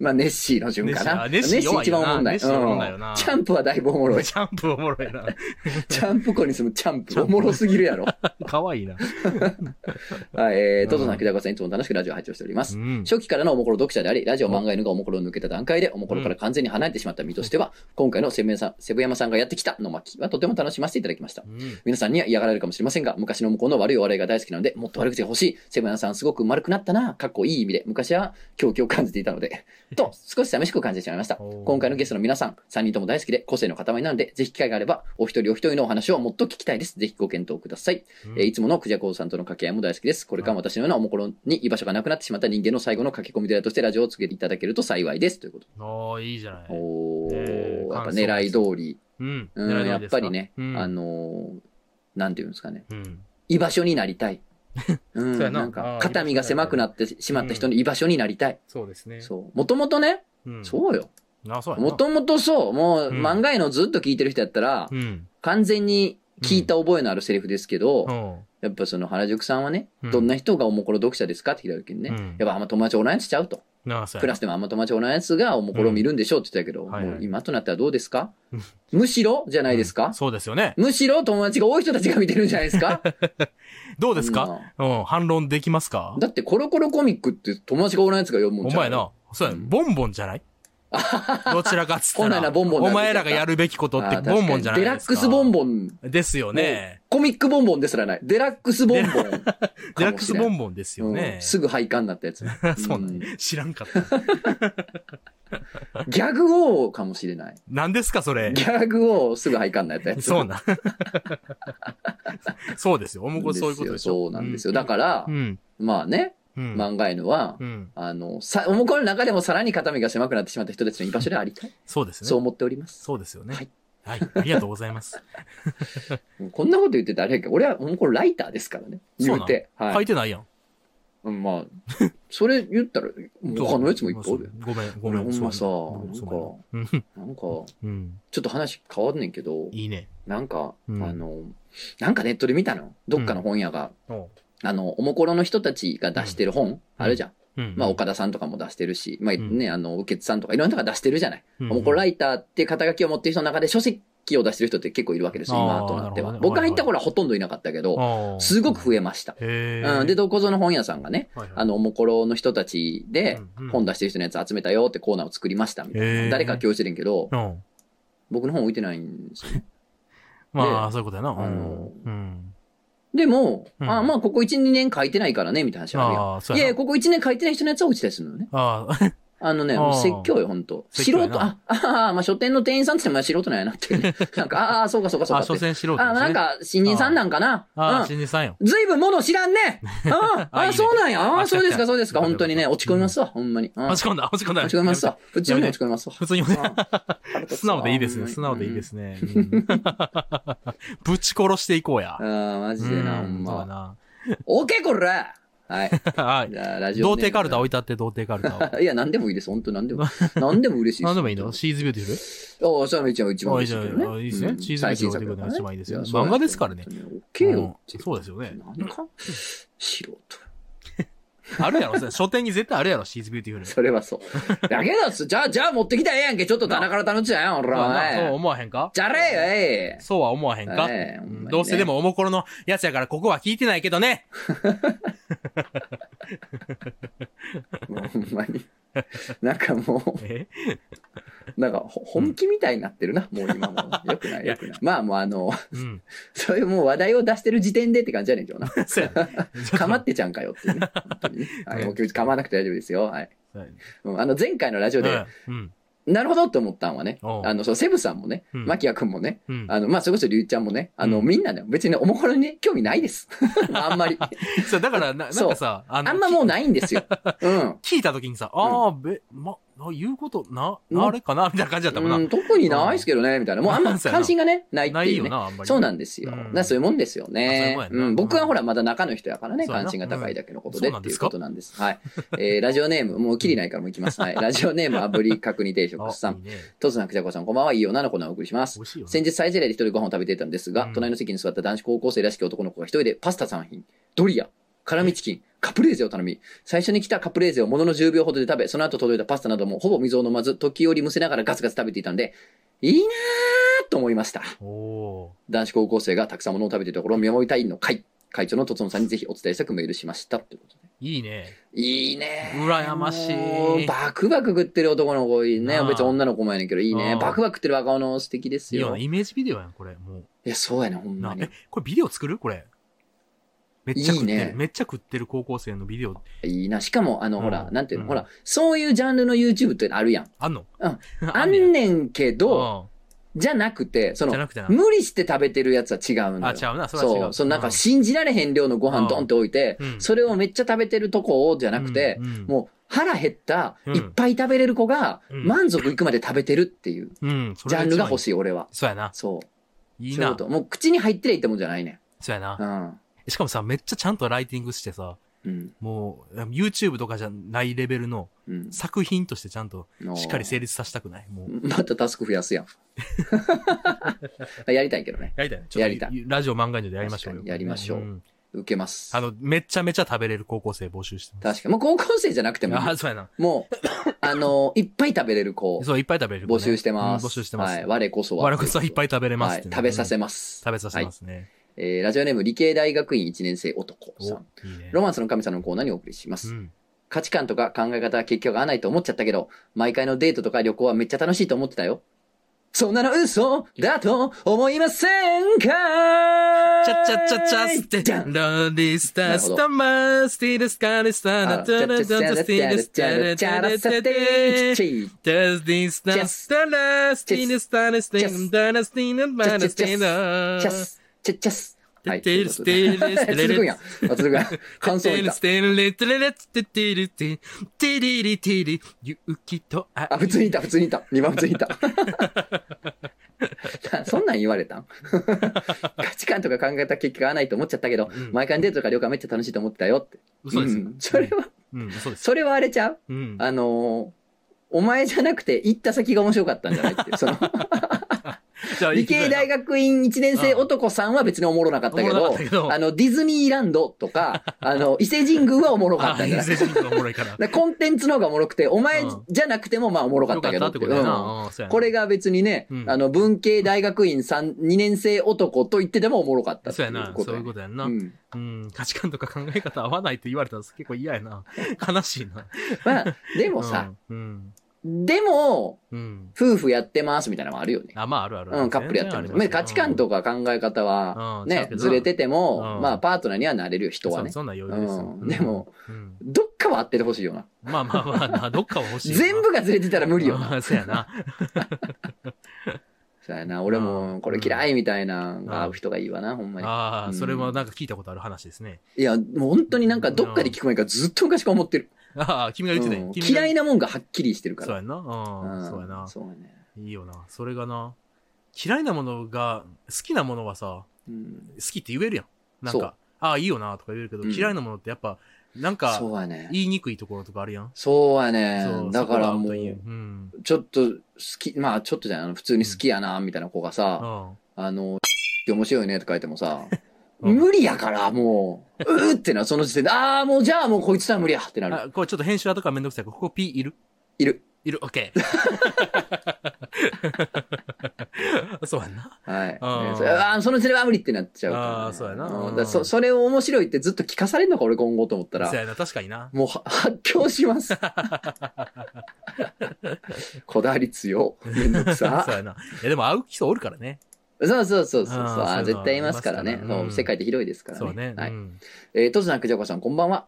[SPEAKER 1] まあ、ネッシーの順かな。
[SPEAKER 2] ネッシーネッシー弱い
[SPEAKER 1] 一
[SPEAKER 2] よ
[SPEAKER 1] 番
[SPEAKER 2] な
[SPEAKER 1] おもんない。
[SPEAKER 2] ネッシーおもんないよな
[SPEAKER 1] うんチャンプはだいぶおも ろい。
[SPEAKER 2] チャンプおもろいな。
[SPEAKER 1] チャンプ子に住むチャン
[SPEAKER 2] チャ
[SPEAKER 1] プ、
[SPEAKER 2] ン
[SPEAKER 1] お
[SPEAKER 2] プ
[SPEAKER 1] もろすぎる やろ。
[SPEAKER 2] かわいいな。
[SPEAKER 1] はい、えー、トトさん、木高さん、いつも楽しくラジオを拝 聴しておりま
[SPEAKER 2] う
[SPEAKER 1] す。
[SPEAKER 2] ん。
[SPEAKER 1] 初期からのおもころ読者であり、ラジオ漫画犬がおもころを抜けた段階で、おもころから完全に離れてしまった身としては、今回のセブヤさんセブヤマさんがやってきたの巻はとても楽しませていただきました。
[SPEAKER 2] うん
[SPEAKER 1] 皆さんには嫌がられるかもしれませんが、昔の向こうの悪いお笑いが大好きなので、もっと悪口が欲しい。セブンアンさんすごく丸くなったな。かっこいい意味で。昔は狂気を感じていたの で。と、少し寂しく感じてしまいました。
[SPEAKER 2] おー
[SPEAKER 1] 今回のゲストの皆さん、3人とも大好きで、個性の塊なので、ぜひ機会があれば、お一人お一人のお話をもっと聞きたいです。ぜひご検討ください。えーいつものクジャコウさんとの掛け合いも大好きです。これからも私のようなおもころに居場所がなくなってしまった人間の最後の駆け込み寺としてラジオをつけていただけると幸いです。ということ。
[SPEAKER 2] ああ、いいじゃない。
[SPEAKER 1] おー、
[SPEAKER 2] えー
[SPEAKER 1] やっぱ狙い通り。
[SPEAKER 2] うん。
[SPEAKER 1] う
[SPEAKER 2] 狙
[SPEAKER 1] ん、
[SPEAKER 2] い
[SPEAKER 1] やっ
[SPEAKER 2] 通りですか
[SPEAKER 1] ぱりね、
[SPEAKER 2] うん
[SPEAKER 1] あのーなんていうんですかね。
[SPEAKER 2] うん。
[SPEAKER 1] 居場所になり たい。う
[SPEAKER 2] そ
[SPEAKER 1] ん、
[SPEAKER 2] うやな
[SPEAKER 1] なん
[SPEAKER 2] あ
[SPEAKER 1] か
[SPEAKER 2] あ、
[SPEAKER 1] 肩身が狭くなってしまった人の居場所になりたい。
[SPEAKER 2] そうですね。
[SPEAKER 1] そう。もともとね、
[SPEAKER 2] うん。
[SPEAKER 1] そうよ。
[SPEAKER 2] あ、そうやな
[SPEAKER 1] もともとそう、もう
[SPEAKER 2] うん
[SPEAKER 1] 漫画へのずっと聞いてる人やったら
[SPEAKER 2] う、ん。
[SPEAKER 1] 完全に聞いた覚えのあるセリフですけ
[SPEAKER 2] う
[SPEAKER 1] ど、
[SPEAKER 2] ん。
[SPEAKER 1] やっぱその原宿さんはね
[SPEAKER 2] うん、
[SPEAKER 1] どんな人がおもころ読者ですかって聞いた時にね
[SPEAKER 2] うん、
[SPEAKER 1] やっぱあんま友達おらんやつちゃうと。
[SPEAKER 2] なあ、そう
[SPEAKER 1] ク
[SPEAKER 2] や
[SPEAKER 1] ラ
[SPEAKER 2] な
[SPEAKER 1] スでもあんま友達おらんやつがおもころ見るんでしょうって言ってたけど、
[SPEAKER 2] うんはいはい
[SPEAKER 1] もう今となってはどうですか
[SPEAKER 2] うん
[SPEAKER 1] むしろじゃないです
[SPEAKER 2] う
[SPEAKER 1] か
[SPEAKER 2] んそうですよね。
[SPEAKER 1] むしろ友達が多い人たちが見てるんじゃないですか
[SPEAKER 2] どう ですか
[SPEAKER 1] うん
[SPEAKER 2] うん、反論できますか
[SPEAKER 1] だってコロコロコミックって友達がおらんやつが読むん
[SPEAKER 2] お
[SPEAKER 1] ちゃう
[SPEAKER 2] 前な、そうや、
[SPEAKER 1] うん
[SPEAKER 2] ボンボンじゃない どちらかっつった
[SPEAKER 1] 本
[SPEAKER 2] ら
[SPEAKER 1] 来ならボンボン
[SPEAKER 2] お
[SPEAKER 1] なんですよ
[SPEAKER 2] 前らがやるべきことっ
[SPEAKER 1] あ
[SPEAKER 2] て
[SPEAKER 1] ー
[SPEAKER 2] ボンボンじゃな
[SPEAKER 1] 確かに
[SPEAKER 2] い
[SPEAKER 1] デラ
[SPEAKER 2] で
[SPEAKER 1] ッ
[SPEAKER 2] すか。
[SPEAKER 1] クスボンボン。
[SPEAKER 2] ですよね。
[SPEAKER 1] コミックボンボンですら ない。デラックスボンボン。
[SPEAKER 2] デラックスボ
[SPEAKER 1] ン
[SPEAKER 2] ンボンですよね。
[SPEAKER 1] すぐ廃刊になったやつ。
[SPEAKER 2] そうなんや知らんかった。
[SPEAKER 1] うんギャグ王かもしれない。
[SPEAKER 2] 何ですか、それ
[SPEAKER 1] ギ。ャグ王すぐ廃刊になったやつ。
[SPEAKER 2] そうなん。 そうですよ。おもこそういうことでしょ。
[SPEAKER 1] そうなんですよ。だから
[SPEAKER 2] う、ん。
[SPEAKER 1] まあね、
[SPEAKER 2] うん。
[SPEAKER 1] 漫画犬は
[SPEAKER 2] う、ん。
[SPEAKER 1] あの、さ、おもこの中でもさらに肩身が狭くなってしまった人たちの居場所でありたい。
[SPEAKER 2] そうです
[SPEAKER 1] そう
[SPEAKER 2] ね。
[SPEAKER 1] 思っております。
[SPEAKER 2] そうですよね
[SPEAKER 1] はい。
[SPEAKER 2] はい。ありがとうございます。
[SPEAKER 1] うんこんなこと言ってたらあれやけど、俺はおもこのライターですからね。言うて。
[SPEAKER 2] 書
[SPEAKER 1] はいい。
[SPEAKER 2] てないやん。
[SPEAKER 1] うんまあ、それ言ったら、他のやつもいっぱいおるよ。
[SPEAKER 2] ごめん、ご
[SPEAKER 1] 俺
[SPEAKER 2] め
[SPEAKER 1] ほ
[SPEAKER 2] ん。
[SPEAKER 1] んまさ、
[SPEAKER 2] そ
[SPEAKER 1] なんか、
[SPEAKER 2] うやなうん
[SPEAKER 1] なんか、ちょ
[SPEAKER 2] うん。
[SPEAKER 1] っと話変わんねんけど、
[SPEAKER 2] いいね。
[SPEAKER 1] なんか、
[SPEAKER 2] うん
[SPEAKER 1] あの、なんかネットで見たのどっかの本屋が、
[SPEAKER 2] おう
[SPEAKER 1] あの、おもころの人たちが出してる本、あるじゃん。
[SPEAKER 2] うん
[SPEAKER 1] まあ、岡田さんとかも出してるし、まあ
[SPEAKER 2] ん
[SPEAKER 1] ね、あの、右傑さんとかいろんな人が出してるじゃない。
[SPEAKER 2] うん
[SPEAKER 1] おもころライターっていう肩書きを持ってる人の中で書籍を出してる人って結構いるわけですよ、
[SPEAKER 2] あ
[SPEAKER 1] 今
[SPEAKER 2] ー
[SPEAKER 1] となっては。
[SPEAKER 2] なるほどね
[SPEAKER 1] 僕が入った頃はほとんどいなかったけど、
[SPEAKER 2] あー
[SPEAKER 1] すごく増えました。
[SPEAKER 2] へー
[SPEAKER 1] うん、で、どこぞの本屋さんがね、
[SPEAKER 2] はいはい
[SPEAKER 1] あの、おもころの人たちで
[SPEAKER 2] うんうん
[SPEAKER 1] 本出してる人のやつ集めたよってコーナーを作りましたみたいな
[SPEAKER 2] へー
[SPEAKER 1] 誰か共有してるんやけど
[SPEAKER 2] う、ん。
[SPEAKER 1] 僕の本置いてないんですよ。
[SPEAKER 2] まあ、そういうことやな。う
[SPEAKER 1] あの
[SPEAKER 2] ん。うん
[SPEAKER 1] でも、
[SPEAKER 2] うん
[SPEAKER 1] あまあ、ここ1、2年書いてないからね、みたいな話あるやん。
[SPEAKER 2] ああ、そう
[SPEAKER 1] いやい
[SPEAKER 2] や
[SPEAKER 1] や、
[SPEAKER 2] な。
[SPEAKER 1] ここ1年書いてない人のやつは落ちたりするのよね。
[SPEAKER 2] ああ、
[SPEAKER 1] あのね、
[SPEAKER 2] あー
[SPEAKER 1] 説教よ、ほんと。素
[SPEAKER 2] 説教や
[SPEAKER 1] 人、
[SPEAKER 2] な
[SPEAKER 1] あ、あーまあ、書店の店員さんって言ってもまあ素人なんやなって いうね。なんか、ああ、そうかそうかそう
[SPEAKER 2] あ
[SPEAKER 1] かっ
[SPEAKER 2] あ、
[SPEAKER 1] て。
[SPEAKER 2] 所詮素人ですね。
[SPEAKER 1] あ、なんか、新人さんなんかな。
[SPEAKER 2] あ
[SPEAKER 1] う
[SPEAKER 2] あ、
[SPEAKER 1] ん。
[SPEAKER 2] 新人さんよ。
[SPEAKER 1] ずいぶんもの知らん ね。うん。ああ、
[SPEAKER 2] あいいね
[SPEAKER 1] そうなんや。あ
[SPEAKER 2] あ
[SPEAKER 1] あ、そうです
[SPEAKER 2] ちゃ
[SPEAKER 1] か、
[SPEAKER 2] う
[SPEAKER 1] そうですか。
[SPEAKER 2] ちゃう
[SPEAKER 1] 本当にね、落ち込みますわ、ほんまに。うん
[SPEAKER 2] 落ち込んだ、落ち込んだ。
[SPEAKER 1] 落ち込みますわ。普通に落ち込みますわ。
[SPEAKER 2] 普通に
[SPEAKER 1] うん
[SPEAKER 2] ね。 素直でいいですね。素直でいいで。すね。うんぶち殺していこうや
[SPEAKER 1] あ。あ、マジでな、ほ
[SPEAKER 2] うん
[SPEAKER 1] ん
[SPEAKER 2] そう
[SPEAKER 1] ま。
[SPEAKER 2] だな。
[SPEAKER 1] オーケー、こらはい。
[SPEAKER 2] はい。
[SPEAKER 1] じゃあ、ラジオネーム。
[SPEAKER 2] 童貞カルタ置いたって童貞カルタを。
[SPEAKER 1] いや、何でもいいです。本当何でも。何でも 嬉しいです。
[SPEAKER 2] 何でもいいのシーズビューティ
[SPEAKER 1] ああ、そういうの一番一番
[SPEAKER 2] あ
[SPEAKER 1] 嬉
[SPEAKER 2] いい
[SPEAKER 1] し
[SPEAKER 2] じ
[SPEAKER 1] い
[SPEAKER 2] ゃん
[SPEAKER 1] けどね。
[SPEAKER 2] あいいですねチーズ
[SPEAKER 1] 最新作
[SPEAKER 2] ビートが出てくるのが一番いいですよ
[SPEAKER 1] やそうなん
[SPEAKER 2] 漫画ですからね
[SPEAKER 1] 本当に OK
[SPEAKER 2] フル
[SPEAKER 1] よ。
[SPEAKER 2] うんそうですよね。
[SPEAKER 1] なんか、素人。
[SPEAKER 2] あるやろ書店に絶対あるやろシーズビューティフル。
[SPEAKER 1] それはそう。だけど、じゃあ、じゃあ持ってきたらええやんけ。ちょっと棚から頼んじゃん、ほ
[SPEAKER 2] まあまあそう
[SPEAKER 1] ら、おい。
[SPEAKER 2] 思わへんか
[SPEAKER 1] じゃれよ、え
[SPEAKER 2] そうは思わへんか、
[SPEAKER 1] ええほんまにね
[SPEAKER 2] どうせでもおもころのやつやからここは聞いてないけどね
[SPEAKER 1] え。もうほんまに。なんかも
[SPEAKER 2] え
[SPEAKER 1] う、なんかほ本気みたいになってるな、もう今も。よく ない、よくない。まあもうあの、
[SPEAKER 2] うん。
[SPEAKER 1] そういうもう話題を出してる時点でって感じやねんけどな。
[SPEAKER 2] そうや
[SPEAKER 1] かまってちゃんかよっていうね。本当にね はい、もうかまわなくて大丈夫ですよ。はい。
[SPEAKER 2] そうやね
[SPEAKER 1] うんあの、前回のラジオで、
[SPEAKER 2] うんうん。
[SPEAKER 1] なるほどって思ったんはね、
[SPEAKER 2] おう
[SPEAKER 1] あの、そう、セブさんもね、
[SPEAKER 2] うん
[SPEAKER 1] マキヤ君もね、
[SPEAKER 2] うん
[SPEAKER 1] あの、まあ、それこそリュウちゃんもね、あの、
[SPEAKER 2] うん
[SPEAKER 1] みんなね、別におもころにね、興味ないです。 あ んまり。
[SPEAKER 2] そう、だからな、なんかさ、あ
[SPEAKER 1] あんまもうないんですよ。うん。
[SPEAKER 2] 聞いたときにさ、ああ、べ、ま、な言うこと、な、
[SPEAKER 1] うん
[SPEAKER 2] あれかなみたいな感じ だったもんな。
[SPEAKER 1] うん、特にないですけどね、みたいな。もうあんま関心がね、ないって
[SPEAKER 2] ない
[SPEAKER 1] いう
[SPEAKER 2] よ
[SPEAKER 1] ね。
[SPEAKER 2] な、あんまり。
[SPEAKER 1] そう
[SPEAKER 2] な
[SPEAKER 1] なんですよ。
[SPEAKER 2] う
[SPEAKER 1] だか
[SPEAKER 2] ん
[SPEAKER 1] らそういうもんですよね。
[SPEAKER 2] まあそういうもんやな
[SPEAKER 1] うん、僕はほら、まだ中の人やからね、
[SPEAKER 2] そうや
[SPEAKER 1] 関
[SPEAKER 2] な
[SPEAKER 1] 心が高いだけのことで
[SPEAKER 2] うん
[SPEAKER 1] っていうことなんです。はい。えー、ラジオネーム、もう切りないからもういきます。 はい。ラジオネーム、炙り角煮定食さ
[SPEAKER 2] い
[SPEAKER 1] ん。
[SPEAKER 2] いね。
[SPEAKER 1] とつなくじゃこさん、こんばんは。いい女の子のお送りします
[SPEAKER 2] 美。味しいよな。
[SPEAKER 1] 先日サイゼリヤで一人ご飯を食べていたんですが、
[SPEAKER 2] うん
[SPEAKER 1] 隣の席に座った男子高校生らしき男の子が一人でパスタ3品、ドリア、辛味チキン、カプレーゼを頼み、最初に来たカプレーゼをものの10秒ほどで食べ、その後届いたパスタなどもほぼ水を飲まず、時折むせながらガツガツ食べていたんで、いいなーと思いました。
[SPEAKER 2] おお
[SPEAKER 1] 男子高校生がたくさんものを食べているところを見守りたいの会、会長のとつのさんにぜひお伝えしたくメールしました。ということで
[SPEAKER 2] ーいいね。
[SPEAKER 1] いいねー。
[SPEAKER 2] 羨ましい
[SPEAKER 1] もうバクバク食ってる男の子いいね
[SPEAKER 2] な。あ
[SPEAKER 1] 別に女の子もやねんけど、いいね
[SPEAKER 2] う。ん
[SPEAKER 1] バクバク食ってる若者素敵です
[SPEAKER 2] いいよ
[SPEAKER 1] よ。
[SPEAKER 2] な、
[SPEAKER 1] い
[SPEAKER 2] イメージビデオやん、これ。も
[SPEAKER 1] や、そうやね、ほん
[SPEAKER 2] う。な
[SPEAKER 1] ま、に
[SPEAKER 2] え。、これビデオ作るこれ。めっちゃ食ってる
[SPEAKER 1] いいね
[SPEAKER 2] めっちゃ食ってる高校生のビデオ、
[SPEAKER 1] いいな。しかも、あの、
[SPEAKER 2] うん
[SPEAKER 1] ほら、なんていうの、
[SPEAKER 2] うん
[SPEAKER 1] ほら、そういうジャンルの YouTube ってあるやん。
[SPEAKER 2] あんの
[SPEAKER 1] うんあ
[SPEAKER 2] ねや
[SPEAKER 1] んねんけど、
[SPEAKER 2] うん
[SPEAKER 1] じゃなくて、そ
[SPEAKER 2] じゃ
[SPEAKER 1] の、
[SPEAKER 2] なくてな。
[SPEAKER 1] 無理して食べてるやつは違うんだ
[SPEAKER 2] あ、
[SPEAKER 1] よ。
[SPEAKER 2] 違うな、それは
[SPEAKER 1] そ
[SPEAKER 2] 違う。
[SPEAKER 1] う、そのなん
[SPEAKER 2] う
[SPEAKER 1] か信じられへん量のご
[SPEAKER 2] うん
[SPEAKER 1] 飯ドンって置いて
[SPEAKER 2] う、ん
[SPEAKER 1] それをめっちゃ食べてるとこをじゃなくて
[SPEAKER 2] う、ん
[SPEAKER 1] もう腹減った、
[SPEAKER 2] うん
[SPEAKER 1] いっぱい食べれる子が
[SPEAKER 2] うん
[SPEAKER 1] 満足いくまで食べてるっていう
[SPEAKER 2] うんうん、そ
[SPEAKER 1] ジ
[SPEAKER 2] れ
[SPEAKER 1] ャンルが欲
[SPEAKER 2] いい。
[SPEAKER 1] しい、俺は。
[SPEAKER 2] そうやな。
[SPEAKER 1] そう。
[SPEAKER 2] いい
[SPEAKER 1] そういうこ。
[SPEAKER 2] な
[SPEAKER 1] と。もう口に入ってりゃいいってもんじゃないね。
[SPEAKER 2] そうやな
[SPEAKER 1] う。ん。
[SPEAKER 2] しかもさ、めっちゃちゃんとライティングしてさ、
[SPEAKER 1] うん。
[SPEAKER 2] もう、YouTube とかじゃないレベルの
[SPEAKER 1] うん。
[SPEAKER 2] 作品としてちゃんと
[SPEAKER 1] の
[SPEAKER 2] しっかり成立させたくないもう。
[SPEAKER 1] またタスク増やすや ん。やりたいけどね。
[SPEAKER 2] やりたいね。ちょっと
[SPEAKER 1] やりたい
[SPEAKER 2] ラジオ漫画でやりましょうよ
[SPEAKER 1] 確か。にやりましょうん受けます。
[SPEAKER 2] あの、めっちゃめちゃ食べれる高校生募集してます。
[SPEAKER 1] 確かに。もう高校生じゃなくてもいい、
[SPEAKER 2] あ、そうやな。
[SPEAKER 1] もう、あの、いっぱい食べれる子、
[SPEAKER 2] そう、いっぱい食べれる子
[SPEAKER 1] 募
[SPEAKER 2] ね、
[SPEAKER 1] 集してます。
[SPEAKER 2] うん募集してます。
[SPEAKER 1] はい。我こそは。
[SPEAKER 2] 我こそはいっぱい食べれます
[SPEAKER 1] はい。食べさせ
[SPEAKER 2] ます。
[SPEAKER 1] ます。
[SPEAKER 2] 食べさせますね。
[SPEAKER 1] えーラジオネーム、理系大学院1年生男さん。
[SPEAKER 2] お、いいね。
[SPEAKER 1] ロマンスの神様のコーナーにお送りします。
[SPEAKER 2] うん。
[SPEAKER 1] 価値観とか考え方は結局合わないと思っちゃったけど、毎回のデートとか旅行はめっちゃ楽しいと思ってたよ。そんなの嘘だと思いませんか
[SPEAKER 2] チャチャチャチャステ
[SPEAKER 1] じゃん
[SPEAKER 2] ロンリースタースタマースティールスカルスター
[SPEAKER 1] あ
[SPEAKER 2] ナ
[SPEAKER 1] チャチャ
[SPEAKER 2] トラ
[SPEAKER 1] チ
[SPEAKER 2] ザ
[SPEAKER 1] ャ
[SPEAKER 2] ザス
[SPEAKER 1] チ
[SPEAKER 2] ティー
[SPEAKER 1] ャ
[SPEAKER 2] ルス
[SPEAKER 1] チ
[SPEAKER 2] タ
[SPEAKER 1] ャ
[SPEAKER 2] ー
[SPEAKER 1] チ
[SPEAKER 2] チ
[SPEAKER 1] ャラ
[SPEAKER 2] ャラ
[SPEAKER 1] サ
[SPEAKER 2] サ
[SPEAKER 1] テ
[SPEAKER 2] テ
[SPEAKER 1] ー
[SPEAKER 2] ー
[SPEAKER 1] チー
[SPEAKER 2] Does this not
[SPEAKER 1] Just-
[SPEAKER 2] stunner, stinner, stunner, stinner,
[SPEAKER 1] Just-
[SPEAKER 2] stunner, stinner, stunner,
[SPEAKER 1] Just-
[SPEAKER 2] stinner.
[SPEAKER 1] チャス、チャチャス。はい。ということで
[SPEAKER 2] Still, still,
[SPEAKER 1] 続くんや。続くんや。感想
[SPEAKER 2] Still,
[SPEAKER 1] 言った。
[SPEAKER 2] still, little, little, little, little, little, little, 勇気と愛
[SPEAKER 1] あ、普通にいた、普通にいた。2番普通にいた。そんなん言われたん価値観とか考えた結果がないと思っちゃったけど、
[SPEAKER 2] うん
[SPEAKER 1] 毎回デートとか旅行はめっちゃ楽しいと思ってたよって。
[SPEAKER 2] 嘘ですよ
[SPEAKER 1] ん。それは、
[SPEAKER 2] うん、嘘です。
[SPEAKER 1] それはあれちゃう
[SPEAKER 2] うん。
[SPEAKER 1] あのーお前じゃなくて行った先が面白かったんじゃないっていう。そ の、
[SPEAKER 2] じゃあ
[SPEAKER 1] 理系大学院1年生男さんは別におもろなかったけ
[SPEAKER 2] おもろなか
[SPEAKER 1] ど
[SPEAKER 2] ったけ、ど
[SPEAKER 1] あの、ディズニーランドと か、あの、伊勢神宮はおもろかったんじゃ
[SPEAKER 2] あ、
[SPEAKER 1] ない
[SPEAKER 2] 全然おもろいから。
[SPEAKER 1] だからコンテンツの方がおもろくて、お前
[SPEAKER 2] うん
[SPEAKER 1] じゃなくてもまあおもろかっ
[SPEAKER 2] よ
[SPEAKER 1] た
[SPEAKER 2] かっ
[SPEAKER 1] けど
[SPEAKER 2] たっ
[SPEAKER 1] ってて
[SPEAKER 2] ことや
[SPEAKER 1] うん
[SPEAKER 2] な。うんそうやな
[SPEAKER 1] これが別にね、
[SPEAKER 2] うん
[SPEAKER 1] あの、文系大学院三2年生男と言ってでもおもろかったって
[SPEAKER 2] そ
[SPEAKER 1] い
[SPEAKER 2] うやな
[SPEAKER 1] う。こと
[SPEAKER 2] そう
[SPEAKER 1] や
[SPEAKER 2] いう
[SPEAKER 1] ね
[SPEAKER 2] ことやんな。
[SPEAKER 1] うん
[SPEAKER 2] うん、価値観とか考え方合わないって言われたら結構嫌やな。悲しいな。
[SPEAKER 1] まあ、でもさ、
[SPEAKER 2] うん、うん。
[SPEAKER 1] でも、
[SPEAKER 2] うん。
[SPEAKER 1] 夫婦やってますみたいなのもあるよね。
[SPEAKER 2] あ、まあ、あるある。
[SPEAKER 1] うん、カップルやってます。
[SPEAKER 2] 全然あり
[SPEAKER 1] 価値観とか考え方は
[SPEAKER 2] う、ん
[SPEAKER 1] ね
[SPEAKER 2] う、ん
[SPEAKER 1] ずれてて
[SPEAKER 2] う
[SPEAKER 1] も、
[SPEAKER 2] ん
[SPEAKER 1] まあ、パートナーにはなれる人はね
[SPEAKER 2] そ。そんな余裕ですよ
[SPEAKER 1] う。ん。でも、
[SPEAKER 2] うん、
[SPEAKER 1] どっかは合っててほしいよな。
[SPEAKER 2] まあまあまあな、どっかは欲しいよな。
[SPEAKER 1] 全部がずれてたら無理よな。
[SPEAKER 2] な。そう やな。
[SPEAKER 1] そうやな、俺もこれ嫌いみたいなのが合う人がいいわな、ほんまに。
[SPEAKER 2] ああ、
[SPEAKER 1] うん
[SPEAKER 2] それもなんか聞いたことある話ですね。
[SPEAKER 1] いや、もう本当になんかどっかで聞く前からずっと昔から思ってる。
[SPEAKER 2] ああ、君が言ってた
[SPEAKER 1] うん
[SPEAKER 2] よ。君が
[SPEAKER 1] 嫌いなもんがはっきりしてるか
[SPEAKER 2] そう
[SPEAKER 1] ら。
[SPEAKER 2] やんな。うん、そうやな。
[SPEAKER 1] そうやね。
[SPEAKER 2] いいよな。それがな、嫌いなものが、好きなものはさ、
[SPEAKER 1] うん
[SPEAKER 2] 好きって言えるやん。なん
[SPEAKER 1] そう
[SPEAKER 2] か、ああ、いいよなとか言えるけど、
[SPEAKER 1] うん
[SPEAKER 2] 嫌いなものってやっぱ、なんか、
[SPEAKER 1] そうやね。
[SPEAKER 2] 言いにくいところとかあるやん。
[SPEAKER 1] そうや
[SPEAKER 2] そ
[SPEAKER 1] ね。
[SPEAKER 2] う
[SPEAKER 1] だからも
[SPEAKER 2] そこが本当に
[SPEAKER 1] う、
[SPEAKER 2] うん。
[SPEAKER 1] ちょっと好き、まあちょっとじゃない、あの普通に好きやな、みたいな子が
[SPEAKER 2] う
[SPEAKER 1] さ、
[SPEAKER 2] ん。
[SPEAKER 1] あの、って面白いねって書いてもさ、
[SPEAKER 2] うん
[SPEAKER 1] 無理やから、もう、うーってな、その時点で、ああ、もうじゃあもうこいつとは無理やってなる。
[SPEAKER 2] あ、これちょっと編集後からめんどくさいからここ P いる
[SPEAKER 1] いる。
[SPEAKER 2] いる、オ ッケー。そうやんな。
[SPEAKER 1] はい。ね
[SPEAKER 2] あー
[SPEAKER 1] それあーその時点では無理ってなっちゃうからね、
[SPEAKER 2] あーそうやなん
[SPEAKER 1] だからそそれを面白いってずっと聞かされるのか、俺今後と思ったら
[SPEAKER 2] そう。やな、確かにな。
[SPEAKER 1] もうは発狂します。 こだわり強。めんどく
[SPEAKER 2] そう
[SPEAKER 1] さ。
[SPEAKER 2] やな。いや、でも会う人おるからね。
[SPEAKER 1] そうそうそうそうそう。
[SPEAKER 2] あーそう
[SPEAKER 1] あー
[SPEAKER 2] いうの
[SPEAKER 1] 絶対いますから
[SPEAKER 2] い
[SPEAKER 1] ね
[SPEAKER 2] ま。すから
[SPEAKER 1] も
[SPEAKER 2] う
[SPEAKER 1] うん世界って広いですからね。
[SPEAKER 2] そうね。
[SPEAKER 1] はい。
[SPEAKER 2] うん
[SPEAKER 1] えー、とずなくじゃこさん、こんばんは。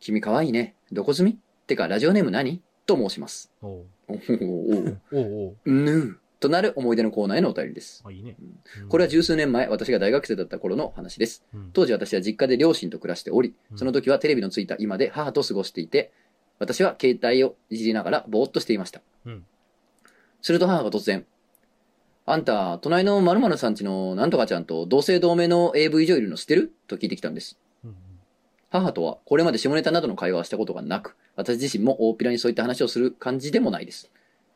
[SPEAKER 1] 君かわいいね。どこ住みてか、ラジオネーム何と申します。
[SPEAKER 2] おう
[SPEAKER 1] おー
[SPEAKER 2] おうお
[SPEAKER 1] お
[SPEAKER 2] う
[SPEAKER 1] ーぬー。となる思い出のコーナーへのお便りです。
[SPEAKER 2] あ、いいね。
[SPEAKER 1] これは
[SPEAKER 2] は、
[SPEAKER 1] 十数年前、私が大学生だった頃の話です。
[SPEAKER 2] うん
[SPEAKER 1] 当時私は実家で両親と暮らしており、
[SPEAKER 2] うん
[SPEAKER 1] その時はテレビのついた今で母と過ごしていて、私は携帯をいじりながらぼーっとしていました。
[SPEAKER 2] うん
[SPEAKER 1] すると母が突然、あんた、隣の〇〇さんちのなんとかちゃんと同姓同名の AV 女優いるの知ってると聞いてきたんです。
[SPEAKER 2] うん
[SPEAKER 1] 母とはこれまで下ネタなどの会話はしたことがなく、私自身も大っぴらにそういった話をする感じでもないです。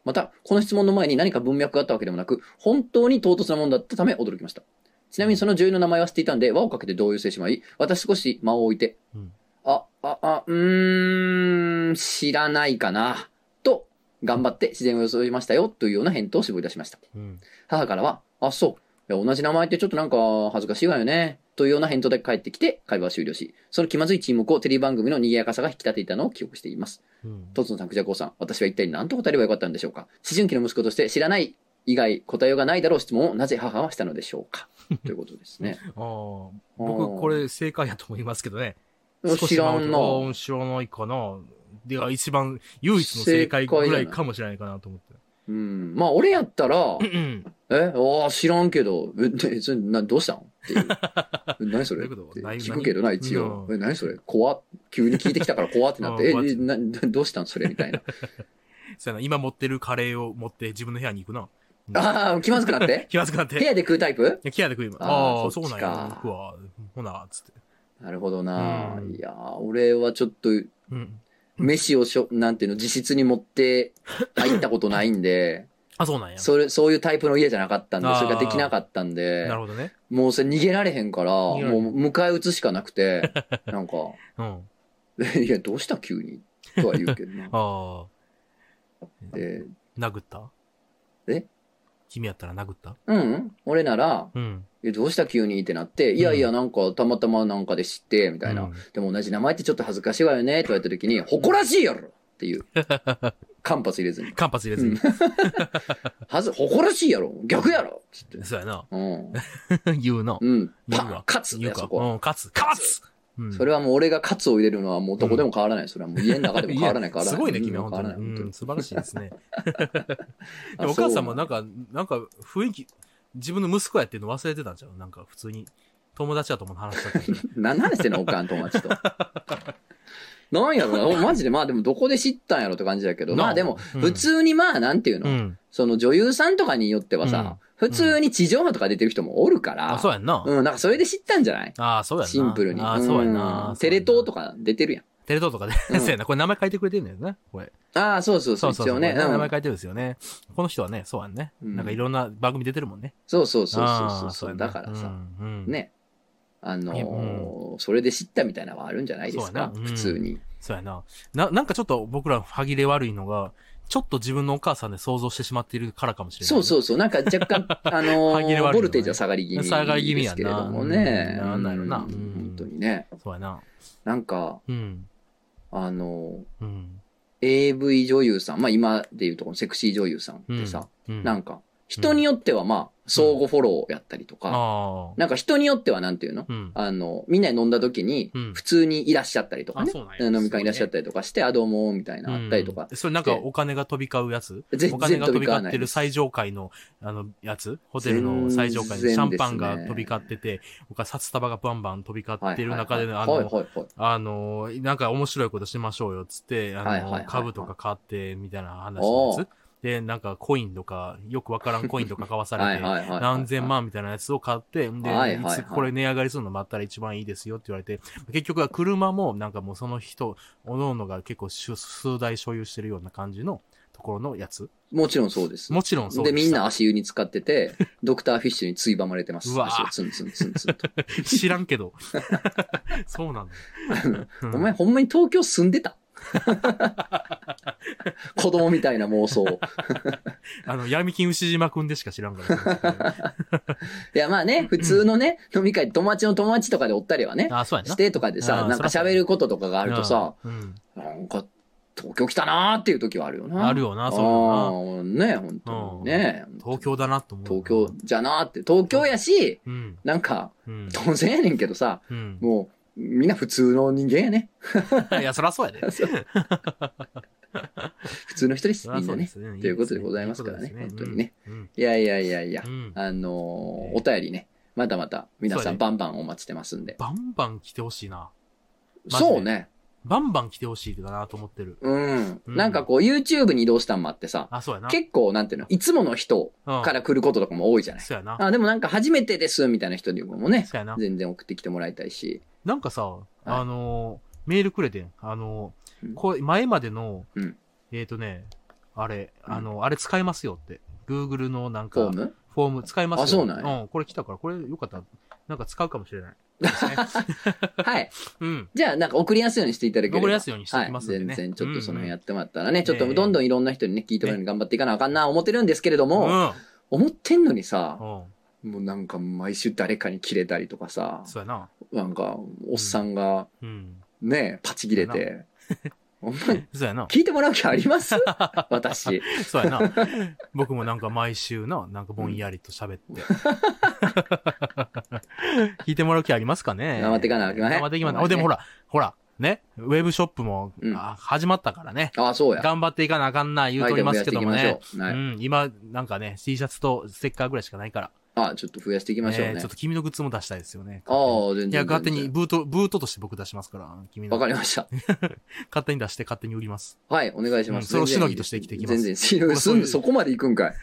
[SPEAKER 1] また、この質問の前に何か文脈があったわけでもなく、本当に唐突なものだったため驚きました。ちなみにその女優の名前は知っていたんで、輪をかけて動揺してしまい、私少し間を置いて、
[SPEAKER 2] うん
[SPEAKER 1] あ、あ、あ、うーん、知らないかな、と、頑張って自然を装いましたよ、というような返答を絞り出しました。
[SPEAKER 2] うん。
[SPEAKER 1] 母からは、あ、そう。いや同じ名前ってちょっとなんか恥ずかしいわよね。というような返答で返ってきて、会話は終了し、その気まずい沈黙をテレビ番組の賑やかさが引き立ていたのを記憶しています。
[SPEAKER 2] うん
[SPEAKER 1] トツノさん、クジャコウさん、私は一体何と答えればよかったんでしょうか思春期の息子として知らない以外答えようがないだろう質問をなぜ母はしたのでしょう かということですね。
[SPEAKER 2] ああ、
[SPEAKER 1] あー
[SPEAKER 2] 僕、これ正解やと思いますけどね。
[SPEAKER 1] 知らんな。
[SPEAKER 2] な。知らないかな。で、あ一番、唯一の正解ぐらいかもしれないかなと思って。
[SPEAKER 1] うん。まあ、俺やったら、
[SPEAKER 2] うん。
[SPEAKER 1] え、ああ、知らんけど、え、ねそれなどうしたんって いう。え何それ
[SPEAKER 2] どういうこと
[SPEAKER 1] って
[SPEAKER 2] 内
[SPEAKER 1] 聞くけどな、一応。
[SPEAKER 2] うん
[SPEAKER 1] え、何それ怖っ急に聞いてきたから怖ってな って、え、
[SPEAKER 2] うん
[SPEAKER 1] えなどうしたんそれみた いな。
[SPEAKER 2] そうやな、今持ってるカレーを持って自分の部屋に行くな。うん
[SPEAKER 1] ああ、気まずくな って
[SPEAKER 2] 気まずくなっ
[SPEAKER 1] 部
[SPEAKER 2] て。
[SPEAKER 1] 屋で食うタイプ
[SPEAKER 2] ケアで食います。
[SPEAKER 1] あー
[SPEAKER 2] あ
[SPEAKER 1] そ
[SPEAKER 2] あ、そ
[SPEAKER 1] っ
[SPEAKER 2] う
[SPEAKER 1] ち
[SPEAKER 2] なん
[SPEAKER 1] か
[SPEAKER 2] や。僕は、ほな、つって。
[SPEAKER 1] なるほどな。
[SPEAKER 2] うん
[SPEAKER 1] いやー、俺はちょっと、
[SPEAKER 2] うん。
[SPEAKER 1] 飯をしょ、なんていうの、自室に持って入ったことないん で、
[SPEAKER 2] あ、そうなんや。
[SPEAKER 1] それ、そういうタイプの家じゃなかったんで、
[SPEAKER 2] あー
[SPEAKER 1] それができなかったんで
[SPEAKER 2] な、るほどね。
[SPEAKER 1] もうそれ逃げられへんから、も
[SPEAKER 2] げ
[SPEAKER 1] う
[SPEAKER 2] られへん
[SPEAKER 1] 迎え撃つしかなく て、なんか、
[SPEAKER 2] うん。。
[SPEAKER 1] え いや、どうした急にとは言うけどな
[SPEAKER 2] ああ。
[SPEAKER 1] で、
[SPEAKER 2] 殴った
[SPEAKER 1] え
[SPEAKER 2] 君やったら殴った
[SPEAKER 1] うんうん、俺なら、
[SPEAKER 2] うん。
[SPEAKER 1] えどうした急にってなって、いやいや、なんか、たまたまなんかで知って、みたいな。
[SPEAKER 2] うん
[SPEAKER 1] でも同じ名前ってちょっと恥ずかしいわよね、と言われた時に、誇らしいやろって いう。間髪入れずに。
[SPEAKER 2] 間髪入れずに。
[SPEAKER 1] はず、誇らしいやろ逆やろつって。
[SPEAKER 2] そうやな。
[SPEAKER 1] うん。
[SPEAKER 2] 言うな。
[SPEAKER 1] うん。
[SPEAKER 2] 言う
[SPEAKER 1] パ
[SPEAKER 2] わ
[SPEAKER 1] ン勝つ
[SPEAKER 2] 言
[SPEAKER 1] ね、
[SPEAKER 2] うか。
[SPEAKER 1] そうこ。
[SPEAKER 2] ん、勝つ。勝つうん
[SPEAKER 1] それはもう俺が勝つを入れるのはもうどこでも変わらない。それはもう家の中でも変わらない、
[SPEAKER 2] い
[SPEAKER 1] 変
[SPEAKER 2] や
[SPEAKER 1] わらない。
[SPEAKER 2] すごいね、
[SPEAKER 1] うん
[SPEAKER 2] 君は
[SPEAKER 1] 変わ
[SPEAKER 2] 本
[SPEAKER 1] らな
[SPEAKER 2] 当
[SPEAKER 1] い、本
[SPEAKER 2] に。
[SPEAKER 1] 当
[SPEAKER 2] うん、
[SPEAKER 1] に。
[SPEAKER 2] 素晴らしいで すね。で
[SPEAKER 1] あ
[SPEAKER 2] お母さんもなん
[SPEAKER 1] そう
[SPEAKER 2] か、なんか雰囲気、自分の息子やっていうの忘れてたんちゃうなんか普通に。友達だと思う話だったけど。
[SPEAKER 1] 何話してんのおかん友達と。なんやろな、マジで、まあでもどこで知ったんやろって感じだけど、
[SPEAKER 2] な あ
[SPEAKER 1] まあでも、
[SPEAKER 2] うん
[SPEAKER 1] 普通にまあなんていうの、
[SPEAKER 2] うん。
[SPEAKER 1] その女優さんとかによってはさ、普通に地上波とか出てる人もおるから、
[SPEAKER 2] あ、そうやんな。
[SPEAKER 1] うん、なんかそれで知ったんじゃない
[SPEAKER 2] ああ、そうやんな。
[SPEAKER 1] シンプルに。
[SPEAKER 2] ああ、そうやんな
[SPEAKER 1] うん。テレ東と
[SPEAKER 2] か。
[SPEAKER 1] か出てるやん。
[SPEAKER 2] テレ東とかで。
[SPEAKER 1] うん
[SPEAKER 2] そうやな。これ名前書いてくれてるんだよね。これ。
[SPEAKER 1] ああ、そうそうそ、
[SPEAKER 2] そううそう
[SPEAKER 1] 一
[SPEAKER 2] そ
[SPEAKER 1] 応
[SPEAKER 2] う。
[SPEAKER 1] ね。
[SPEAKER 2] これ名
[SPEAKER 1] うん
[SPEAKER 2] 前書いてるんですよね。この人はね、そうやんね。
[SPEAKER 1] うん
[SPEAKER 2] なんかいろんな番組出てるもんね。
[SPEAKER 1] そうそうそうそう
[SPEAKER 2] あ
[SPEAKER 1] そ
[SPEAKER 2] あ
[SPEAKER 1] うそう。
[SPEAKER 2] やな
[SPEAKER 1] だから
[SPEAKER 2] う
[SPEAKER 1] さ、
[SPEAKER 2] んうん
[SPEAKER 1] ね。あの
[SPEAKER 2] いや
[SPEAKER 1] ー
[SPEAKER 2] う
[SPEAKER 1] それで知ったみたいなのはあるんじゃないですか、
[SPEAKER 2] そうやなうん
[SPEAKER 1] 普通に。
[SPEAKER 2] そうやな。な、なんかちょっと僕ら歯切れ悪いのが、ちょっと自分のお母さんで想像してしまっているからかもしれない。
[SPEAKER 1] そうそうそう。なんか若干、あの
[SPEAKER 2] 歯切れ悪い
[SPEAKER 1] ー
[SPEAKER 2] よね
[SPEAKER 1] ボルテージは下がり気味
[SPEAKER 2] 下がり気味
[SPEAKER 1] です
[SPEAKER 2] やな
[SPEAKER 1] けれどもね。
[SPEAKER 2] うんなんだろうな
[SPEAKER 1] うん
[SPEAKER 2] うん
[SPEAKER 1] 本当にね。
[SPEAKER 2] そうやな。
[SPEAKER 1] なんか、
[SPEAKER 2] うん。
[SPEAKER 1] あのー
[SPEAKER 2] うん。
[SPEAKER 1] AV 女優さん、まあ今でいうとこのセクシー女優さんってさ、
[SPEAKER 2] うん
[SPEAKER 1] なんか、人によってはまあ、相互フォローやったりとか、
[SPEAKER 2] ああ。
[SPEAKER 1] なんか人によってはなんていうの
[SPEAKER 2] うん。
[SPEAKER 1] あの、みんなで飲んだ時に
[SPEAKER 2] うん、
[SPEAKER 1] 普通にいらっしゃったりとかね
[SPEAKER 2] あそうなん。や
[SPEAKER 1] 飲み会いらっしゃったりとかして、あ、どうも、みたいな、あったりとか
[SPEAKER 2] うん。それなんかお金が飛び交うやつ
[SPEAKER 1] 全然
[SPEAKER 2] お金が飛び交って
[SPEAKER 1] 飛び交わな
[SPEAKER 2] る
[SPEAKER 1] い
[SPEAKER 2] 最上階の、あの、やつホテルの最上階
[SPEAKER 1] 全
[SPEAKER 2] で
[SPEAKER 1] 然
[SPEAKER 2] シャンパンが
[SPEAKER 1] ですね
[SPEAKER 2] 飛び交ってて、他札束がバンバン飛び交
[SPEAKER 1] は
[SPEAKER 2] っ
[SPEAKER 1] い
[SPEAKER 2] てる中での、
[SPEAKER 1] は
[SPEAKER 2] あ
[SPEAKER 1] いはい
[SPEAKER 2] の、
[SPEAKER 1] はいはいはい。
[SPEAKER 2] あの、なんか面白いことしましょうよ、つって、あの、
[SPEAKER 1] はいはいはいはい
[SPEAKER 2] 株とか買って、みたいな話のや
[SPEAKER 1] お
[SPEAKER 2] つ。で、なんかコインとか、よくわからんコインとか買わされて、
[SPEAKER 1] はいはいはい
[SPEAKER 2] 何千万みたいなやつを買っ
[SPEAKER 1] は
[SPEAKER 2] て、で、
[SPEAKER 1] いはいはい
[SPEAKER 2] いつこれ値上がりするの待ったら一番いいですよって言われて、結局は車もなんかもうその人、おののが結構しゅ数台所有してるような感じのところのやつ。
[SPEAKER 1] もちろんそうです。
[SPEAKER 2] もちろんそう
[SPEAKER 1] で、
[SPEAKER 2] した
[SPEAKER 1] みんな、足湯に使って て、ドクターフィッシュについばまれてます。
[SPEAKER 2] うわ
[SPEAKER 1] 足をツンツンツンツンと。
[SPEAKER 2] 知らんけど。 そうなんだ。うん
[SPEAKER 1] お前、ほんまに東京住ん でた子供みたいな妄想。
[SPEAKER 2] あの、闇金牛島くんでしか知らんから。
[SPEAKER 1] いや、まあね、普通のね、飲み会、友達の友達とかでおったりはね、
[SPEAKER 2] あ、そうやな。
[SPEAKER 1] してとかで
[SPEAKER 2] あ
[SPEAKER 1] さ、な
[SPEAKER 2] ー
[SPEAKER 1] んか
[SPEAKER 2] そらそう
[SPEAKER 1] 喋ることとかがあるとさ、
[SPEAKER 2] うん、
[SPEAKER 1] なんか、東京来たなーっていう時はあるよな。
[SPEAKER 2] あるよな、そう
[SPEAKER 1] あー
[SPEAKER 2] よ
[SPEAKER 1] ね、本当にね。
[SPEAKER 2] な。東京だなと思う。
[SPEAKER 1] 東京。じゃなーって、東京やし、
[SPEAKER 2] うん。
[SPEAKER 1] なんか、
[SPEAKER 2] うん。
[SPEAKER 1] 当然やねんけどさ、
[SPEAKER 2] うん。
[SPEAKER 1] もう、みんな普通の人間やね。
[SPEAKER 2] いや、そらそうやで。
[SPEAKER 1] 普通の人です、
[SPEAKER 2] そら
[SPEAKER 1] みん
[SPEAKER 2] そ
[SPEAKER 1] な
[SPEAKER 2] うで
[SPEAKER 1] ね。
[SPEAKER 2] すね。
[SPEAKER 1] ということでございますからね
[SPEAKER 2] いいこと
[SPEAKER 1] 本
[SPEAKER 2] です
[SPEAKER 1] 当にね。
[SPEAKER 2] うん。
[SPEAKER 1] いやいやいやいや
[SPEAKER 2] う、ん
[SPEAKER 1] あのー
[SPEAKER 2] ええ
[SPEAKER 1] お便りね、またまた皆
[SPEAKER 2] そう
[SPEAKER 1] さ
[SPEAKER 2] や
[SPEAKER 1] ん
[SPEAKER 2] ね
[SPEAKER 1] バンバンお待ちしてますんで。
[SPEAKER 2] バンバン来てほしいな。マジで
[SPEAKER 1] そうね。
[SPEAKER 2] バンバン来てほしいかなと思ってる。
[SPEAKER 1] うん。
[SPEAKER 2] うん
[SPEAKER 1] なんかこう YouTube に移動したんもあってさ、
[SPEAKER 2] あ、そうやな。
[SPEAKER 1] 結構なんていうの、いつもの人
[SPEAKER 2] 構
[SPEAKER 1] から来ることとかも多いじゃない。
[SPEAKER 2] そうやな。
[SPEAKER 1] あ、でもなんか初めてですみたいな人にもね、
[SPEAKER 2] そうやな。
[SPEAKER 1] 全然送ってきてもらいたいし。
[SPEAKER 2] なんかさ、あのー、メールくれてん。あの
[SPEAKER 1] う
[SPEAKER 2] ー
[SPEAKER 1] ん
[SPEAKER 2] こう前までの
[SPEAKER 1] うん、
[SPEAKER 2] えっとね、あれ、
[SPEAKER 1] うん
[SPEAKER 2] あの、あれ使えますよって。Google のなん
[SPEAKER 1] フォ
[SPEAKER 2] か
[SPEAKER 1] ー、ム
[SPEAKER 2] フォーム使いますよ。
[SPEAKER 1] あそうなんや
[SPEAKER 2] うん、これ来たから、これよかったら、なんか使うかも しれない。
[SPEAKER 1] はい。
[SPEAKER 2] うん。
[SPEAKER 1] じゃあなんか送りやすいようにしていただければ。
[SPEAKER 2] 送りやすいようにしていきますんでね
[SPEAKER 1] はい。全然ちょっとその辺やってもらったらね、
[SPEAKER 2] ん
[SPEAKER 1] ちょっとどんどんいろんな人にね、聞いてもらうように頑張っていかなあかんな思ってるんですけれど
[SPEAKER 2] うん。
[SPEAKER 1] も、思ってんのにさ、
[SPEAKER 2] うん。
[SPEAKER 1] もうなんか毎週誰かに切れたりとかさ、
[SPEAKER 2] そうやな。
[SPEAKER 1] なんかおっさんが
[SPEAKER 2] うん。
[SPEAKER 1] ね、パチ切れて、 お前
[SPEAKER 2] そうやな。
[SPEAKER 1] 聞いてもらう気あります 私。
[SPEAKER 2] そうやな。僕もなんか毎週な、なんかぼんやりと 喋って。聞いてもらう気ありますかね
[SPEAKER 1] 頑張っていかなあきまへん
[SPEAKER 2] 頑張っていきま
[SPEAKER 1] ほんまにね
[SPEAKER 2] あ、でもほら、ほら、ね、ウェブショップも、
[SPEAKER 1] うん
[SPEAKER 2] あ始まったからね。
[SPEAKER 1] ああ、そうや。
[SPEAKER 2] 頑張っていかなあかんな言うとりますけども
[SPEAKER 1] アイテム増や
[SPEAKER 2] ね
[SPEAKER 1] し。ていきましょう。はい。
[SPEAKER 2] うん、今、なんかね、T シャツとステッカーぐらいしかないから。
[SPEAKER 1] ああ、ちょっと増やしていきましょうね。
[SPEAKER 2] えーちょっと君のグッズも出したいですよね。
[SPEAKER 1] ああ、全然。
[SPEAKER 2] いや、勝手
[SPEAKER 1] 全
[SPEAKER 2] に
[SPEAKER 1] 然。
[SPEAKER 2] ブート、ブートとして僕出しますから、君の。
[SPEAKER 1] わかりました。
[SPEAKER 2] 勝手に出して勝手に売ります。
[SPEAKER 1] はい、お願いしま
[SPEAKER 2] うん
[SPEAKER 1] す。
[SPEAKER 2] それを
[SPEAKER 1] 全然
[SPEAKER 2] しのぎとして生きていきま
[SPEAKER 1] 全
[SPEAKER 2] す
[SPEAKER 1] 然、しのぎ、す
[SPEAKER 2] そうい
[SPEAKER 1] ん
[SPEAKER 2] う
[SPEAKER 1] そこまで行くん かい。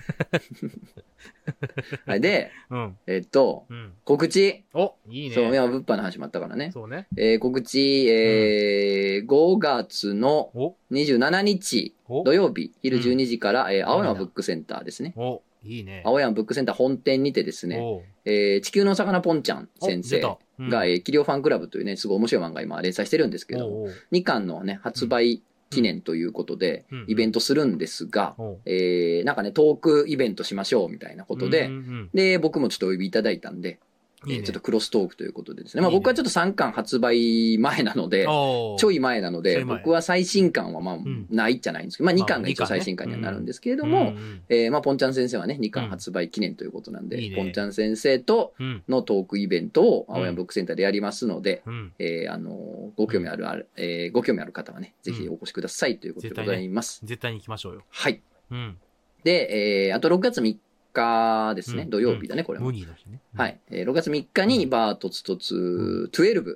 [SPEAKER 1] はい、で、
[SPEAKER 2] うん。
[SPEAKER 1] えっと、
[SPEAKER 2] うん。
[SPEAKER 1] 告知。
[SPEAKER 2] お、いいね。
[SPEAKER 1] そう、今、物販の始まったからね。
[SPEAKER 2] そうね。
[SPEAKER 1] えー告知、えー5月の
[SPEAKER 2] お、
[SPEAKER 1] 27日
[SPEAKER 2] お
[SPEAKER 1] 土、曜日、昼
[SPEAKER 2] うん
[SPEAKER 1] 12時から、えー青
[SPEAKER 2] いい
[SPEAKER 1] 山
[SPEAKER 2] な
[SPEAKER 1] ブックセンターですね。
[SPEAKER 2] お、いいね。
[SPEAKER 1] 青山ブックセンター本店にてですね、
[SPEAKER 2] おう
[SPEAKER 1] えー地球の魚ポンちゃん
[SPEAKER 2] お
[SPEAKER 1] 先生
[SPEAKER 2] 出た
[SPEAKER 1] が、
[SPEAKER 2] う
[SPEAKER 1] え
[SPEAKER 2] ん
[SPEAKER 1] ー、企業ファンクラブというね、すごい面白い漫画今連載してるんですけども、
[SPEAKER 2] おう
[SPEAKER 1] 2巻のね、発売記念ということで
[SPEAKER 2] うん、
[SPEAKER 1] イベントするんですが、
[SPEAKER 2] おう
[SPEAKER 1] えーなんかね、トークイベントしましょうみたいなことで、
[SPEAKER 2] うんうん
[SPEAKER 1] で、僕もちょっとお呼びいただいたんで、
[SPEAKER 2] うんいい
[SPEAKER 1] えー
[SPEAKER 2] ね。
[SPEAKER 1] ちょっとクロストークということでですね、まあ
[SPEAKER 2] いいね
[SPEAKER 1] 僕はちょっと3巻発売前なので、
[SPEAKER 2] おう
[SPEAKER 1] ちょい前なの
[SPEAKER 2] ちょ
[SPEAKER 1] で、
[SPEAKER 2] い前
[SPEAKER 1] 僕は最新巻はまあ
[SPEAKER 2] ん、
[SPEAKER 1] ないっちゃないんですけど、まあ2巻が一
[SPEAKER 2] ま
[SPEAKER 1] 応
[SPEAKER 2] あ二巻ね
[SPEAKER 1] 最新巻にはなるんですけれ
[SPEAKER 2] う
[SPEAKER 1] ど
[SPEAKER 2] ん
[SPEAKER 1] も、
[SPEAKER 2] うん
[SPEAKER 1] えーまあ、ポンちゃん先生はね、2
[SPEAKER 2] う
[SPEAKER 1] 巻
[SPEAKER 2] ん
[SPEAKER 1] 発売記念ということなんで、
[SPEAKER 2] いいね
[SPEAKER 1] ポンちゃん先生と
[SPEAKER 2] うん。
[SPEAKER 1] のトークイベントを
[SPEAKER 2] ん
[SPEAKER 1] 青山ブックセンターでやりますので、
[SPEAKER 2] うん。
[SPEAKER 1] えーあのーご興味ある、あるえーご興味ある方はね、ぜひお越しくださいということで
[SPEAKER 2] 絶対
[SPEAKER 1] ご
[SPEAKER 2] ね
[SPEAKER 1] ざいます。
[SPEAKER 2] 絶対に行きましょうよ。
[SPEAKER 1] はい。
[SPEAKER 2] うん。
[SPEAKER 1] で、えーあと6月3日ですね、
[SPEAKER 2] うん
[SPEAKER 1] 土曜日だね、これも
[SPEAKER 2] 無理の日ね。うん
[SPEAKER 1] は。い。えー6月3日に、バートツトツ12。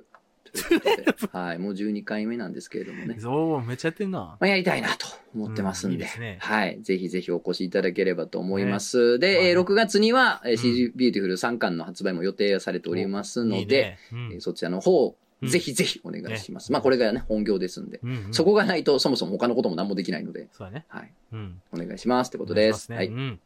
[SPEAKER 1] はい。もう12回目なんですけれどもね。
[SPEAKER 2] そう、めっちゃやってんな。
[SPEAKER 1] まあ、やりたいなと思ってますんで。
[SPEAKER 2] うんいいですね
[SPEAKER 1] はい。ぜひぜひお越しいただければと思います。で、えー
[SPEAKER 2] まあ
[SPEAKER 1] 6月には、えー
[SPEAKER 2] うん
[SPEAKER 1] CG ビューティフル3巻の発売も予定されておりますので、
[SPEAKER 2] いいねう
[SPEAKER 1] え
[SPEAKER 2] ん
[SPEAKER 1] ーそちらの方、
[SPEAKER 2] うん
[SPEAKER 1] ぜひぜひお願いします。まあ、これがね、本業ですんで。
[SPEAKER 2] うんうん
[SPEAKER 1] そこがないと、そもそも他のことも何もできないので、
[SPEAKER 2] そうだね。
[SPEAKER 1] はい。
[SPEAKER 2] うん。
[SPEAKER 1] お願いしますってこと
[SPEAKER 2] お願い
[SPEAKER 1] で。
[SPEAKER 2] しますね
[SPEAKER 1] は
[SPEAKER 2] う
[SPEAKER 1] い。
[SPEAKER 2] ん。い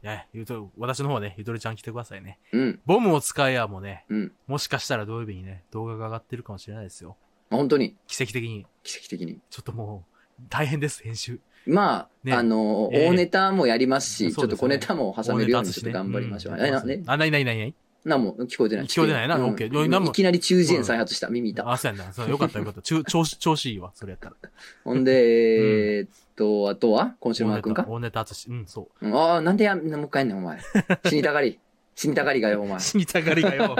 [SPEAKER 2] や、ゆと、私の方はね、ゆとりちゃん来てくださいね。
[SPEAKER 1] うん。
[SPEAKER 2] ボムを使えやもね、
[SPEAKER 1] うん。
[SPEAKER 2] もしかしたら土曜日にね、動画が上がってるかもしれないですよ。
[SPEAKER 1] まあ本当に、
[SPEAKER 2] 奇跡的に。
[SPEAKER 1] 奇跡的に。
[SPEAKER 2] ちょっともう、大変です、編集。
[SPEAKER 1] まあ、
[SPEAKER 2] ね
[SPEAKER 1] あの、
[SPEAKER 2] ええ
[SPEAKER 1] 大ネタもやりますし、
[SPEAKER 2] そ
[SPEAKER 1] ちょ
[SPEAKER 2] う
[SPEAKER 1] っ
[SPEAKER 2] です
[SPEAKER 1] と小ネ
[SPEAKER 2] ね
[SPEAKER 1] タも挟めるように
[SPEAKER 2] 大ネタ
[SPEAKER 1] ちょっと頑張りましょう。え、な、ね、
[SPEAKER 2] あ、ないないないない。
[SPEAKER 1] 何も聞こえてない。
[SPEAKER 2] 聞こえてないな
[SPEAKER 1] うん
[SPEAKER 2] オッケー何も
[SPEAKER 1] いきなり中耳炎再発した。耳痛。
[SPEAKER 2] あ、そうやんな。そうよかったよかった。ちゅ調子、調子いいわ、それやったら。
[SPEAKER 1] ほんで、えーっと、あとは今週
[SPEAKER 2] 大
[SPEAKER 1] のマー
[SPEAKER 2] ネ
[SPEAKER 1] 君
[SPEAKER 2] タ、
[SPEAKER 1] か
[SPEAKER 2] 大ネタ淳。うん、そ
[SPEAKER 1] うんああ、なんでやん、もう一回やんねん、お前。死にたが り。死にたがりがよ、お前
[SPEAKER 2] う。。死にたがりが よ。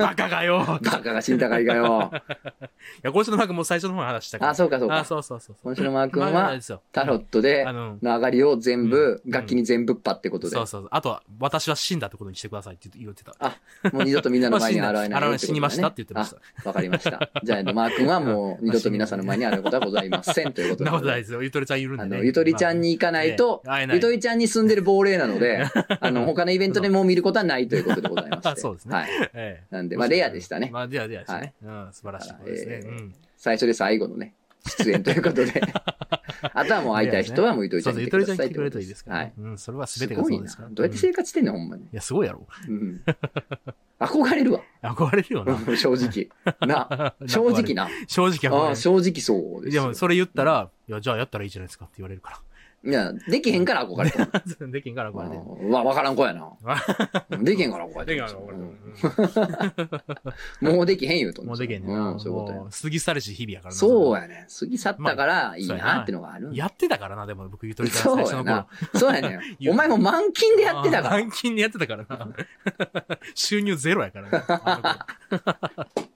[SPEAKER 2] バカがよ。い
[SPEAKER 1] バカが死にたがりが よ。
[SPEAKER 2] や、今週のマークもう最初の方に話したから。
[SPEAKER 1] あ、そうか、そう
[SPEAKER 2] あ、
[SPEAKER 1] か。
[SPEAKER 2] そうそうそうそう。
[SPEAKER 1] 今週のマー君
[SPEAKER 2] まああれ
[SPEAKER 1] は
[SPEAKER 2] で、すよ
[SPEAKER 1] タロットで
[SPEAKER 2] あ、の、
[SPEAKER 1] の上がりを全部、
[SPEAKER 2] うん
[SPEAKER 1] 楽器に全部っぱってことで
[SPEAKER 2] そ。うそうそう。あとは、私は死んだってことにしてくださいって言ってた。
[SPEAKER 1] もう二度とみんなの前に現れないよってことだね。
[SPEAKER 2] あ死にましたって言ってました。
[SPEAKER 1] あ。わかりました。じゃあ、えっとマー君はもう二度と皆さんの前に現れることはございませんということ
[SPEAKER 2] なことない
[SPEAKER 1] で。
[SPEAKER 2] ですよ。ゆとりちゃんいるん
[SPEAKER 1] あ
[SPEAKER 2] で
[SPEAKER 1] の、
[SPEAKER 2] ね。
[SPEAKER 1] ゆとりちゃんに行かないと
[SPEAKER 2] ね会え、ない
[SPEAKER 1] ゆとりちゃんに住んでる亡霊なの で、あの、他のイベントでもう見ることはないということでございまして。
[SPEAKER 2] そうですね
[SPEAKER 1] はい。
[SPEAKER 2] まあ。ええ
[SPEAKER 1] なんで、まあ、レアでしたね。
[SPEAKER 2] まあ、レアレアでしたね。うん、素晴らしいことですね。
[SPEAKER 1] だか
[SPEAKER 2] う
[SPEAKER 1] らえー
[SPEAKER 2] ん。
[SPEAKER 1] 最初で最後のね、出演ということ で。あとはもう会いたい人はもうゆとりち
[SPEAKER 2] そ
[SPEAKER 1] ゃ
[SPEAKER 2] うんそ
[SPEAKER 1] に
[SPEAKER 2] う、ゆ
[SPEAKER 1] 来てく
[SPEAKER 2] とりち
[SPEAKER 1] だ
[SPEAKER 2] ゃん
[SPEAKER 1] さい
[SPEAKER 2] 来
[SPEAKER 1] っててこ
[SPEAKER 2] くれる
[SPEAKER 1] と
[SPEAKER 2] といいですから。
[SPEAKER 1] はい。
[SPEAKER 2] うん、それは
[SPEAKER 1] す
[SPEAKER 2] 全てが
[SPEAKER 1] ご
[SPEAKER 2] そ
[SPEAKER 1] いう
[SPEAKER 2] で
[SPEAKER 1] な
[SPEAKER 2] すから。。
[SPEAKER 1] どうやって
[SPEAKER 2] うん
[SPEAKER 1] 生活してんの、ほんまに。
[SPEAKER 2] いや、すごいやろ。
[SPEAKER 1] うん。憧れるわ。
[SPEAKER 2] 憧れるよな。。
[SPEAKER 1] 正直。な 正直な。
[SPEAKER 2] 正直
[SPEAKER 1] ああ、
[SPEAKER 2] 憧
[SPEAKER 1] 正直そう
[SPEAKER 2] れる。
[SPEAKER 1] です
[SPEAKER 2] で
[SPEAKER 1] よ。
[SPEAKER 2] も、それ言ったら、いや、じゃあやったらいいじゃないですかって言われるか
[SPEAKER 1] いや、できへんから憧れて る。
[SPEAKER 2] ら。できんから
[SPEAKER 1] う
[SPEAKER 2] 憧れてる。
[SPEAKER 1] んわ、わからん子やな。できへんから憧れて
[SPEAKER 2] でき
[SPEAKER 1] る
[SPEAKER 2] んから憧れてる
[SPEAKER 1] うんもうできへん言うと
[SPEAKER 2] うん。
[SPEAKER 1] ん
[SPEAKER 2] も
[SPEAKER 1] ですよ
[SPEAKER 2] うできへんねんな。
[SPEAKER 1] うん、そういうことや
[SPEAKER 2] も。う過ぎ去るし日々やからな。
[SPEAKER 1] そう
[SPEAKER 2] や。
[SPEAKER 1] やね。過ぎ去ったからいいなってのがあるんだ
[SPEAKER 2] やってたからな、でも僕、ゆとりちゃん
[SPEAKER 1] そ
[SPEAKER 2] 最
[SPEAKER 1] う
[SPEAKER 2] 初
[SPEAKER 1] や
[SPEAKER 2] の
[SPEAKER 1] な
[SPEAKER 2] 頃。。
[SPEAKER 1] そうやね。 お前も満勤でやってたか
[SPEAKER 2] あー
[SPEAKER 1] ら。
[SPEAKER 2] 満金でやってたからな。 収入ゼロやからな。あの頃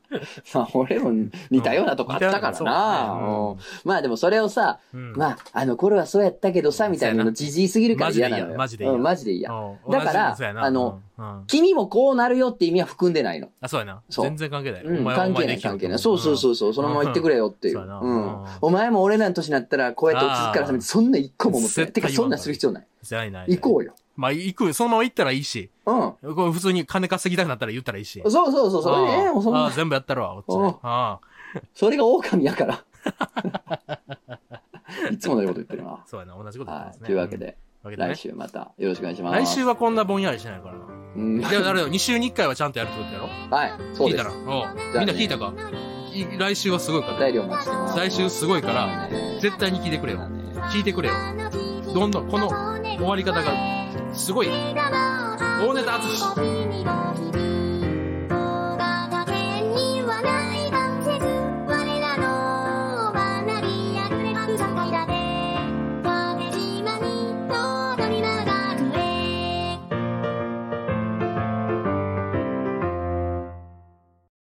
[SPEAKER 1] まあ、俺も 似たようなとこあったからな。うんまあでもそれをさ、ま
[SPEAKER 2] あ、
[SPEAKER 1] あ、あの頃はそうやったけどさ、みたいなのじじいすぎるから嫌なのよ。
[SPEAKER 2] マジで嫌
[SPEAKER 1] うんマジで嫌。
[SPEAKER 2] うん
[SPEAKER 1] だから
[SPEAKER 2] 同じそうやな
[SPEAKER 1] あの
[SPEAKER 2] うんうん
[SPEAKER 1] 君もこうなるよって意味は含んでないの。
[SPEAKER 2] あ、そうやな。
[SPEAKER 1] そう
[SPEAKER 2] 全然関係ない。
[SPEAKER 1] うん、
[SPEAKER 2] お前はお
[SPEAKER 1] 関係
[SPEAKER 2] 前
[SPEAKER 1] な
[SPEAKER 2] で
[SPEAKER 1] い
[SPEAKER 2] 生きる
[SPEAKER 1] 関係ない。そうそうそうそう、そのまま言ってくれよっていう。
[SPEAKER 2] そう
[SPEAKER 1] う
[SPEAKER 2] やなんうん。
[SPEAKER 1] お前も俺らの年になったら、こうやって落ち着くから
[SPEAKER 2] あ
[SPEAKER 1] さみた
[SPEAKER 2] ー
[SPEAKER 1] いなそんなん一個も思ってない。
[SPEAKER 2] 絶
[SPEAKER 1] て
[SPEAKER 2] 対
[SPEAKER 1] か、そんなんする必要ない。
[SPEAKER 2] じゃないない。
[SPEAKER 1] 行こ
[SPEAKER 2] う。
[SPEAKER 1] うよ。
[SPEAKER 2] まあ、行く。そのまま行ったらいいし。
[SPEAKER 1] う
[SPEAKER 2] こう普通に金稼ぎたくなったら言ったらいいし。
[SPEAKER 1] ん。そうそうそう、それ
[SPEAKER 2] あ
[SPEAKER 1] ね、
[SPEAKER 2] あ
[SPEAKER 1] もうそん
[SPEAKER 2] ああ
[SPEAKER 1] な、
[SPEAKER 2] 全部やったるわ、こっち
[SPEAKER 1] うん
[SPEAKER 2] あ
[SPEAKER 1] それが狼や から。いつものようなこと言ってる
[SPEAKER 2] あ
[SPEAKER 1] な。
[SPEAKER 2] そうやな、同じこと言っ
[SPEAKER 1] は
[SPEAKER 2] てます
[SPEAKER 1] い。
[SPEAKER 2] ね。
[SPEAKER 1] というわけで、
[SPEAKER 2] うん。わけでね
[SPEAKER 1] 来週またよろしくお願いします。
[SPEAKER 2] 来週はこんなぼんやりしないからな。
[SPEAKER 1] うん。
[SPEAKER 2] でもあれよ、2週に1回はちゃんとやるってことやろ
[SPEAKER 1] はい、そう
[SPEAKER 2] 聞い
[SPEAKER 1] で
[SPEAKER 2] た
[SPEAKER 1] す
[SPEAKER 2] ら。。おう
[SPEAKER 1] じゃ
[SPEAKER 2] み
[SPEAKER 1] あね
[SPEAKER 2] んな聞いたかい来週はすごいか
[SPEAKER 1] お
[SPEAKER 2] ら。
[SPEAKER 1] 便りお待ちしてます。
[SPEAKER 2] 来週すごいから、絶対に聞いてくれよ。聞いてくれよ。どんどん、この終わり方が、すごい。大ネタ
[SPEAKER 5] 「
[SPEAKER 2] 淳。